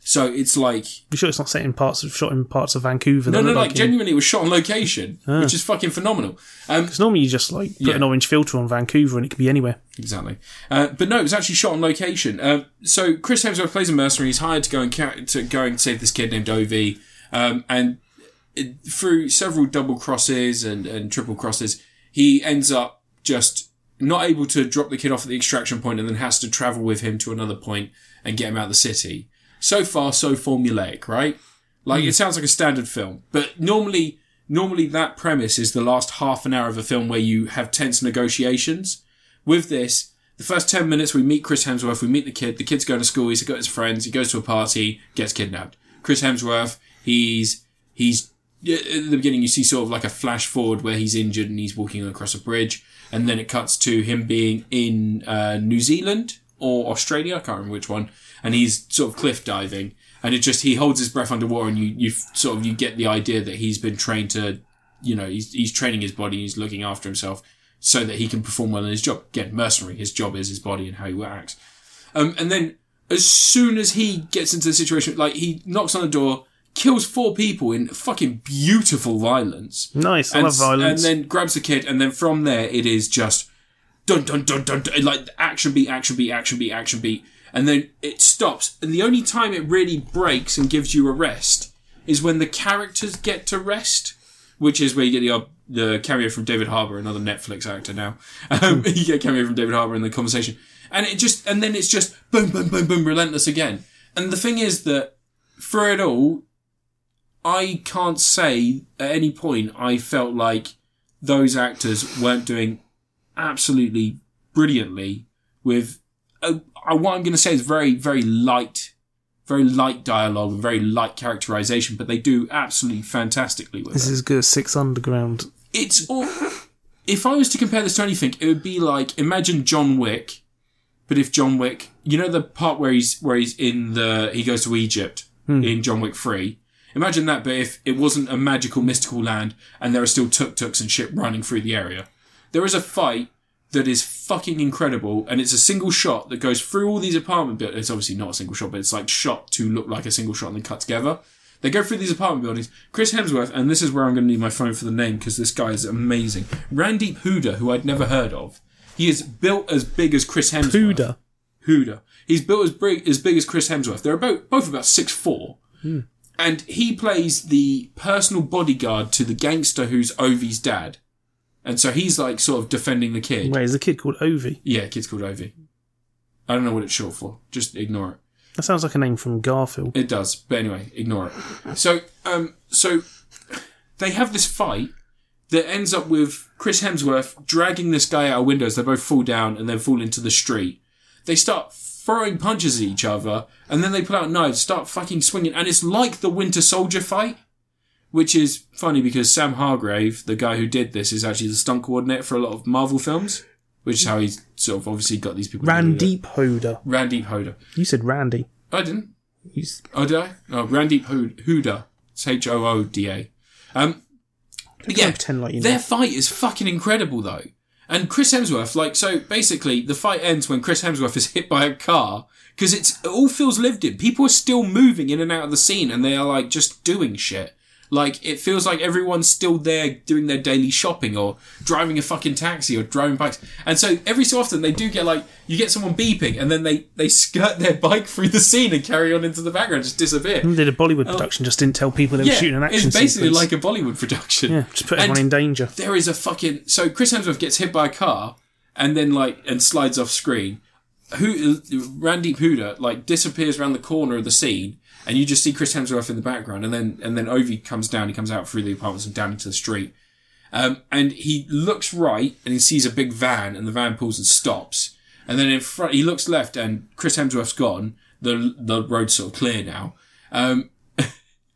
A: So it's like
B: You sure it's not set in parts of shot in parts of Vancouver?
A: no,
B: that
A: no,
B: look
A: like,
B: in-
A: genuinely, it was shot on location, which is fucking phenomenal. Um,
B: 'cause normally you just like put
A: Yeah.
B: an orange filter on Vancouver and it can be anywhere.
A: Exactly. Uh, but no, it was actually shot on location. Uh, so Chris Hemsworth plays a mercenary. He's hired to go and ca- to go and save this kid named Ovi. Um, and it, through several double crosses and, and triple crosses, he ends up just not able to drop the kid off at the extraction point and then has to travel with him to another point and get him out of the city. So far, so formulaic, right? Like it sounds like a standard film, but normally, normally that premise is the last half an hour of a film where you have tense negotiations with this, the first 10 minutes we meet Chris Hemsworth, we meet the kid, the kid's going to school, he's got his friends, he goes to a party, gets kidnapped. Chris Hemsworth, he's, he's, at the beginning you see sort of like a flash forward where he's injured and he's walking across a bridge, and then it cuts to him being in uh, New Zealand or Australia, I can't remember which one, and he's sort of cliff diving. And it just he holds his breath underwater, and you you sort of you get the idea that he's been trained to you know, he's, he's training his body, he's looking after himself so that he can perform well in his job. Again, mercenary, his job is his body and how he acts. Um, and then as soon as he gets into the situation, like he knocks on the door, kills four people in fucking beautiful violence.
B: Nice. I
A: And,
B: love violence.
A: and then grabs the kid, and then from there it is just dun dun dun dun, dun like action beat, action beat, action beat, action beat, and then it stops. And the only time it really breaks and gives you a rest is when the characters get to rest, which is where you get the uh, the cameo from David Harbour, another Netflix actor now. Um, you get a cameo from David Harbour in the conversation, and it just and then it's just boom, boom, boom, boom, relentless again. And the thing is that through it all, I can't say at any point I felt like those actors weren't doing absolutely brilliantly with uh, uh, what I'm going to say is very, very light, very light dialogue and very light characterization, but they do absolutely fantastically with
B: this
A: it.
B: is good. Six Underground.
A: It's all. If I was to compare this to anything, it would be like imagine John Wick, but if John Wick, you know the part where he's where he's in the he goes to Egypt
B: Hmm.
A: in John Wick Three. Imagine that, but if it wasn't a magical, mystical land and there are still tuk tuks and shit running through the area, there is a fight that is fucking incredible, and it's a single shot that goes through all these apartment buildings. It's obviously not a single shot, but it's like shot to look like a single shot and then cut together. They go through these apartment buildings. Chris Hemsworth, and this is where I'm going to need my phone for the name because this guy is amazing. Randeep Huda, who I'd never heard of. He is built as big as Chris Hemsworth.
B: Buddha.
A: Huda. He's built as big as big as Chris Hemsworth. They're about both about six four, and he plays the personal bodyguard to the gangster who's Ovi's dad, and so he's like sort of defending the kid.
B: Wait, is a kid called Ovi?
A: Yeah, kid's called Ovi. I don't know what it's short for. Just ignore it.
B: That sounds like a name from Garfield.
A: It does, but anyway, ignore it. So, um, so they have this fight that ends up with Chris Hemsworth dragging this guy out of windows. They both fall down and then fall into the street. They start throwing punches at each other, and then they pull out knives, start fucking swinging, and it's like the Winter Soldier fight. Which is funny because Sam Hargrave, the guy who did this, is actually the stunt coordinator for a lot of Marvel films, which is how he's sort of obviously got these people. to do it.
B: Randeep Hoda.
A: Randeep Hoda.
B: You said Randy.
A: I didn't.
B: You s-
A: Oh, did I? Oh, Randeep Hood- Hooda. It's H O O D A. Um, but yeah,
B: pretend like you know.
A: their fight is fucking incredible, though. And Chris Hemsworth, like, so basically, the fight ends when Chris Hemsworth is hit by a car because it's it all feels lived in. People are still moving in and out of the scene, and they are like just doing shit. Like it feels like everyone's still there doing their daily shopping or driving a fucking taxi or driving bikes. And so every so often they do get like you get someone beeping and then they they skirt their bike through the scene and carry on into the background, just disappear.
B: They did a Bollywood production, just didn't tell people they were
A: Oh. Yeah,
B: Hmm. shooting an action
A: it's basically like
B: sequence.
A: a Bollywood production.
B: yeah, just put
A: And-
B: everyone in danger.
A: there is a fucking so Chris Hemsworth gets hit by a car and then like and slides off screen. Who Randy Huda like disappears around the corner of the scene, and you just see Chris Hemsworth in the background, and then and then Ovi comes down. He comes out through the apartments and down into the street, um, and he looks right and he sees a big van, and the van pulls and stops, and then in front he looks left, and Chris Hemsworth's gone. The the road's sort of clear now. Um,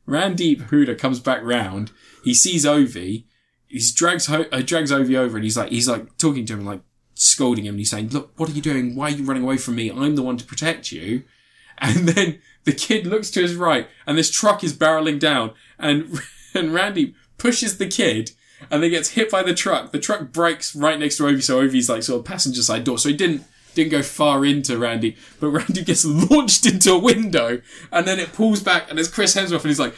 A: Randeep Huda comes back round. He sees Ovi, he's drags ho- uh, drags Ovi over and he's like he's like talking to him like scolding him and he's saying look what are you doing why are you running away from me I'm the one to protect you and then the kid looks to his right and this truck is barreling down and and Randy pushes the kid and then gets hit by the truck the truck breaks right next to Ovi so Ovi's like sort of passenger side door so he didn't didn't go far into Randy, but Randy gets launched into a window, and then it pulls back, and it's Chris Hemsworth, and he's like,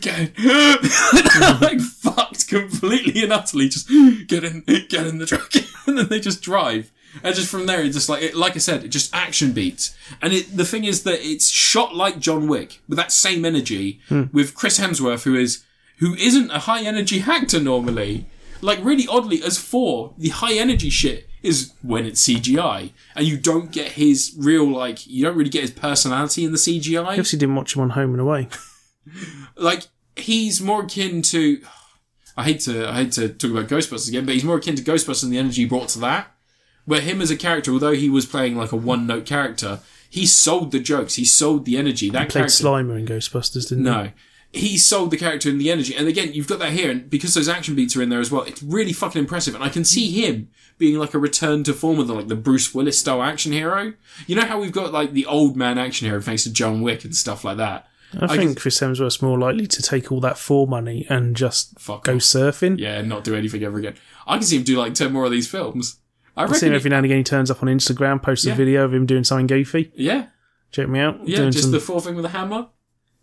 A: "Get in!" like fucked completely and utterly, just get in, get in the truck, and then they just drive, and just from there, it just like, it, like I said, it just action beats, and it, the thing is that it's shot like John Wick with that same energy with Chris Hemsworth, who is who isn't a high energy actor normally. Like really oddly, as four, the high energy shit is when it's CGI, and you don't get his real like you don't really get his personality in the CGI.
B: You obviously didn't watch him on Home and Away.
A: Like he's more akin to. I hate to I hate to talk about Ghostbusters again, but he's more akin to Ghostbusters and the energy he brought to that. Where him as a character, although he was playing like a one note character, he sold the jokes, he sold the energy. That
B: Played
A: character
B: Slimer in Ghostbusters, didn't
A: no. He sold the character and the energy. And again, you've got that here, and because those action beats are in there as well, it's really fucking impressive. And I can see him being like a return to form of the, like the Bruce Willis style action hero. You know how we've got like the old man action hero thanks to John Wick and stuff like that.
B: he? I, think Chris Hemsworth's more likely to take all that for money and just
A: Fuck
B: go
A: off.
B: surfing.
A: Yeah, and not do anything ever again. I can see him do like ten more of these films. I
B: I see him
A: reckon.
B: every now and again. He turns up on Instagram, posts
A: Yeah.
B: a video of him doing something goofy.
A: he- yeah,
B: Check me out.
A: yeah,
B: doing
A: just
B: some,
A: the four thing with the hammer.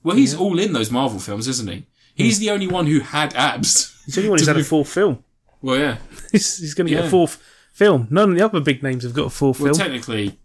A: Well, he's all in those Marvel films, isn't he? He's the only one who had abs.
B: he's the only one who's had a fourth film.
A: Well, yeah.
B: He's, he's going to get
A: Yeah.
B: a fourth film. None of the other big names have got a fourth
A: Well,
B: film.
A: technically,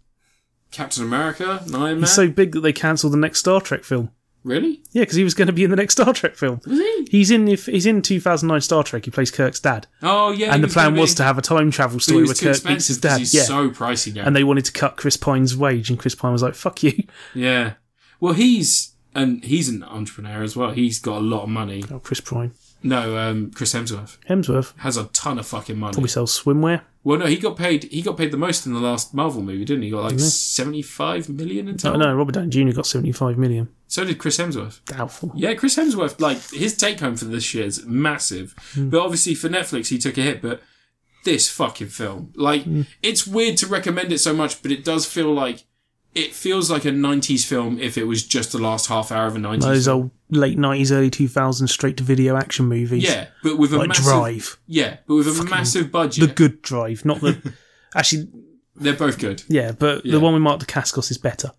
A: Captain America, Iron Man.
B: He's so big that they cancelled the next Star Trek film.
A: Really?
B: Yeah, because he was going to be in the next Star Trek film.
A: Was he?
B: He's in if he's in 2009 Star Trek. He plays Kirk's dad,
A: Oh yeah.
B: and
A: he
B: the plan
A: gonna
B: was
A: be-
B: to have a time travel
A: But he
B: story where
A: was too
B: Kirk
A: expensive
B: meets his
A: 'cause
B: dad.
A: He's
B: Yeah,
A: so pricey now.
B: and they wanted to cut Chris Pine's wage, and Chris Pine was like, "Fuck you."
A: yeah. Well, he's and he's an entrepreneur as well. He's got a lot of money.
B: Oh, Chris Pine,
A: No, um, Chris Hemsworth
B: Hemsworth
A: has a ton of fucking money.
B: probably sells swimwear.
A: Well, no, he got paid. He got paid the most in the last Marvel movie, didn't he? He got like seventy-five million in
B: Oh,
A: total.
B: no, Robert Downey Jr. got 75 million.
A: So did Chris Hemsworth.
B: Doubtful.
A: Yeah, Chris Hemsworth, like his take home for this year is massive. But obviously for Netflix, he took a hit. But this fucking film, like, it's weird to recommend it so much, but it does feel like it feels like a '90s film if it was just the last half hour of a '90s.
B: Those old late 90s, early 2000s straight to video action movies.
A: yeah, but with a
B: Like
A: massive,
B: Drive.
A: yeah, but with a massive budget.
B: The good Drive, not the. actually,
A: They're both good,
B: yeah, but
A: Yeah.
B: the one with Mark DeCascos is better.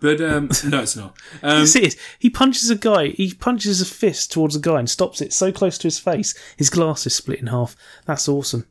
A: but um, no, it's not. Um,
B: Yes, it is. He punches a guy. He punches a fist towards a guy and stops it so close to his face. His glass is split in half. That's awesome.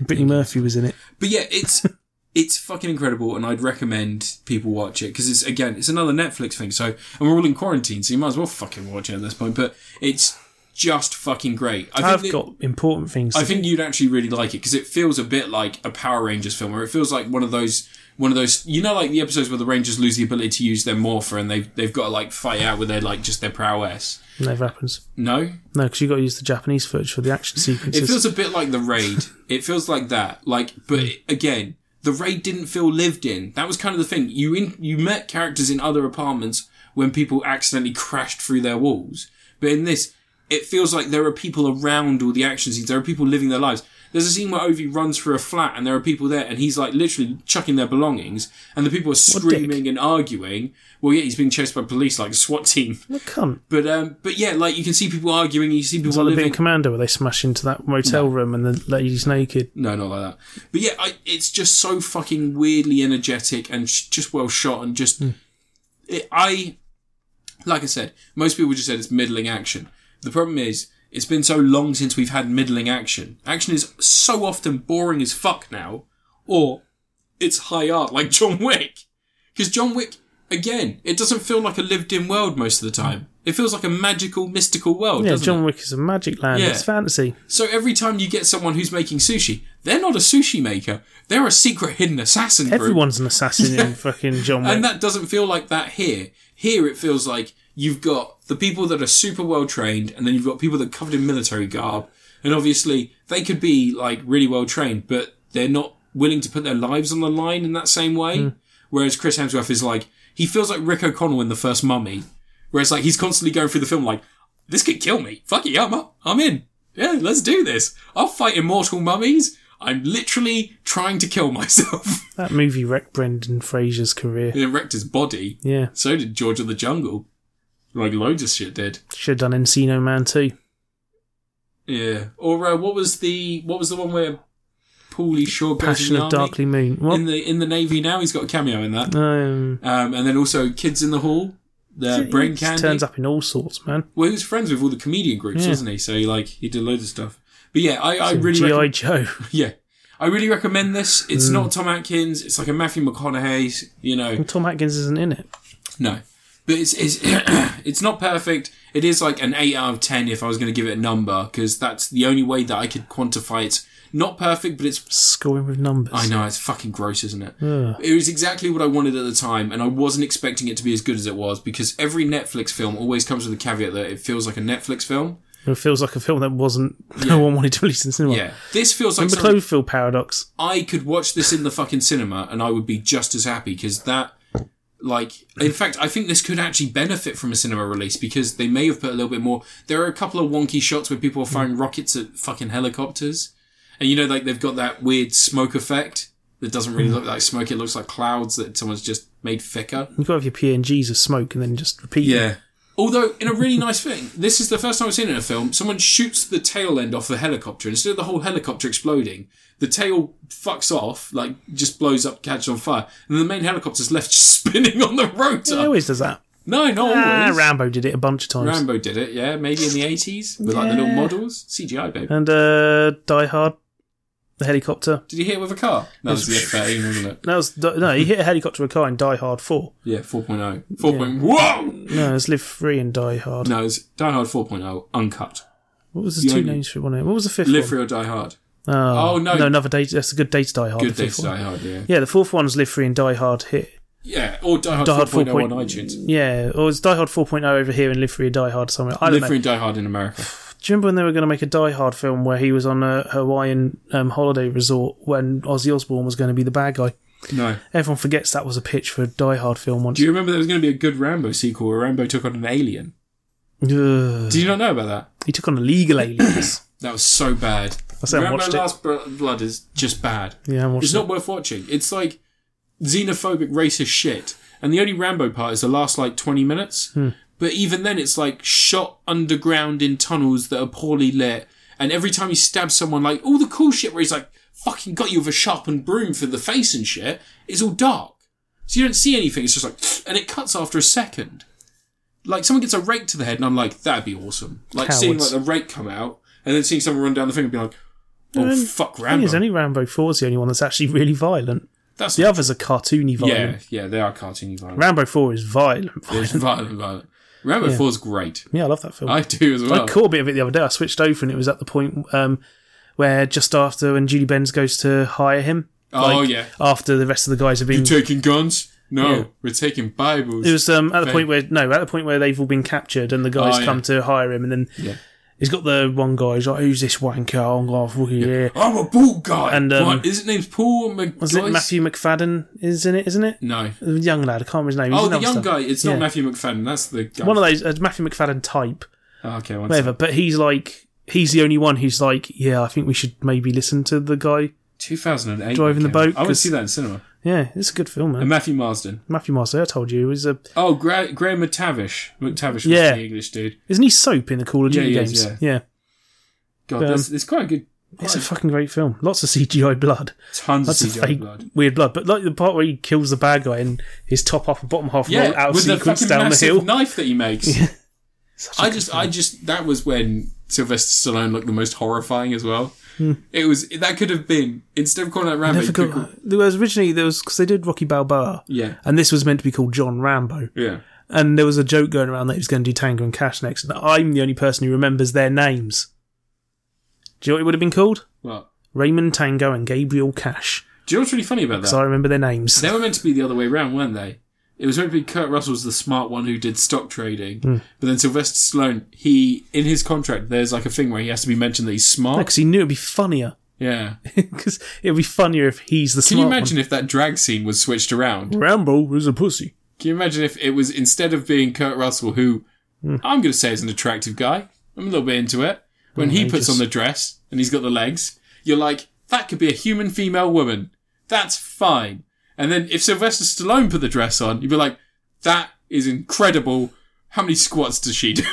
B: Brittany Murphy was in it.
A: But yeah, it's it's fucking incredible, and I'd recommend people watch it because it's again, it's another Netflix thing. So, and we're all in quarantine, so you might as well fucking watch it at this point. But it's just fucking great. I
B: I've
A: that-
B: got important things.
A: I
B: to
A: think you'd actually really like it because it feels a bit like a Power Rangers film, or it feels like one of those one of those you know like the episodes where the Rangers lose the ability to use their morpher and they've they've got to like fight out with their like just their prowess.
B: Never happens.
A: No,
B: No, because you got to use the Japanese footage for the action sequences.
A: It feels a bit like the raid. It feels like that. Like, but again, the raid didn't feel lived in. That was kind of the thing. You in, you met characters in other apartments when people accidentally crashed through their walls. But in this, it feels like there are people around all the action scenes. There are people living their lives. There's a scene where Ovi runs through a flat and there are people there and he's like literally chucking their belongings and the people are screaming and arguing. Well, yeah, he's being chased by police like a SWAT team.
B: What cunt?
A: But um, but yeah, like you can see people arguing, you see people
B: It's like the bit
A: living.
B: in Commando where they smash into that motel room and the lady's naked.
A: No, not like that. But yeah, I, it's just so fucking weirdly energetic and sh- just well shot and just. It, I, like I said, most people just said it's middling action. The problem is, it's been so long since we've had middling action. Action is so often boring as fuck now, or it's high art like John Wick. Because John Wick, again, it doesn't feel like a lived in world most of the time. It feels like a magical, mystical world.
B: Yeah,
A: doesn't
B: John
A: it?
B: Wick is a magic land.
A: Yeah.
B: It's fantasy.
A: So every time you get someone who's making sushi, they're not a sushi maker. They're a secret hidden assassin group.
B: Everyone's an assassin in fucking John Wick.
A: And that doesn't feel like that here. Here it feels like you've got the people that are super well trained, and then you've got people that are covered in military garb. And obviously, they could be like really well trained, but they're not willing to put their lives on the line in that same way. Whereas Chris Hemsworth is like, he feels like Rick O'Connell in the first Mummy, where it's like he's constantly going through the film like, this could kill me. Fuck it, I'm up. I'm in. Yeah, let's do this. I'll fight immortal mummies. I'm literally trying to kill myself.
B: That movie wrecked Brendan Fraser's career.
A: it wrecked his body.
B: Yeah,
A: So did George of the Jungle. Like loads of shit did.
B: should have done Encino Man too.
A: Yeah. Or uh, what was the what was the one where Paulie Shaw goes
B: Passion
A: in the
B: of
A: army?
B: Darkly Moon. What?
A: in the in the navy now? He's got a cameo in that.
B: um,
A: Um, and then also Kids in the Hall, the
B: he
A: uh, Brain
B: just
A: Candy.
B: turns up in all sorts, man.
A: Well, he was friends with all the comedian groups,
B: Yeah.
A: wasn't he? So like he did loads of stuff. But yeah, I, I really
B: GI
A: reckon-
B: Joe.
A: yeah. I really recommend this.
B: Mm.
A: It's not Tom Atkins. It's like a Matthew McConaughey's, you know.
B: And Tom Atkins isn't in it.
A: No, but it's it's it's not perfect. It is like an eight out of ten if I was going to give it a number because that's the only way that I could quantify it's not perfect, but it's.
B: Scoring with numbers.
A: I know it's fucking gross, isn't it? It was exactly what I wanted at the time, and I wasn't expecting it to be as good as it was because every Netflix film always comes with the caveat that it feels like a Netflix film.
B: It feels like a film that wasn't. No one wanted to release in cinema.
A: Yeah, this feels like something
B: Remember Cloverfield Paradox?
A: I could watch this in the fucking cinema and I would be just as happy because that, like, in fact, I think this could actually benefit from a cinema release because they may have put a little bit more. There are a couple of wonky shots where people are firing rockets at fucking helicopters, and you know, like they've got that weird smoke effect that doesn't really look like smoke. It looks like clouds that someone's just made thicker.
B: You've got to have your PNGs of smoke and then just repeat it.
A: Although, in a really nice thing, this is the first time I've seen it in a film, someone shoots the tail end off the helicopter. Instead of the whole helicopter exploding, the tail fucks off, like, just blows up, catches on fire. And the main helicopter's left spinning on the rotor.
B: He always does that.
A: No, not
B: Ah,
A: always.
B: Rambo did it a bunch of times.
A: Rambo did it, yeah, maybe in the 80s, with, like, the little
B: Yeah.
A: models. CGI, baby.
B: and uh, Die Hard, the helicopter.
A: Did he hit it with a car? No, it was the F-13, wasn't it?
B: That was no, he hit a helicopter with a car in Die Hard Four.
A: Yeah, oh. 4.0. 4.0. Whoa!
B: No, it's Live Free and Die Hard.
A: No, it's Die Hard 4.0, uncut.
B: What was
A: The
B: the two
A: only-
B: names for one? What was the fifth
A: Live
B: one?
A: Free or Die Hard.
B: Oh,
A: Oh, no.
B: no, another day. That's a good day to Die Hard.
A: Good
B: the
A: day
B: fifth
A: to
B: one.
A: Die Hard, Oh, yeah.
B: Yeah, the fourth one's Live Free and Die Hard Hit.
A: Yeah, or Die Hard,
B: Die Hard
A: 4.0 on
B: 4.0.
A: iTunes.
B: Yeah, or it's Die Hard 4.0 over here and Live Free and Die Hard somewhere. I don't
A: Live
B: know.
A: Free and Die Hard in America.
B: Do you remember when they were going to make a Die Hard film where he was on a Hawaiian um, holiday resort when Ozzy Osbourne was going to be the bad guy?
A: No.
B: Everyone forgets that was a pitch for a Die Hard film once.
A: Do you remember there was going to be a good Rambo sequel where Rambo took on an alien?
B: Ugh.
A: Did you not know about that?
B: He took on illegal aliens.
A: That was so bad.
B: I still haven't
A: Rambo
B: watched it.
A: Last Bro- Blood is just bad.
B: Yeah, I haven't watched
A: It's
B: it.
A: not worth watching. It's like xenophobic, racist shit. And the only Rambo part is the last like 20 minutes.
B: Hmm.
A: But even then, it's like shot underground in tunnels that are poorly lit. And every time he stabs someone, like all the cool shit where he's like, fucking got you with a sharpened broom for the face and shit, it's all dark. So you don't see anything. It's just like, and it cuts after a second. Like someone gets a rake to the head, and I'm like, that'd be awesome. Like seeing like
B: Cowards.
A: the rake come out, and then seeing someone run down the thing and be like, oh
B: Um,
A: fuck,
B: I think
A: Rambo.
B: it's only Rambo 4 is the only one that's actually really violent.
A: That's
B: The others are cartoony violent.
A: yeah, yeah, they are cartoony violent.
B: Rambo 4 is violent.
A: It's violent, violent. Rambo Four's great.
B: Yeah, I love that film.
A: I do as well.
B: I caught a bit of it the other day. I switched over and it was at the point um, where just after when Julie Benz goes to hire him.
A: Oh, yeah.
B: After the rest of the guys have been.
A: We're taking guns? No,
B: Yeah.
A: we're taking Bibles.
B: It was um, at the point where no, at the point where they've all been captured and the
A: Oh,
B: guys
A: yeah.
B: come to hire him, and then
A: Yeah.
B: he's got the one guy. He's like, "Who's this wanker?" Oh, God, fucking yeah.
A: I'm a bald guy.
B: And, um,
A: what? Is his name's Paul
B: Was it
A: McGoyce?
B: Matthew McFadden? Is in it? Isn't it?
A: No.
B: The young lad. I can't remember his name. He's
A: Oh,
B: in
A: the
B: other
A: young
B: stuff.
A: guy. It's not
B: Yeah.
A: Matthew McFadden. That's the guy.
B: One of those a Matthew McFadden type,
A: oh, okay, one
B: whatever.
A: second.
B: But he's like, he's the only one who's like, yeah, I think we should maybe listen to the guy.
A: 2008.
B: Driving
A: that came
B: the
A: out.
B: boat,
A: I would
B: 'cause-
A: see that in cinema.
B: Yeah, it's a good film, man.
A: And Matthew Marsden.
B: Matthew Marsden, I told you, is a
A: Oh, Gra- Graham McTavish. McTavish was
B: Yeah.
A: the English dude.
B: isn't he soap in the Call of
A: Yeah,
B: Duty
A: he is,
B: games?
A: yeah.
B: yeah,
A: God,
B: Um,
A: that's, it's quite a good.
B: it's
A: quite
B: a fucking great film. Lots of CGI blood.
A: tons of
B: That's a
A: CGI
B: fake
A: blood.
B: weird blood. But like the part where he kills the bad guy and his top half and bottom half roll out of
A: with the
B: sequence
A: fucking
B: down the
A: massive
B: hill.
A: knife that he makes.
B: Such a
A: I
B: good
A: just,
B: film.
A: I just, that was when Sylvester Stallone looked the most horrifying as well.
B: Hmm.
A: It was that could have been instead of calling it Rambo.
B: I
A: you could call-
B: forgot. There was originally there was because they did Rocky Balboa,
A: Yeah,
B: and this was meant to be called John Rambo.
A: yeah.
B: And there was a joke going around that he was going to do Tango and Cash next, and I'm the only person who remembers their names. Do you know what it would have been called?
A: Well,
B: Raymond Tango and Gabriel Cash,
A: do you know what's really funny about that?
B: because I remember their names.
A: They were meant to be the other way around, weren't they? It was meant to be Kurt Russell's the smart one who did stock trading,
B: Hmm.
A: but then Sylvester Stallone, he in his contract, there's like a thing where he has to be mentioned that he's smart.
B: Because he knew it'd be funnier.
A: Yeah.
B: Because it'd be funnier if he's the
A: Can
B: smart
A: you imagine if that drag scene was switched around?
B: one. Rambo is a pussy.
A: Can you imagine if it was instead of being Kurt Russell, who I'm going to say is an attractive guy, I'm a little bit into it. When he
B: they
A: puts on
B: just-
A: the dress and he's got the legs, you're like, that could be a human female woman. That's fine. And then if Sylvester Stallone put the dress on, you'd be like, that is incredible. How many squats does she do?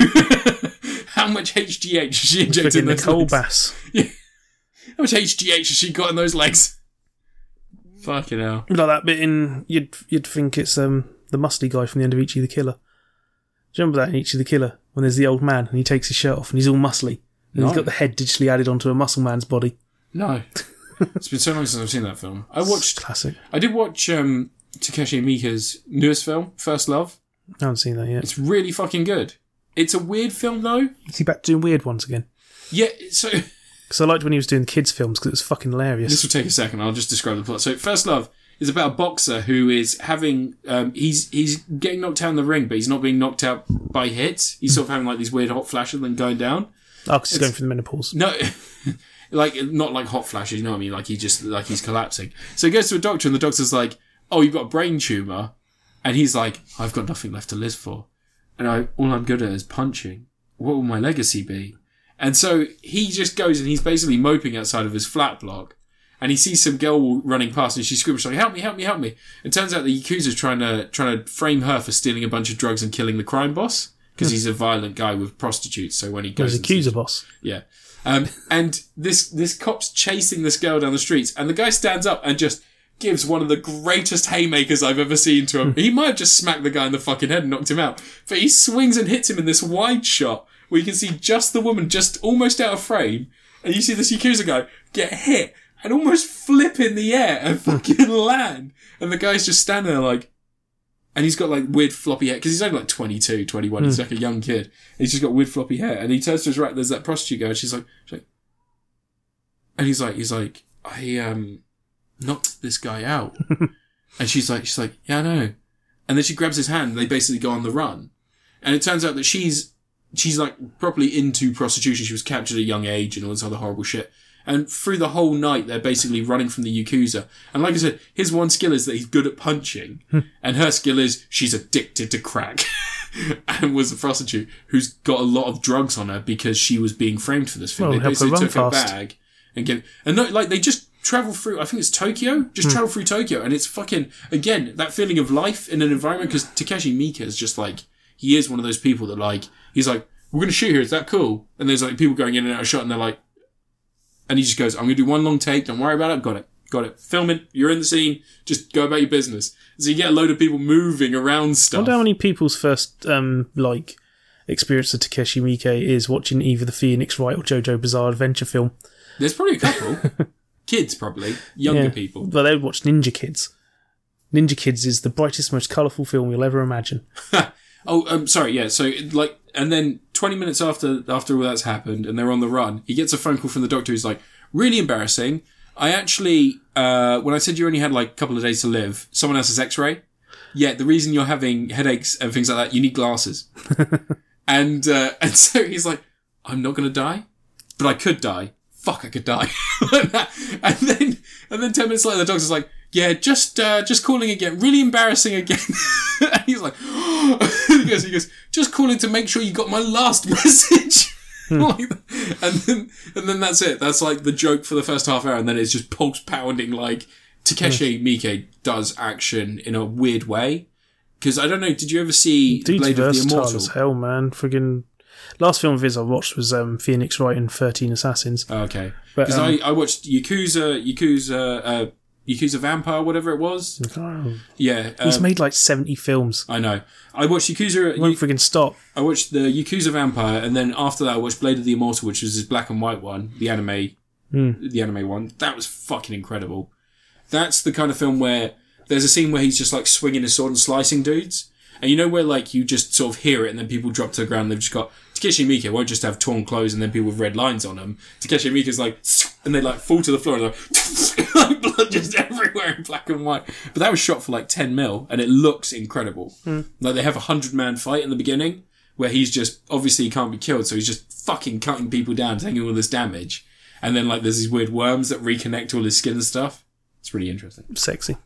A: How much HGH has she injected in
B: Freaking
A: those
B: Nicole
A: legs?
B: Bass.
A: How much HGH has she got in those legs? Fucking hell.
B: Like that bit in you'd you'd think it's um the musty guy from the end of Ichi the Killer. Do you remember that in Ichi the Killer when there's the old man and he takes his shirt off and he's all muscly and
A: No.
B: he's got the head digitally added onto a muscle man's body.
A: No. it's been so long since I've seen that film. I
B: It's
A: watched
B: classic.
A: I did watch um, Takeshi Miika's newest film, First Love.
B: I haven't seen that yet.
A: It's really fucking good. It's a weird film though.
B: Is he back doing weird ones again?
A: Yeah, so
B: Because I liked when he was doing the kids films because it was fucking hilarious.
A: this will take a second. I'll just describe the plot. So, First Love is about a boxer who is having um, he's he's getting knocked out in the ring, but he's not being knocked out by hits. He's sort of having like these weird hot flashes and then going down.
B: Oh, 'cause he's going through the menopause.
A: No, like not like hot flashes. You know what I mean? Like he just like he's collapsing. So he goes to a doctor, and the doctor's like, "Oh, you've got a brain tumor," and he's like, "I've got nothing left to live for, and I all I'm good at is punching. What will my legacy be?" And so he just goes and he's basically moping outside of his flat block. And he sees some girl running past, and she screams, "She's like, help me, help me, help me!" It turns out the Yakuza's trying to trying to frame her for stealing a bunch of drugs and killing the crime boss because he's a violent guy with prostitutes. So when he
B: He was
A: goes,
B: a
A: and sees-
B: Cusa boss.
A: yeah. Um, and this this cop's chasing this girl down the streets, and the guy stands up and just gives one of the greatest haymakers I've ever seen to him. he might have just smacked the guy in the fucking head and knocked him out, but he swings and hits him in this wide shot where you can see just the woman just almost out of frame, and you see this Yakuza guy get hit and almost flip in the air and fucking land, and the guy's just standing there like. And he's got like weird floppy hair because he's only like 22, 21. He's like a young kid. And he's just got weird floppy hair. And he turns to his right. There's that prostitute girl. And she's like, she's like, and he's like, he's like, I um knocked this guy out. and she's like, she's like, yeah, I know. And then she grabs his hand. And they basically go on the run. And it turns out that she's she's like properly into prostitution. She was captured at a young age and all this other horrible shit. And through the whole night, they're basically running from the Yakuza. And like I said, his one skill is that he's good at punching.
B: Hmm.
A: and her skill is she's addicted to crack. and was a prostitute who's got a lot of drugs on her because she was being framed for this thing.
B: Well,
A: they
B: help her
A: basically
B: run
A: took her
B: fast.
A: bag and get, and no, like they just travel through, I think it's Tokyo,
B: Hmm.
A: just travel through Tokyo. And it's fucking, again, that feeling of life in an environment because Takeshi Miike is just like, he is one of those people that like he's like we're gonna shoot here is that cool and there's like people going in and out of shot and they're like and he just goes i'm gonna do one long take don't worry about it got it got it film it you're in the scene just go about your business so you get a load of people moving around
B: I
A: stuff
B: wonder how many people's first um like experience of Takeshi Miike is watching either the Phoenix Wright or JoJo Bizarre Adventure film.
A: there's probably a couple kids probably younger
B: Yeah.
A: people
B: Well, they would watch Ninja Kids. Ninja Kids is the brightest, most colourful film you'll ever imagine.
A: Oh, um, sorry, yeah. So, like, and then 20 minutes after after all that's happened and they're on the run, he gets a phone call from the doctor who's like, really embarrassing. I actually, uh, when I said you only had like a couple of days to live, someone else's x ray. Yeah, the reason you're having headaches and things like that, you need glasses. and, uh, and so he's like, I'm not going to die, but I could die. Fuck, I could die. Like that. and then, and then 10 minutes later, the doctor's like, yeah, just, uh, just calling again. Really embarrassing again. and he's like, he goes, he goes, just calling to make sure you got my last message.
B: Hmm.
A: Like that. and then, and then that's it. That's like the joke for the first half hour. And then it's just pulse pounding like Takeshi
B: Hmm.
A: Miike does action in a weird way. Cause I don't know, did you ever see
B: Dude's
A: Blade of the
B: versatile
A: Immortal?
B: as hell, man. Friggin' last film of his I watched was um, Phoenix Wright and Thirteen Assassins.
A: Okay.
B: But,
A: Because
B: um,
A: I, I watched Yakuza, Yakuza, uh, Yakuza Vampire, whatever it was. Yeah,
B: He's
A: um,
B: made like 70 films.
A: I know. I watched Yakuza.
B: Won't friggin' stop.
A: I watched the Yakuza Vampire, and then after that, I watched Blade of the Immortal, which was his black and white one, the anime,
B: Hmm.
A: the anime one. That was fucking incredible. That's the kind of film where there's a scene where he's just like swinging his sword and slicing dudes, and you know where like you just sort of hear it, and then people drop to the ground. and They've just got Takeshi Miike won't just have torn clothes and then people with red lines on them. Takeshi Miike's like, and they like fall to the floor and like, like blood just everywhere in black and white. But that was shot for like ten mil, and it looks incredible. Like they have a hundred man fight in the beginning where he's just obviously he can't be killed, so he's just fucking cutting people down, taking all this damage. And then like there's these weird worms that reconnect all his skin and stuff. It's really interesting.
B: Sexy.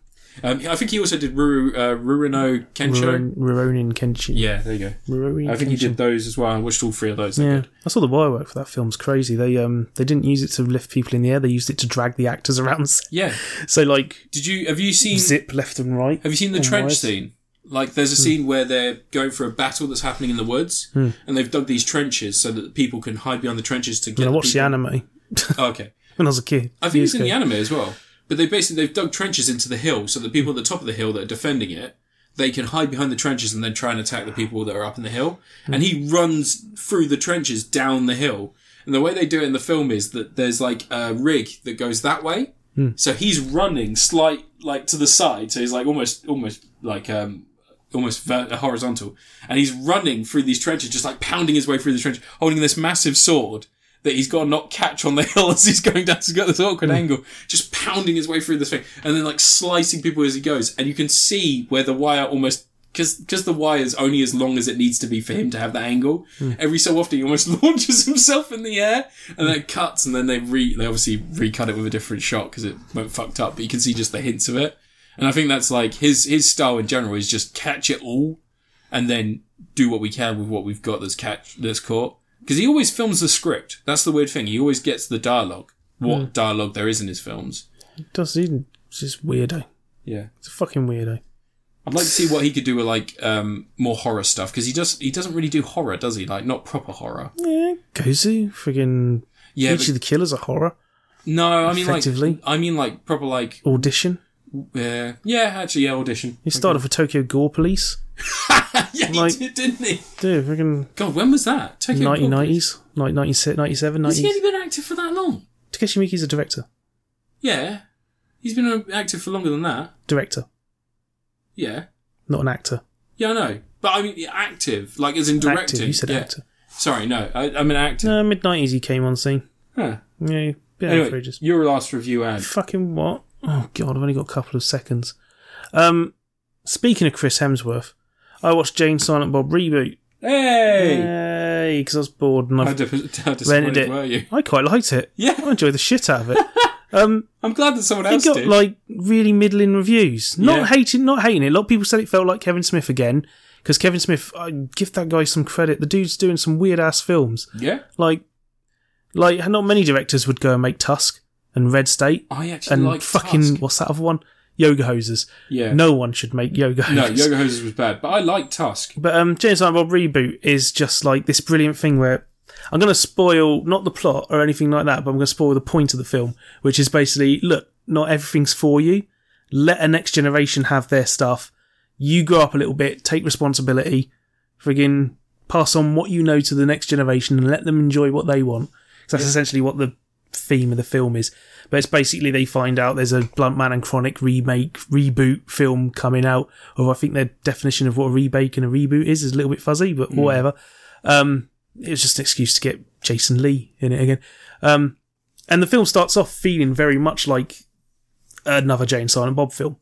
A: Um, I think he also did Ruru, uh, Rurouni Kenshin.
B: Rurouni Rurouni Kenshin.
A: Yeah, there you go.
B: Rurouni
A: I think he
B: Kenshin.
A: did those as well. I watched all three of those.
B: Yeah, I saw the wire work for that film's crazy. They um they didn't use it to lift people in the air. They used it to drag the actors around.
A: Yeah.
B: So like
A: Did you have you seen
B: zip left and right.
A: Have you seen the
B: and
A: trench
B: wires.
A: scene? Like, there's a
B: Hmm.
A: scene where they're going for a battle that's happening in the woods, and they've dug these trenches so that people can hide behind the trenches to get.
B: And I watched the
A: people-
B: anime
A: Oh, okay,
B: when I was a kid.
A: I think it's in the anime as well. But they basically they've dug trenches into the hill so the people at the top of the hill that are defending it they can hide behind the trenches and then try and attack the people that are up in the hill. And he runs through the trenches down the hill. And the way they do it in the film is that there's like a rig that goes that way. So he's running slight like to the side. So he's like almost almost like um almost ver- uh, horizontal, and he's running through these trenches, just like pounding his way through the trench, holding this massive sword that he's got to not catch on the hill as he's going down. So he's got this awkward angle, just pounding his way through this thing, and then like slicing people as he goes. And you can see where the wire almost. Because the wire is only as long as it needs to be for him to have that angle. Every so often, he almost launches himself in the air, and then it cuts, and then they re they obviously recut it with a different shot because it went fucked up. But you can see just the hints of it. And I think that's like his his style in general is just catch it all, and then do what we can with what we've got that's catch that's caught. Because he always films the script. That's the weird thing. He always gets the dialogue. What
B: Hmm.
A: dialogue there is in his films.
B: Does he? It's just weirdo.
A: Yeah,
B: It's a fucking weirdo.
A: I'd like to see what he could do with like um, more horror stuff. Because he does he doesn't really do horror, does he? Like not proper horror.
B: Yeah, Gozu, friggin'
A: Yeah,
B: Ichi
A: but,
B: the Killer's a horror
A: no, I mean like
B: Effectively.
A: I mean like proper like
B: audition.
A: yeah yeah actually yeah audition.
B: He started with Tokyo Gore Police.
A: yeah, he
B: Like-
A: did, didn't he?
B: Dude, friggin'
A: God, when was that? Tokyo Ghoul.
B: nineteen nineties, like 97,
A: Has he
B: 90s.
A: only been active for that long?
B: Takeshi Miki's a director.
A: Yeah. He's been active for longer than that.
B: Director,
A: Yeah.
B: not an actor.
A: Yeah, I know. But I mean, active, like as in directing.
B: Actor, you said
A: yeah.
B: actor.
A: Sorry, no, I, I'm an actor.
B: No, mid nineties he came on scene.
A: Huh.
B: Yeah, bit
A: Anyway,
B: outrageous.
A: your last review ad.
B: Fucking what? Oh god, I've only got a couple of seconds. Um, speaking of Chris Hemsworth, I watched Jane Silent Bob reboot.
A: Hey!
B: because I was bored and
A: How,
B: I
A: di- how disappointed
B: rented it.
A: were you?
B: I quite liked it. I
A: Yeah,
B: enjoyed the shit out of it. Um,
A: I'm glad that someone
B: it
A: else
B: got
A: did.
B: like really middling reviews. Not
A: Yeah.
B: hating, not hating it. A lot of people said it felt like Kevin Smith again. Because Kevin Smith, I give that guy some credit. The dude's doing some weird ass films.
A: yeah,
B: Like, like not many directors would go and make Tusk and Red State
A: I actually
B: and
A: like
B: fucking
A: Tusk.
B: what's that other one? Yoga hoses.
A: Yeah,
B: No one should make yoga
A: no,
B: hoses.
A: Yoga Hoses was bad, but I like Tusk.
B: But um, James Bond Bob reboot is just like this brilliant thing where I'm going to spoil not the plot or anything like that, but I'm going to spoil the point of the film, which is basically look, not everything's for you. Let a next generation have their stuff. You grow up a little bit, take responsibility, friggin' pass on what you know to the next generation and let them enjoy what they want. So that's essentially what the theme of the film is. But it's basically they find out there's a Blunt Man and Chronic remake, reboot film coming out. Or I think their definition of what a remake and a reboot is is a little bit fuzzy, but whatever. Um, it was just an excuse to get Jason Lee in it again. Um, and the film starts off feeling very much like another Jane Silent Bob film,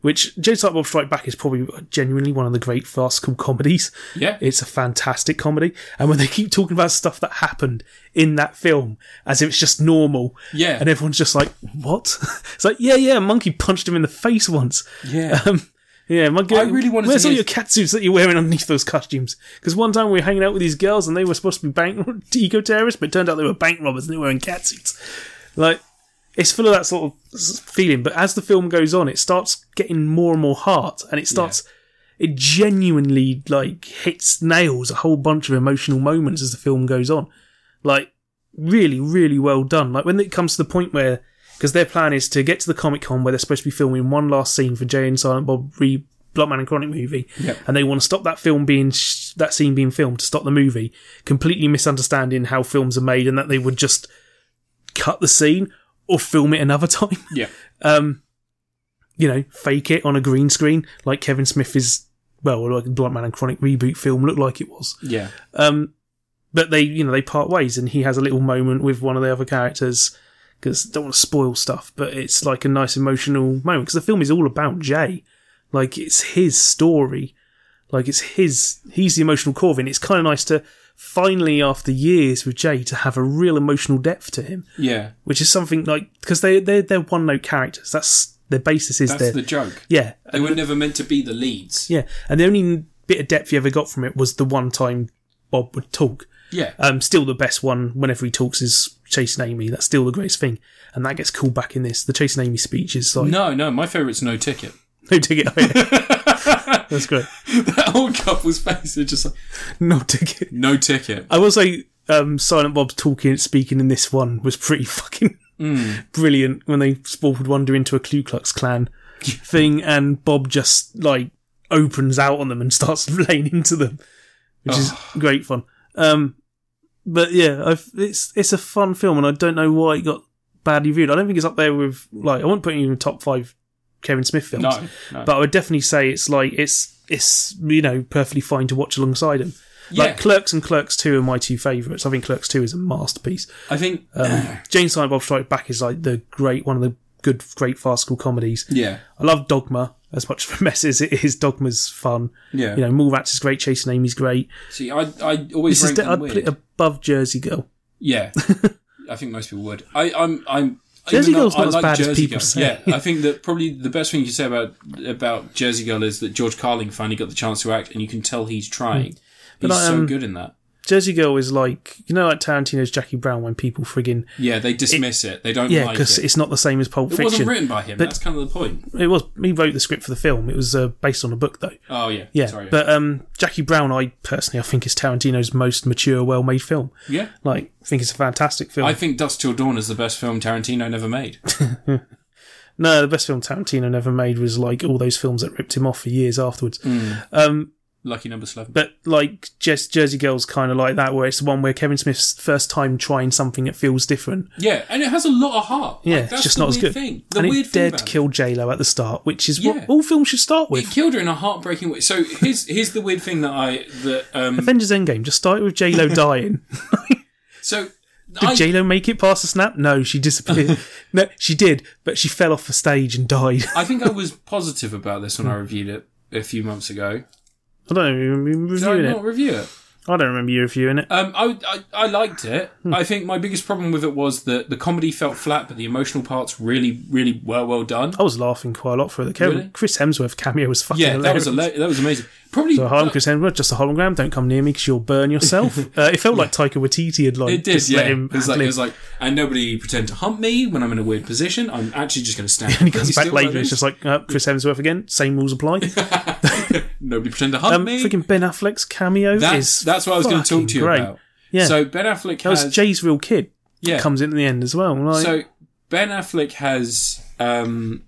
B: which Jane Silent Bob Strike Back is probably genuinely one of the great farcical comedies.
A: Yeah,
B: It's a fantastic comedy. And when they keep talking about stuff that happened in that film as if it's just normal,
A: yeah,
B: and everyone's just like, what? It's like, yeah, yeah, monkey punched him in the face once.
A: yeah.
B: Um, yeah, my girl.
A: I really wanted to
B: Where's all
A: get-
B: your catsuits that you're wearing underneath those costumes? Because one time we were hanging out with these girls and they were supposed to be bank eco terrorists, but it turned out they were bank robbers and they were wearing catsuits. Like, it's full of that sort of s- feeling. But as the film goes on, it starts getting more and more heart, and it starts. It genuinely like hits nails a whole bunch of emotional moments as the film goes on. Like, really, really well done. Like when it comes to the point where because their plan is to get to the Comic Con where they're supposed to be filming one last scene for Jay and Silent Bob re Bluntman and Chronic movie,
A: Yep.
B: and they want to stop that film being sh- that scene being filmed to stop the movie, completely misunderstanding how films are made and that they would just cut the scene or film it another time.
A: Yeah.
B: Um, you know, fake it on a green screen like Kevin Smith's well, like Bluntman and Chronic reboot film looked like it was.
A: Yeah.
B: Um, but they, you know, they part ways, and he has a little moment with one of the other characters because don't want to spoil stuff, but it's like a nice emotional moment because the film is all about Jay, like it's his story, like it's his he's the emotional core of it. And it's kind of nice to finally, after years with Jay, to have a real emotional depth to him,
A: Yeah.
B: which is something like because they they're, they're one note characters. That's their basis is
A: That's
B: their
A: the joke.
B: yeah,
A: They were never meant to be the leads.
B: yeah, and the only bit of depth you ever got from it was the one time Bob would talk.
A: Yeah.
B: Um, still the best one whenever he talks is chasing Amy. That's still the greatest thing, and that gets called back in this. The chasing Amy speech is like no,
A: No, no, my favourite's No Ticket.
B: ticket. Oh, yeah. That's great.
A: That old couple's face is just like,
B: No ticket.
A: No Ticket.
B: I will say, um, Silent Bob's talking speaking in this one was pretty fucking brilliant when they spawled Wonder into a Ku Klux Klan thing, and Bob just like opens out on them and starts laying into them, which is great fun. Um, but yeah, I've, it's it's a fun film, and I don't know why it got badly viewed. I don't think it's up there with like I wouldn't put it in the top five Kevin Smith films,
A: No, no.
B: but I would definitely say it's like it's it's you know perfectly fine to watch alongside him.
A: yeah.
B: Like Clerks and Clerks 2 are my two favourites. I think Clerks 2 is a masterpiece.
A: I think,
B: Um, Jane Silent Bob Strike Back is like the great, one of the good, great farcical comedies.
A: yeah.
B: I love Dogma as much of a mess as it is. Dogma's fun.
A: Yeah.
B: You know, Mallrats is great. Chasing Amy's great.
A: See, I, I always
B: This is
A: rank
B: the,
A: them
B: I'd
A: weird.
B: put it above Jersey Girl.
A: Yeah, I think most people would. I, I'm, I'm.
B: Jersey
A: even though
B: Girl's not as bad as people
A: Girl,
B: say.
A: Yeah, I think that probably the best thing you can say about about Jersey Girl is that George Carlin finally got the chance to act, and you can tell he's trying.
B: But
A: he's
B: I,
A: so
B: um,
A: good in that.
B: Jersey Girl is like, you know, like Tarantino's Jackie Brown when people friggin',
A: Yeah, they dismiss it. They don't
B: yeah,
A: like
B: because
A: it.
B: it's not the same as Pulp
A: It wasn't
B: Fiction.
A: written by him. That's kind of the point.
B: it was, he wrote the script for the film. It was uh, based on a book, though.
A: Oh yeah,
B: Yeah.
A: Sorry.
B: But um, Jackie Brown, I personally, I think is Tarantino's most mature, well made film.
A: yeah,
B: Like, I think it's a fantastic film.
A: I think Dust Till Dawn is the best film Tarantino never made.
B: no, the best film Tarantino never made was like all those films that ripped him off for years afterwards.
A: Hmm.
B: Um,
A: Lucky number eleven.
B: but like just Jersey Girl's kind of like that, where it's the one where Kevin Smith's first time trying something that feels different.
A: Yeah, and it has a lot of heart. Like,
B: Yeah,
A: that's
B: it's just
A: the
B: not as
A: weird
B: good.
A: Thing. The
B: and
A: weird
B: it
A: thing
B: dared
A: about it.
B: kill J Lo at the start, which is
A: Yeah.
B: what all films should start
A: It
B: with.
A: killed her in a heartbreaking way. So here's here's the weird thing that I that um
B: Avengers Endgame just started with J Lo dying.
A: So I,
B: Did J Lo make it past the snap? No, she disappeared. no, she did, but she fell off the stage and died.
A: I think I was positive about this when I reviewed it a few months ago.
B: I don't remember you
A: Did I
B: reviewing
A: not
B: it.
A: review it?
B: I don't remember you reviewing it.
A: Um, I, I I liked it.
B: Hmm.
A: I think my biggest problem with it was that the comedy felt flat, but the emotional parts really, really were well done.
B: I was laughing quite a lot for the Kevin.
A: Really?
B: Chris Hemsworth cameo was fucking
A: yeah, that
B: hilarious.
A: was a that was amazing. Probably
B: So hi, I'm Chris Hemsworth, just a hologram. Don't come near me because you'll burn yourself. uh, it felt like Taika Waititi had like
A: it did.
B: just
A: Yeah,
B: let him
A: it was like
B: live.
A: it was like, and nobody pretend to hump me when I'm in a weird position. I'm actually just going to stand.
B: and he comes back later. It's just like uh, Chris Hemsworth again. Same rules apply.
A: nobody pretend to hump
B: Um,
A: me.
B: freaking Ben Affleck's cameo
A: That's
B: is
A: that's what I was going to
B: fucking
A: talk to you
B: great.
A: about.
B: Yeah.
A: So Ben Affleck
B: That
A: has
B: was Jay's real kid.
A: yeah.
B: Comes in at the end as well. Like,
A: So Ben Affleck has um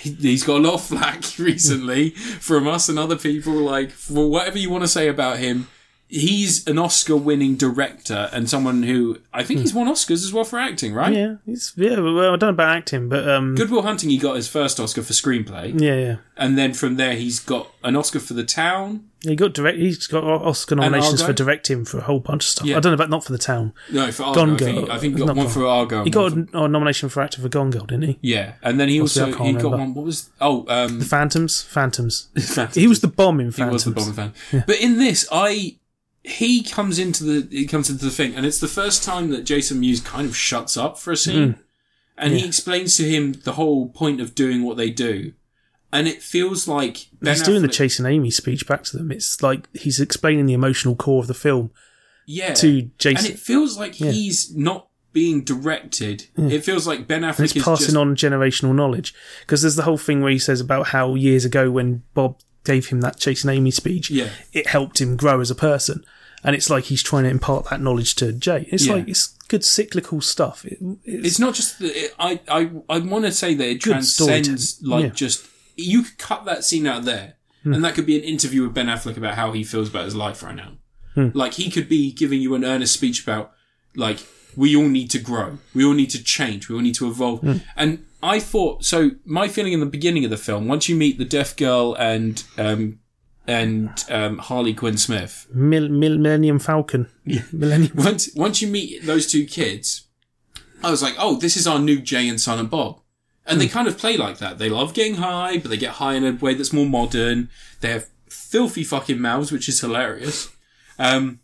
A: he, he's got a lot of flack recently from us and other people like for whatever you want to say about him. He's an Oscar winning director and someone who I think he's won Oscars as well for acting, right?
B: yeah, it's yeah. Well, I don't know about acting, but um,
A: Goodwill Hunting he got his first Oscar for screenplay
B: yeah, yeah.
A: and then from there he's got an Oscar for The Town.
B: He got direct. He's got O- Oscar nominations
A: Argo?
B: for directing for a whole bunch of stuff.
A: Yeah.
B: I don't know about not for the town.
A: No, for Argo. I
B: Gone
A: think,
B: Girl.
A: I think he got
B: Not
A: one
B: Gone.
A: for Argo. and
B: He
A: one
B: got
A: for-
B: a, a nomination for actor for Gone Girl, didn't he?
A: yeah, and then he also
B: I
A: he
B: can't
A: got
B: remember.
A: one. What was oh um
B: The Phantoms, Phantoms. He was the bomb in
A: He
B: Phantoms.
A: was the Bomber fan. But in this, I he comes into the he comes into the thing, and it's the first time that Jason Mewes kind of shuts up for a
B: Hmm.
A: scene, and he explains to him the whole point of doing what they do, and it feels like Ben
B: He's doing the
A: Affleck-
B: chasing Amy speech back to them. It's like he's explaining the emotional core of the film.
A: yeah
B: to Jason.
A: and it feels like he's not being directed. It feels like Ben
B: And it's
A: Affleck is
B: passing
A: just
B: on generational knowledge. Because there's the whole thing where he says about how years ago when Bob gave him that chasing Amy speech,
A: Yeah.
B: it helped him grow as a person. And it's like he's trying to impart that knowledge to Jay. It's
A: Yeah.
B: like it's good cyclical stuff. It, it's,
A: It's not just. The, it, I I I want to say that it transcends
B: storytelling,
A: like
B: yeah. Hmm.
A: just you could cut that scene out there, and that could be an interview with Ben Affleck about how he feels about his life right now.
B: Hmm.
A: Like he could be giving you an earnest speech about like we all need to grow, we all need to change, we all need to evolve.
B: Hmm.
A: And I thought so. My feeling in the beginning of the film, once you meet the deaf girl and um and um Harley Quinn Smith,
B: Mil- Mil- Millennium Falcon. Millennium.
A: once once you meet those two kids, I was like, oh, this is our new Jay and Son and Bob. And they kind of play like that. They love getting high, but they get high in a way that's more modern. They have filthy fucking mouths, which is hilarious. Um,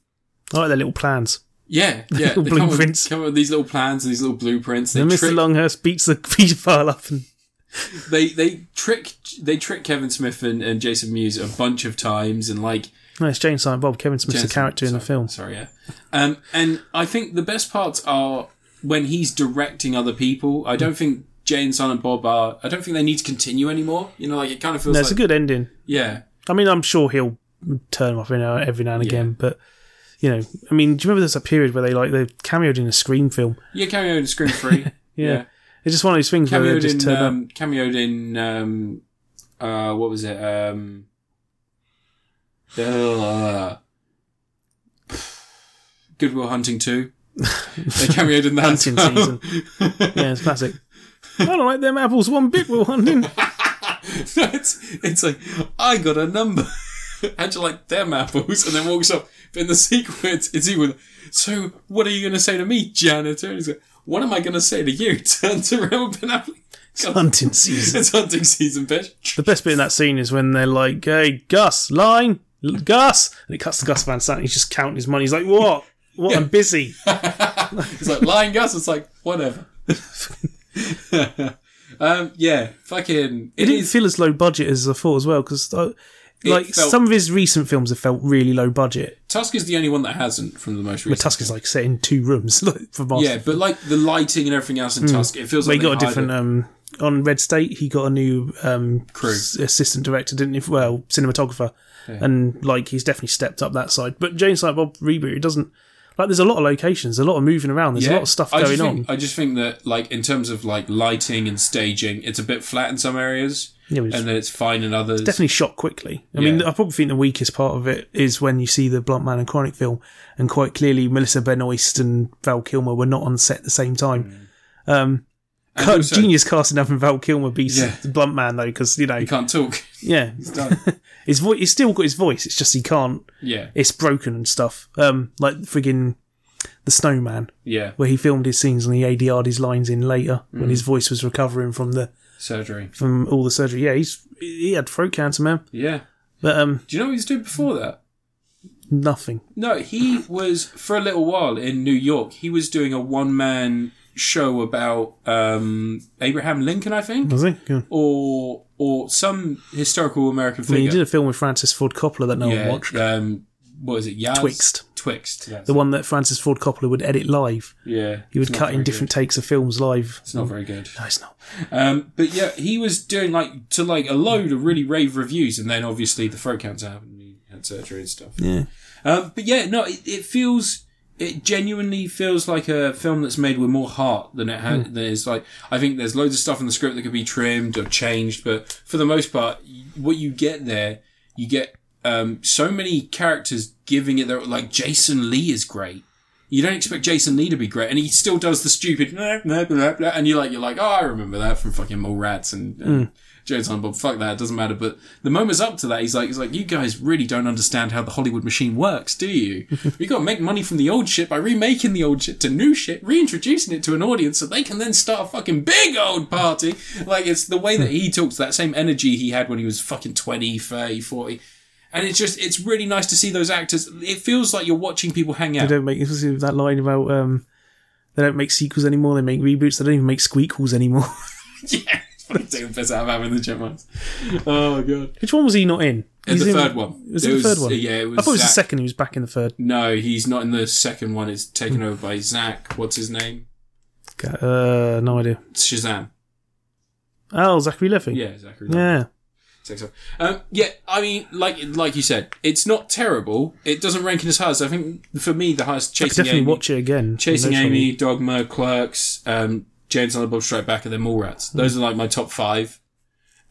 B: I like their little plans.
A: yeah, yeah.
B: Little
A: they come up with-
B: blueprints.
A: Come up with these little plans and these little blueprints. They
B: Then Mr.
A: trick,
B: Longhurst beats the paedophile up and
A: they they trick they trick Kevin Smith and, and Jason Mewes a bunch of times, and like
B: No, it's Jane Silent Bob. Kevin Smith's
A: Yes,
B: a character in the
A: sorry,
B: film.
A: Sorry, yeah. Um, and I think the best parts are when he's directing other people. I don't think Jay and Silent Bob are. I don't think they need to continue anymore. You know, like it kind of feels
B: No,
A: like
B: it's a good ending.
A: yeah,
B: I mean, I'm sure he'll turn him off in every now and again, but you know, I mean, do you remember there's a period where they like they cameoed in a Scream film?
A: yeah. Cameoed in Scream Free. yeah.
B: It's just one of those things where they
A: Cameoed
B: just
A: in
B: turn up.
A: um, cameoed in um, uh, what was it? Um, uh, Goodwill Hunting Two. they cameoed in that
B: Hunting
A: as well.
B: season. yeah, it's classic. I don't like them apples one bit. Will hunting.
A: No, it's, it's like, I got a number. How'd you like them apples? And then walks up. But in the sequence, it's even, so what are you going to say to me, janitor? And he's like, what am I going to say to you? Turns around, Ben Affleck. God,
B: hunting season.
A: It's hunting season, bitch.
B: The best bit in that scene is when they're like, "Hey, Gus, line, L- Gus," and it cuts to Gus Van Sant. He's just counting his money. He's like, "What? What? I'm busy."
A: It's like lying Gus. It's like, whatever. um, yeah, fucking,
B: It
A: it
B: didn't
A: is.
B: feel as low budget as I thought as well because like
A: felt-
B: some of his recent films have felt really low budget.
A: Tusk is the only one that hasn't from the most
B: But
A: recent.
B: Tusk is like set in two rooms like, for Master.
A: yeah, but like the lighting and everything else in Tusk, it feels
B: they
A: like they
B: Hmm. got a
A: hired
B: different um on Red State. He got a new um
A: Crew.
B: s- assistant director, didn't he? Well, cinematographer, and like he's definitely stepped up that side. But James like Bob reboot, it doesn't like. There's a lot of locations, a lot of moving around. There's a lot of stuff
A: I just
B: going on.
A: think- I just think that, like, in terms of like lighting and staging, it's a bit flat in some areas,
B: Yeah, but it's-
A: and then it's fine in others.
B: definitely shot quickly. I mean,
A: Yeah.
B: I probably think the weakest part of it is when you see the Blunt Man and Chronic film, and quite clearly Melissa Benoist and Val Kilmer were not on set at the same time. Um,
A: Mm. And
B: ca-
A: also-
B: genius casting having Val Kilmer be
A: Yeah.
B: the Blunt Man though, because you know,
A: You can't talk.
B: yeah,
A: done.
B: his voice, he's still got his voice. It's just he can't.
A: yeah,
B: It's broken and stuff. Um, like friggin' the Snowman,
A: yeah.
B: where he filmed his scenes and he ADR'd his lines in later when
A: Mm.
B: his voice was recovering from the
A: Surgery.
B: from all the surgery. Yeah, he's he had throat cancer, man.
A: Yeah.
B: But um,
A: Do you know what he was doing before that?
B: nothing.
A: No, he was for a little while in New York. He was doing a one-man show about um, Abraham Lincoln, I think,
B: Was he? Good.
A: or or some historical American
B: I mean, he
A: figure.
B: did a film with Francis Ford Coppola that no one
A: yeah.
B: watched.
A: Um, what is it? Yaz?
B: Twixt.
A: Twixt. That's
B: The one that Francis Ford Coppola would edit live.
A: it. yeah.
B: He would
A: It's not
B: cut in
A: very
B: different
A: good.
B: takes of films live.
A: It's not very good.
B: No, it's not.
A: Um, but yeah, he was doing like to like a load of really rave reviews, and then obviously the throat cancer happened, and he had surgery and stuff.
B: Yeah.
A: Um, but yeah, no, it, it feels it genuinely feels like a film that's made with more heart than it had. Than it's like I think there's loads of stuff in the script that could be trimmed or changed, but for the most part, y- what you get there, you get um, so many characters giving it their like Jason Lee is great. You don't expect Jason Lee to be great, and he still does the stupid, "Nah, nah, blah, blah," and you're like, you're like, oh, I remember that from fucking Mole Rats and, and Joe Time Bob. Fuck that, it doesn't matter. But the moment's up to that, he's like, he's like, you guys really don't understand how the Hollywood machine works, do you? we got to make money from the old shit by remaking the old shit to new shit, reintroducing it to an audience so they can then start a fucking big old party. Like it's the way that he talks, that same energy he had when he was fucking 20, 30, 40. And it's just, it's really nice to see those actors. It feels like you're watching people hang out.
B: They don't make this is that line about um, they don't make sequels anymore. They make reboots. They don't even make squeakles anymore.
A: yeah, it's fucking taking the piss out of having the chipmunks. Oh my god!
B: Which one was he not in?
A: And
B: He's
A: the
B: in-
A: third one.
B: Was
A: It
B: it, the third one?
A: Yeah, it was.
B: I thought it was the
A: Zach-
B: second. He was back in the third.
A: No, he's not in the second one. It's taken over by Zach. What's his name?
B: Uh, no idea.
A: Shazam.
B: Oh, Zachary Levy.
A: Yeah, Zachary.
B: Yeah.
A: Six of- Um, yeah, I mean, like like you said, it's not terrible. It doesn't rank in as high as I think for me the highest
B: Could
A: chasing
B: definitely
A: Amy,
B: watch it again.
A: chasing
B: No trouble.
A: Amy, Dogma, Clerks, um, James and the Bob Strike Back, and then
B: Hmm.
A: Mallrats. Those are like my top five,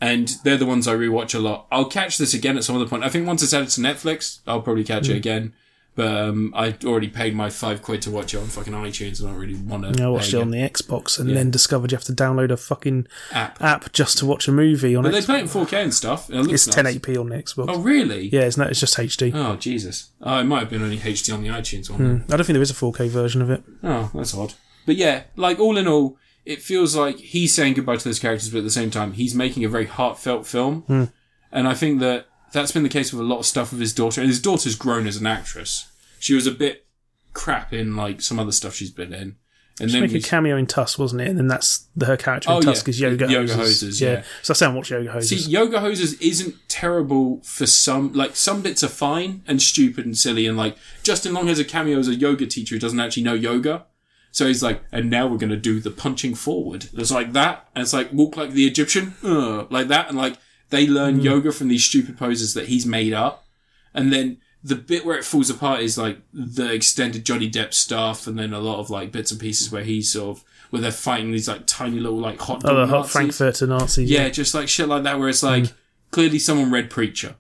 A: and they're the ones I rewatch a lot. I'll catch this again at some other point. I think once it's added to Netflix, I'll probably catch
B: Hmm.
A: it again. But um, I already paid my five quid to watch it on fucking iTunes, and I don't really want to.
B: Yeah, I watched it on the Xbox and
A: Yeah.
B: then discovered you have to download a fucking
A: app.
B: app just to watch a movie on
A: But they
B: it.
A: play it in 4K and stuff. And it looks
B: It's
A: nice.
B: 1080p on the Xbox.
A: Oh, really?
B: Yeah, it's not. It's just HD.
A: Oh Jesus! Oh, it might have been only HD on the iTunes one.
B: I don't think there is a 4K version of it.
A: Oh, that's odd. But yeah, like all in all, it feels like he's saying goodbye to those characters, but at the same time, he's making a very heartfelt film. And I think that that's been the case with a lot of stuff with his daughter. And his daughter's grown as an actress. She was a bit crap in like some other stuff she's been in, and
B: She
A: then
B: made a
A: we
B: cameo in Tusk, wasn't it? And then that's the, her character in
A: Oh,
B: Tusk
A: yeah.
B: is yoga
A: Yoga
B: hoses.
A: hoses, yeah.
B: So I say I watch yoga
A: See,
B: hoses.
A: yoga hoses isn't terrible for some. Like some bits are fine and stupid and silly, and like Justin Long has a cameo as a yoga teacher who doesn't actually know yoga. So he's like, and now we're going to do the punching forward. It's like that, and it's like walk like the Egyptian, uh, like that, and like they
B: Mm.
A: learn yoga from these stupid poses that he's made up. And then the bit where it falls apart is like the extended Johnny Depp stuff, and then a lot of like bits and pieces where he's sort of where they're fighting these like tiny little like hot dog
B: oh, the hot
A: Nazis.
B: Frankfurter Nazis.
A: Yeah, just like shit like that, where it's like clearly someone read Preacher,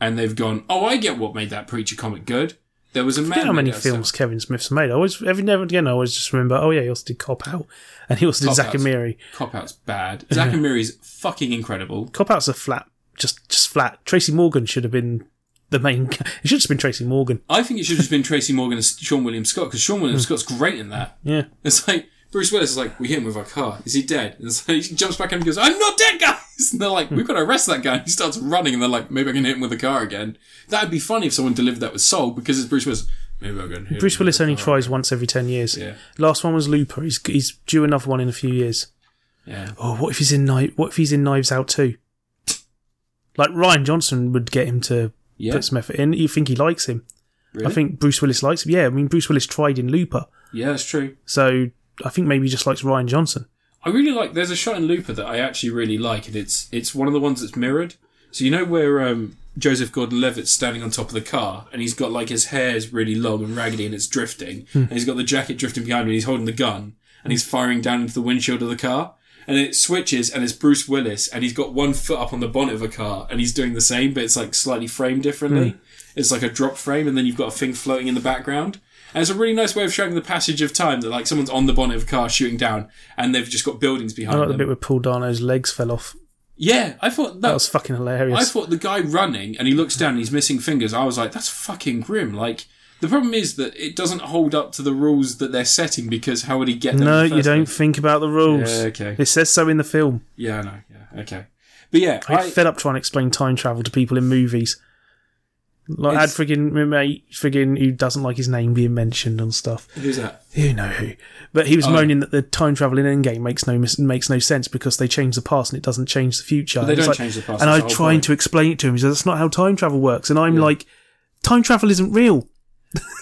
A: and they've gone, "Oh, I get what made that Preacher comic good." There was a
B: I
A: man.
B: forget how
A: who
B: many
A: does
B: films Kevin Smith's made. I always, every now and again, I always just remember, oh yeah, he also did Cop Out, and he also did
A: Cop
B: Zack and
A: Out's-
B: Miri.
A: that. Cop Out's bad. Zack and Miri's fucking incredible.
B: Cop Out's a flat, just just flat. Tracy Morgan should have been the main. ca- It should have been Tracy Morgan.
A: I think it should have just been Tracy Morgan and Sean William Scott because Sean
B: Hmm.
A: William Scott's great in that.
B: Yeah,
A: It's like Bruce Willis is like, "We hit him with our car. Is he dead?" And so he jumps back in and goes, "I'm not dead, guys." And they're like,
B: Hmm.
A: "We've got to arrest that guy." And he starts running, and they're like, "Maybe I can hit him with a car again." That'd be funny if someone delivered that with soul because it's Bruce Willis. Maybe I can hit
B: Bruce
A: him with
B: Willis
A: a
B: only
A: car."
B: tries once every ten years.
A: Yeah.
B: Last one was Looper. He's he's due another one in a few years.
A: Yeah.
B: Oh, what if he's in knife? What if he's in Knives Out too? Like Ryan Johnson would get him to
A: Yeah.
B: put some effort in. You think he likes him? I think Bruce Willis likes him. Yeah, I mean Bruce Willis tried in Looper,
A: Yeah, that's true.
B: so I think maybe he just likes Ryan Johnson.
A: I really like. There's a shot in Looper that I actually really like, and it's it's one of the ones that's mirrored. So you know where um, Joseph Gordon-Levitt's standing on top of the car, and he's got like his hair's really long and raggedy, and it's drifting,
B: Hmm.
A: and he's got the jacket drifting behind him, and he's holding the gun, and he's firing down into the windshield of the car. And it switches, and it's Bruce Willis, and he's got one foot up on the bonnet of a car, and he's doing the same, but it's like slightly framed
B: Hmm.
A: differently. It's like a drop frame, and then you've got a thing floating in the background. And it's a really nice way of showing the passage of time that like someone's on the bonnet of a car shooting down, and they've just got buildings
B: I
A: behind
B: like Oh, the
A: them.
B: bit where Paul Dano's legs fell off.
A: yeah, I thought
B: That
A: that
B: was fucking
A: I
B: hilarious.
A: thought the guy running and he looks down and he's missing fingers. I was like, that's fucking grim. Like the problem is that it doesn't hold up to the rules that they're setting because how would he get them?
B: No,
A: in the
B: you
A: first
B: don't
A: place?
B: think about the rules.
A: Yeah, okay.
B: It says so in the film.
A: Yeah, I know. Yeah, okay. But yeah,
B: I get
A: I,
B: fed up trying to explain time travel to people in movies. Like I had
A: It's-
B: friggin' my mate friggin' who doesn't like his name being mentioned and stuff.
A: who's that?
B: You know who. But he was
A: Oh.
B: moaning that the time travel in Endgame makes no mis- makes no sense because they change the past and it doesn't change the future.
A: they
B: And it's
A: don't
B: like-
A: change the past, that's
B: And I'm
A: the whole
B: trying
A: point.
B: to explain it to him. He says that's not how time travel works. And I'm like, time travel isn't real.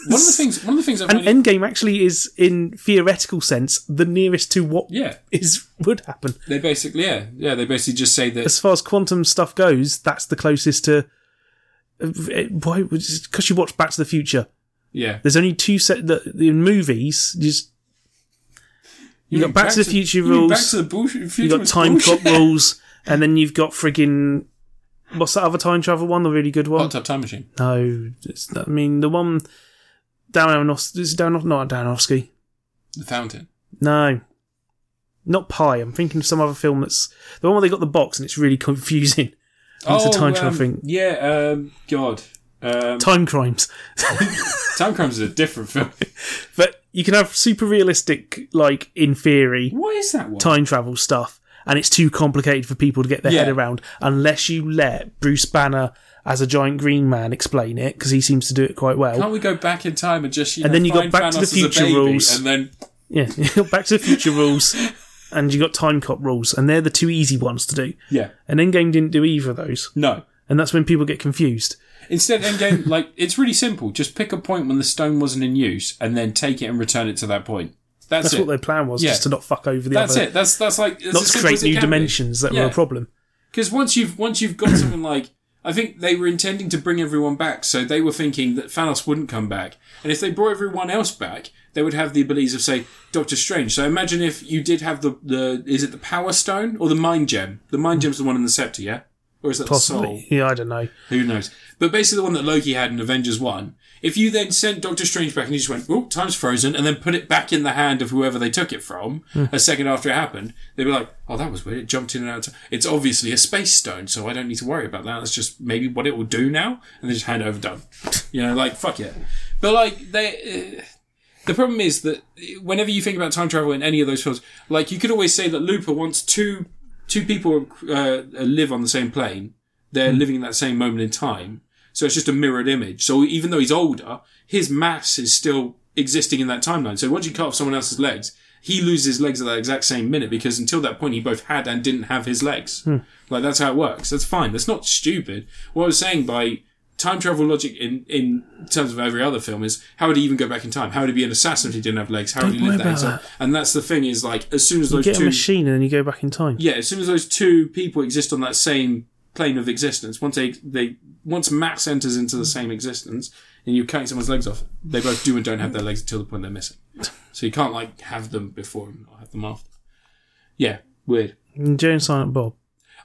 A: One of the things. One of the things I've
B: And
A: only-
B: Endgame actually is, in theoretical sense, the nearest to what is
A: yeah,
B: would happen.
A: they basically yeah yeah they basically just say that
B: As far as quantum stuff goes, that's the closest to. eh, Why? Because you watch Back to the Future.
A: yeah
B: There's only two set that in movies. You just you got
A: mean
B: Back, to the Future
A: you mean
B: rules.
A: Back to the bullshit. Future
B: you've got
A: was
B: time
A: bullshit.
B: clock rules, and then you've got friggin' what's that other time travel one? The really good one?
A: Hot Tub Time Machine.
B: no, it's, I mean the one Dan Aronofsky. Is it Dan, not Dan Aronofsky.
A: The Fountain.
B: No, not Pi. I'm thinking of some other film that's the one where they got the box and it's really confusing. And it's a time travel
A: um,
B: thing.
A: Yeah. Um, God. Um,
B: Time crimes,
A: time Crimes is a different film.
B: but you can have super realistic, like in theory,
A: What is that one?
B: time travel stuff, and it's too complicated for people to get their
A: Yeah.
B: head around unless you let Bruce Banner as a giant green man explain it because he seems to do it quite well.
A: Can't we go back in time and just you
B: And
A: know,
B: then you got
A: find
B: Back to
A: Thanos
B: the
A: as a
B: Future
A: baby
B: rules.
A: and then
B: Yeah, Back to the Future rules, and you got Time Cop rules, and they're the two easy ones to do.
A: yeah
B: And Endgame didn't do either of those,
A: no
B: and that's when people get confused.
A: instead Endgame like it's really simple just pick a point when the stone wasn't in use and then take it and return it to that point that's,
B: That's
A: it
B: what their plan was,
A: Yeah.
B: just to not fuck over the
A: that's
B: other,
A: it that's that's like
B: not to create new dimensions that were a
A: problem.
B: problem.
A: because once you've once you've got something like I think they were intending to bring everyone back, so they were thinking that Thanos wouldn't come back, and if they brought everyone else back, they would have the abilities of say Doctor Strange. So imagine if you did have the the is it the Power Stone or the Mind Gem? The Mind Gem's the one in the scepter, yeah, or is that the soul?
B: Possibly. Yeah, I don't know.
A: Who knows? But basically, the one that Loki had in Avengers 1, if you then sent Doctor Strange back and he just went, oh, time's frozen, and then put it back in the hand of whoever they took it from a second after it happened, they'd be like, oh, that was weird. It jumped in and out. of time. It's obviously a space stone, so I don't need to worry about that. That's just maybe what it will do now. And they just hand it over, done. You know, like, fuck it. But, like, they. Uh, the problem is that whenever you think about time travel in any of those films, like, you could always say that Looper wants two. Two people uh, live on the same plane,
B: Hmm.
A: they're living in that same moment in time. So it's just a mirrored image. So even though he's older, his mass is still existing in that timeline. So once you cut off someone else's legs, he loses his legs at that exact same minute because until that point he both had and didn't have his legs.
B: Hmm.
A: Like that's how it works. That's fine. That's not stupid. What I was saying by time travel logic in, in terms of every other film is how would he even go back in time? How would he be an assassin if he didn't have legs? How would he
B: Don't
A: live
B: worry
A: that?
B: about
A: exile? And that's the thing is like as soon as those
B: Get a
A: two
B: machine and then you go back in time.
A: yeah, as soon as those two people exist on that same plane of existence, once they, they once mass enters into the same existence, and you're cutting someone's legs off, they both do and don't have their legs until the point they're missing. So you can't like have them before and not have them after. Yeah, weird.
B: And Jay and Silent Bob.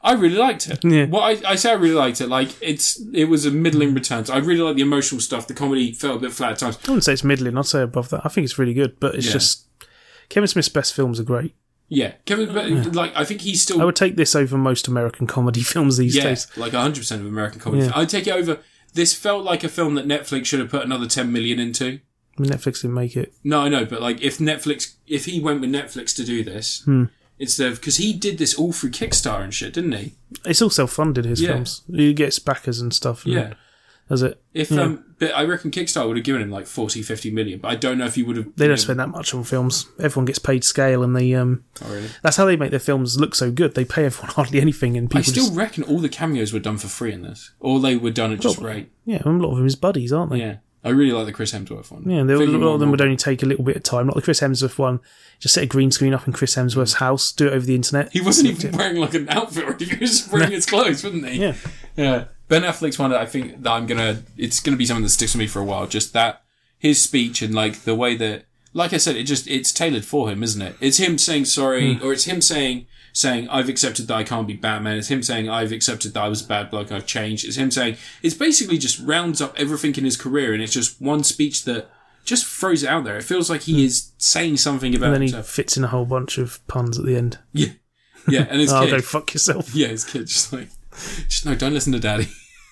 A: I really liked it.
B: Yeah.
A: Well, I, I say I really liked it. Like it's it was a middling return. I really like the emotional stuff. The comedy felt a bit flat at times.
B: I wouldn't say it's middling. I'd say above that. I think it's really good, but it's
A: Yeah.
B: just Kevin Smith's best films are great.
A: Yeah, Kevin. but, Like I think he's still
B: I would take this over most American comedy films these
A: Yeah,
B: days.
A: like 100% of American comedy.
B: Yeah.
A: I'd take it over. This felt like a film that Netflix should have put another 10 million into.
B: I mean, Netflix didn't make it.
A: No, I know, but like if Netflix, if he went with Netflix to do this,
B: Hmm.
A: instead of, because he did this all through Kickstarter and shit, didn't he?
B: It's all self-funded. His
A: Yeah.
B: films. He gets backers and stuff. And
A: Yeah.
B: That's it.
A: If, um, but I reckon Kickstarter would have given him like 40, 50 million, but I don't know if he would have.
B: They
A: you
B: don't
A: know-
B: spend that much on films. Everyone gets paid scale, and they um.
A: Oh, really?
B: That's how they make their films look so good. They pay everyone hardly anything, and people
A: I still
B: just
A: reckon all the cameos were done for free in this, or they were done at just
B: Probably.
A: rate.
B: yeah. I mean, a lot of them is buddies, aren't they?
A: Yeah. I really like the Chris Hemsworth one.
B: Yeah, they,
A: I
B: a
A: think he
B: lot of them
A: won
B: would
A: one.
B: only take a little bit of time. Like the Chris Hemsworth one, just set a green screen up in Chris Hemsworth's house, do it over the internet.
A: He wasn't even wearing like an outfit or anything. He was just wearing his clothes, wasn't he?
B: Yeah.
A: Yeah. Ben Affleck's one that I think that I'm gonna it's gonna be something that sticks with me for a while. Just that his speech and like the way that like I said, it just it's tailored for him, isn't it? It's him saying sorry
B: Hmm.
A: or it's him saying saying I've accepted that I can't be Batman. It's him saying I've accepted that I was a bad bloke, I've changed. It's him saying it's basically just rounds up everything in his career and it's just one speech that just throws it out there. It feels like he is saying something about
B: Hmm. And then he
A: himself.
B: fits in a whole bunch of puns at the end.
A: Yeah. Yeah, and his
B: Oh,
A: kid
B: go fuck yourself.
A: yeah, his kid just like, just no, don't listen to daddy.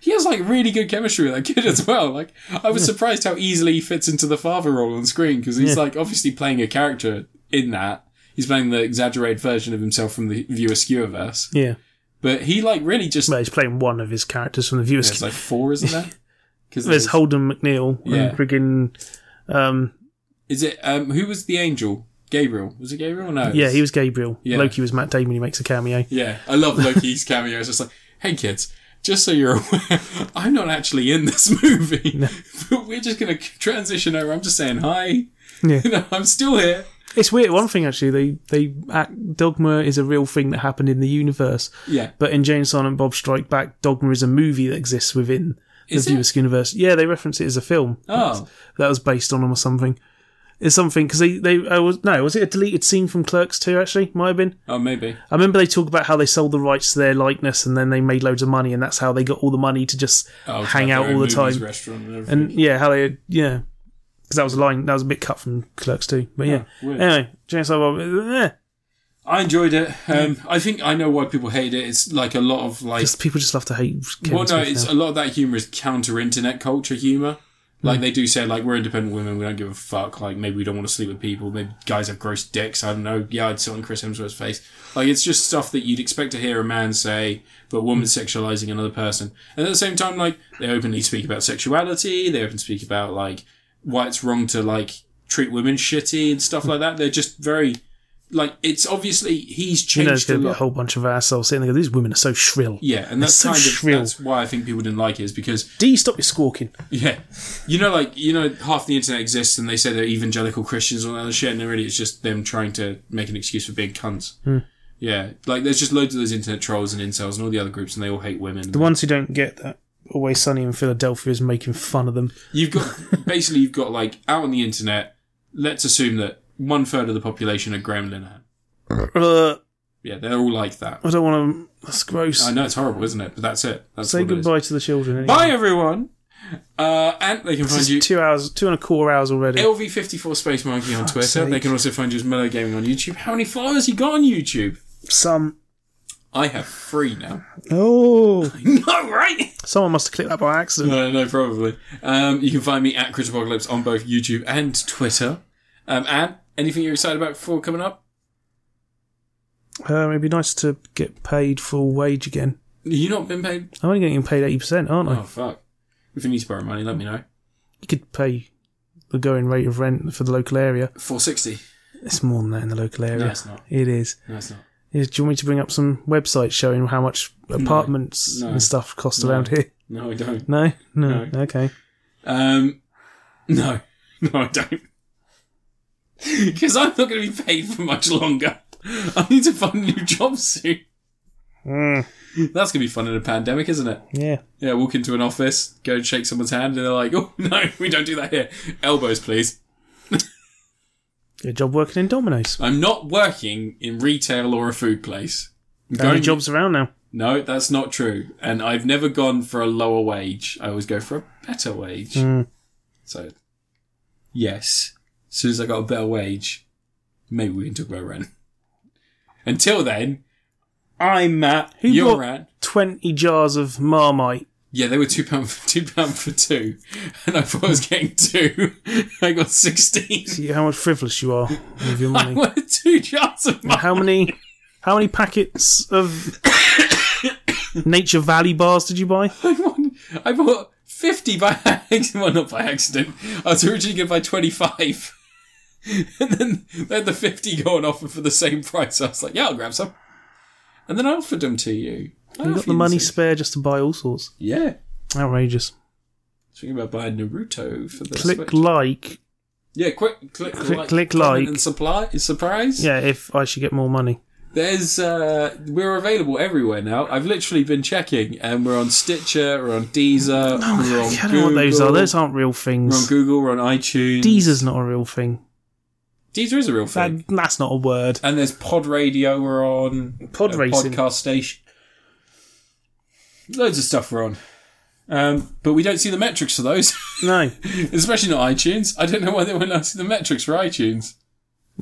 A: he has like really good chemistry with that kid as well. Like, I was surprised how easily he fits into the father role on screen because he's like obviously playing a character in that. He's playing the exaggerated version of himself from the Viewer Skewerverse.
B: Yeah.
A: But he like really just,
B: Well, he's playing one of his characters from the viewers.
A: there's like four, isn't there? Because
B: There's Holden McNeil
A: Yeah.
B: and friggin' um,
A: Is it, um, who was the angel? Gabriel. Was it Gabriel or no?
B: yeah, he was Gabriel.
A: Yeah.
B: Loki was Matt Damon. He makes a cameo.
A: Yeah, I love Loki's cameo. It's just like, hey kids, just so you're aware, I'm not actually in this movie. But we're just going to transition over. I'm just saying hi.
B: Yeah.
A: You know, I'm still here.
B: It's weird. One thing actually, they they act, Dogma is a real thing that happened in the universe,
A: Yeah.
B: but in Jane Silent Bob Strike Back, Dogma is a movie that exists within
A: Is it?
B: the viewers universe. Yeah, they reference it as a film.
A: Oh.
B: that was based on them or something. It's something because they they I was no was it a deleted scene from Clerks two actually might have been.
A: Oh, maybe.
B: I remember they talk about how they sold the rights to their likeness and then they made loads of money and that's how they got all the money to just
A: Oh, it's
B: hang
A: like
B: out
A: their
B: all the
A: own movies,
B: time.
A: Restaurant and everything.
B: And yeah, how they yeah, because that was a line that was a bit cut from Clerks too. But yeah,
A: Oh, weird.
B: anyway, James Bob, eh,
A: I enjoyed it. Um, I think I know why people hate it. It's like a lot of like
B: just people just love to hate. Kevin
A: Well, no,
B: Smith
A: it's
B: now.
A: a lot of that humor is counter internet culture humor. Like
B: Hmm.
A: they do say, like we're independent women, we don't give a fuck. Like maybe we don't want to sleep with people. Maybe guys have gross dicks. I don't know. Yeah, I'd sit on Chris Hemsworth's face. Like it's just stuff that you'd expect to hear a man say, but a woman
B: Hmm.
A: sexualizing another person. And at the same time, like they openly speak about sexuality. They openly speak about like why it's wrong to like treat women shitty and
B: Hmm.
A: stuff like that. They're just very like it's obviously he's
B: you know, there's
A: changed a
B: going to be a
A: lot.
B: whole bunch of assholes sitting there. go, These women are so shrill.
A: Yeah, and that's
B: so
A: kind of
B: shrill.
A: that's why I think people didn't like it is because
B: D, stop your squawking.
A: Yeah, you know, like you know, half the internet exists, and they
B: Hmm.
A: say they're evangelical Christians and all that other shit, and really, it's just them trying to make an excuse for being cunts. Yeah, like there's just loads of those internet trolls and incels and all the other groups, and they all hate women.
B: The ones who don't get that Always Sunny in Philadelphia is making fun of them.
A: You've got basically you've got like out on the internet. Let's assume that one third of the population are Gremlin.
B: Uh,
A: Yeah, they're all like that.
B: I don't want to. That's gross.
A: I know it's horrible, isn't it? But that's it. That's
B: Say
A: what it is.
B: goodbye to the children. Anyway.
A: Bye everyone. Uh, and they can
B: This
A: find
B: is
A: you
B: two hours, two and a quarter hours already.
A: LV54 Space Monkey on Twitter.
B: sake.
A: They can also find you as Mellow Gaming on YouTube. How many followers you got on YouTube?
B: Some.
A: I have three now.
B: Oh,
A: no, right?
B: someone must have clicked that by accident.
A: No, no, probably. Um, you can find me at Chris Apocalypse on both YouTube and Twitter. Um, and anything you're excited about for coming up?
B: Uh, it'd be nice to get paid full wage again.
A: You not been paid?
B: I'm only getting paid eighty percent, aren't I?
A: Oh fuck! If you need to borrow money, let me know.
B: You could pay the going rate of rent for the local area.
A: Four sixty.
B: It's more than that in the local area.
A: it's not.
B: It is.
A: No, it's not.
B: Is- Do you want me to bring up some websites showing how much apartments
A: No.
B: and stuff cost around here?
A: No, I don't.
B: No? no, Okay.
A: Um, no, no, I don't. Because I'm not going to be paid for much longer. I need to find a new job soon.
B: Mm,
A: That's going to be fun in a pandemic, isn't it?
B: yeah.
A: Yeah, walk into an office, go and shake someone's hand, and they're like, "Oh no, we don't do that here. Elbows, please."
B: Get a job working in Domino's.
A: I'm not working in retail or a food place. I'm
B: How many
A: going-
B: jobs around now?
A: No, that's not true. And I've never gone for a lower wage. I always go for a better wage.
B: Mm.
A: So, yes, as soon as I got a better wage, maybe we can talk about rent. Until then, I'm Matt.
B: Who
A: you're
B: bought-
A: Rat.
B: Twenty jars of Marmite.
A: Yeah, they were two pound for two pound for two, and I thought I was getting two. I got sixteen.
B: See how much frivolous you are with your
A: I
B: money.
A: wanted two jars of my
B: how many? How many packets of Nature Valley bars did you buy?
A: I won- I bought 50 by accident. Well, not by accident. I was originally going to buy 25. and then they had the 50 go on offer for the same price. I was like, yeah, I'll grab some. And then I offered them to you. I
B: You
A: offered
B: got the money
A: to-
B: spare just to buy all sorts.
A: yeah.
B: Outrageous.
A: Thinking about buying Naruto for the
B: Click
A: Switch.
B: like.
A: yeah, quick, click,
B: Click-
A: like,
B: click
A: comment
B: like.
A: and supply, surprise.
B: Yeah, if I should get more money.
A: There's, uh, we're available everywhere now. I've literally been checking, and we're on Stitcher, we're on Deezer, we're on
B: Oh I don't
A: Google,
B: know what those are. Those aren't real
A: we're on
B: things.
A: Google, we're on iTunes.
B: Deezer's not a real thing.
A: Deezer is a real thing.
B: That, that's not a word.
A: And there's Pod Radio we're on.
B: Pod
A: a
B: racing.
A: Podcast station. Loads of stuff we're on. Um, but we don't see the metrics for those,
B: No,
A: especially not iTunes. I don't know why they won't let us see the metrics for iTunes.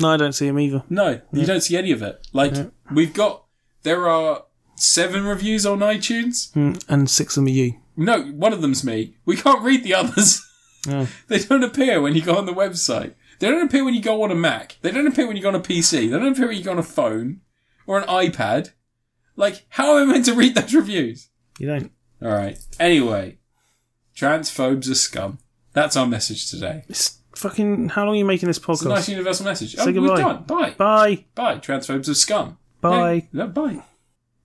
B: no, I don't see him either.
A: No, you don't see any of it. Like, we've got, there are seven reviews on iTunes.
B: Mm, and six of them are you.
A: No, one of them's me. We can't read the others.
B: Oh.
A: They don't appear when you go on the website. They don't appear when you go on a Mac. They don't appear when you go on a PC. They don't appear when you go on a phone or an iPad. Like, how am I meant to read those reviews?
B: You don't.
A: All right. Anyway, transphobes are scum. That's our message today.
B: It's fucking. How long are you making this
A: It's a
B: podcast?
A: nice universal message. Oh,
B: Say
A: we're
B: goodbye.
A: done. Bye. Bye.
B: Bye.
A: Transphobes are scum.
B: Bye.
A: Yeah, no, bye.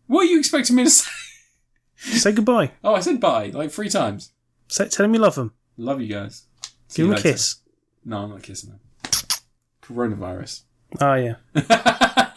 A: What are you expecting me to say?
B: Say goodbye.
A: Oh, I said bye like three times.
B: Say, tell him you love him.
A: Love you guys. See you
B: Give him a
A: later.
B: kiss.
A: No, I'm not kissing them. Coronavirus.
B: Oh Ah, yeah.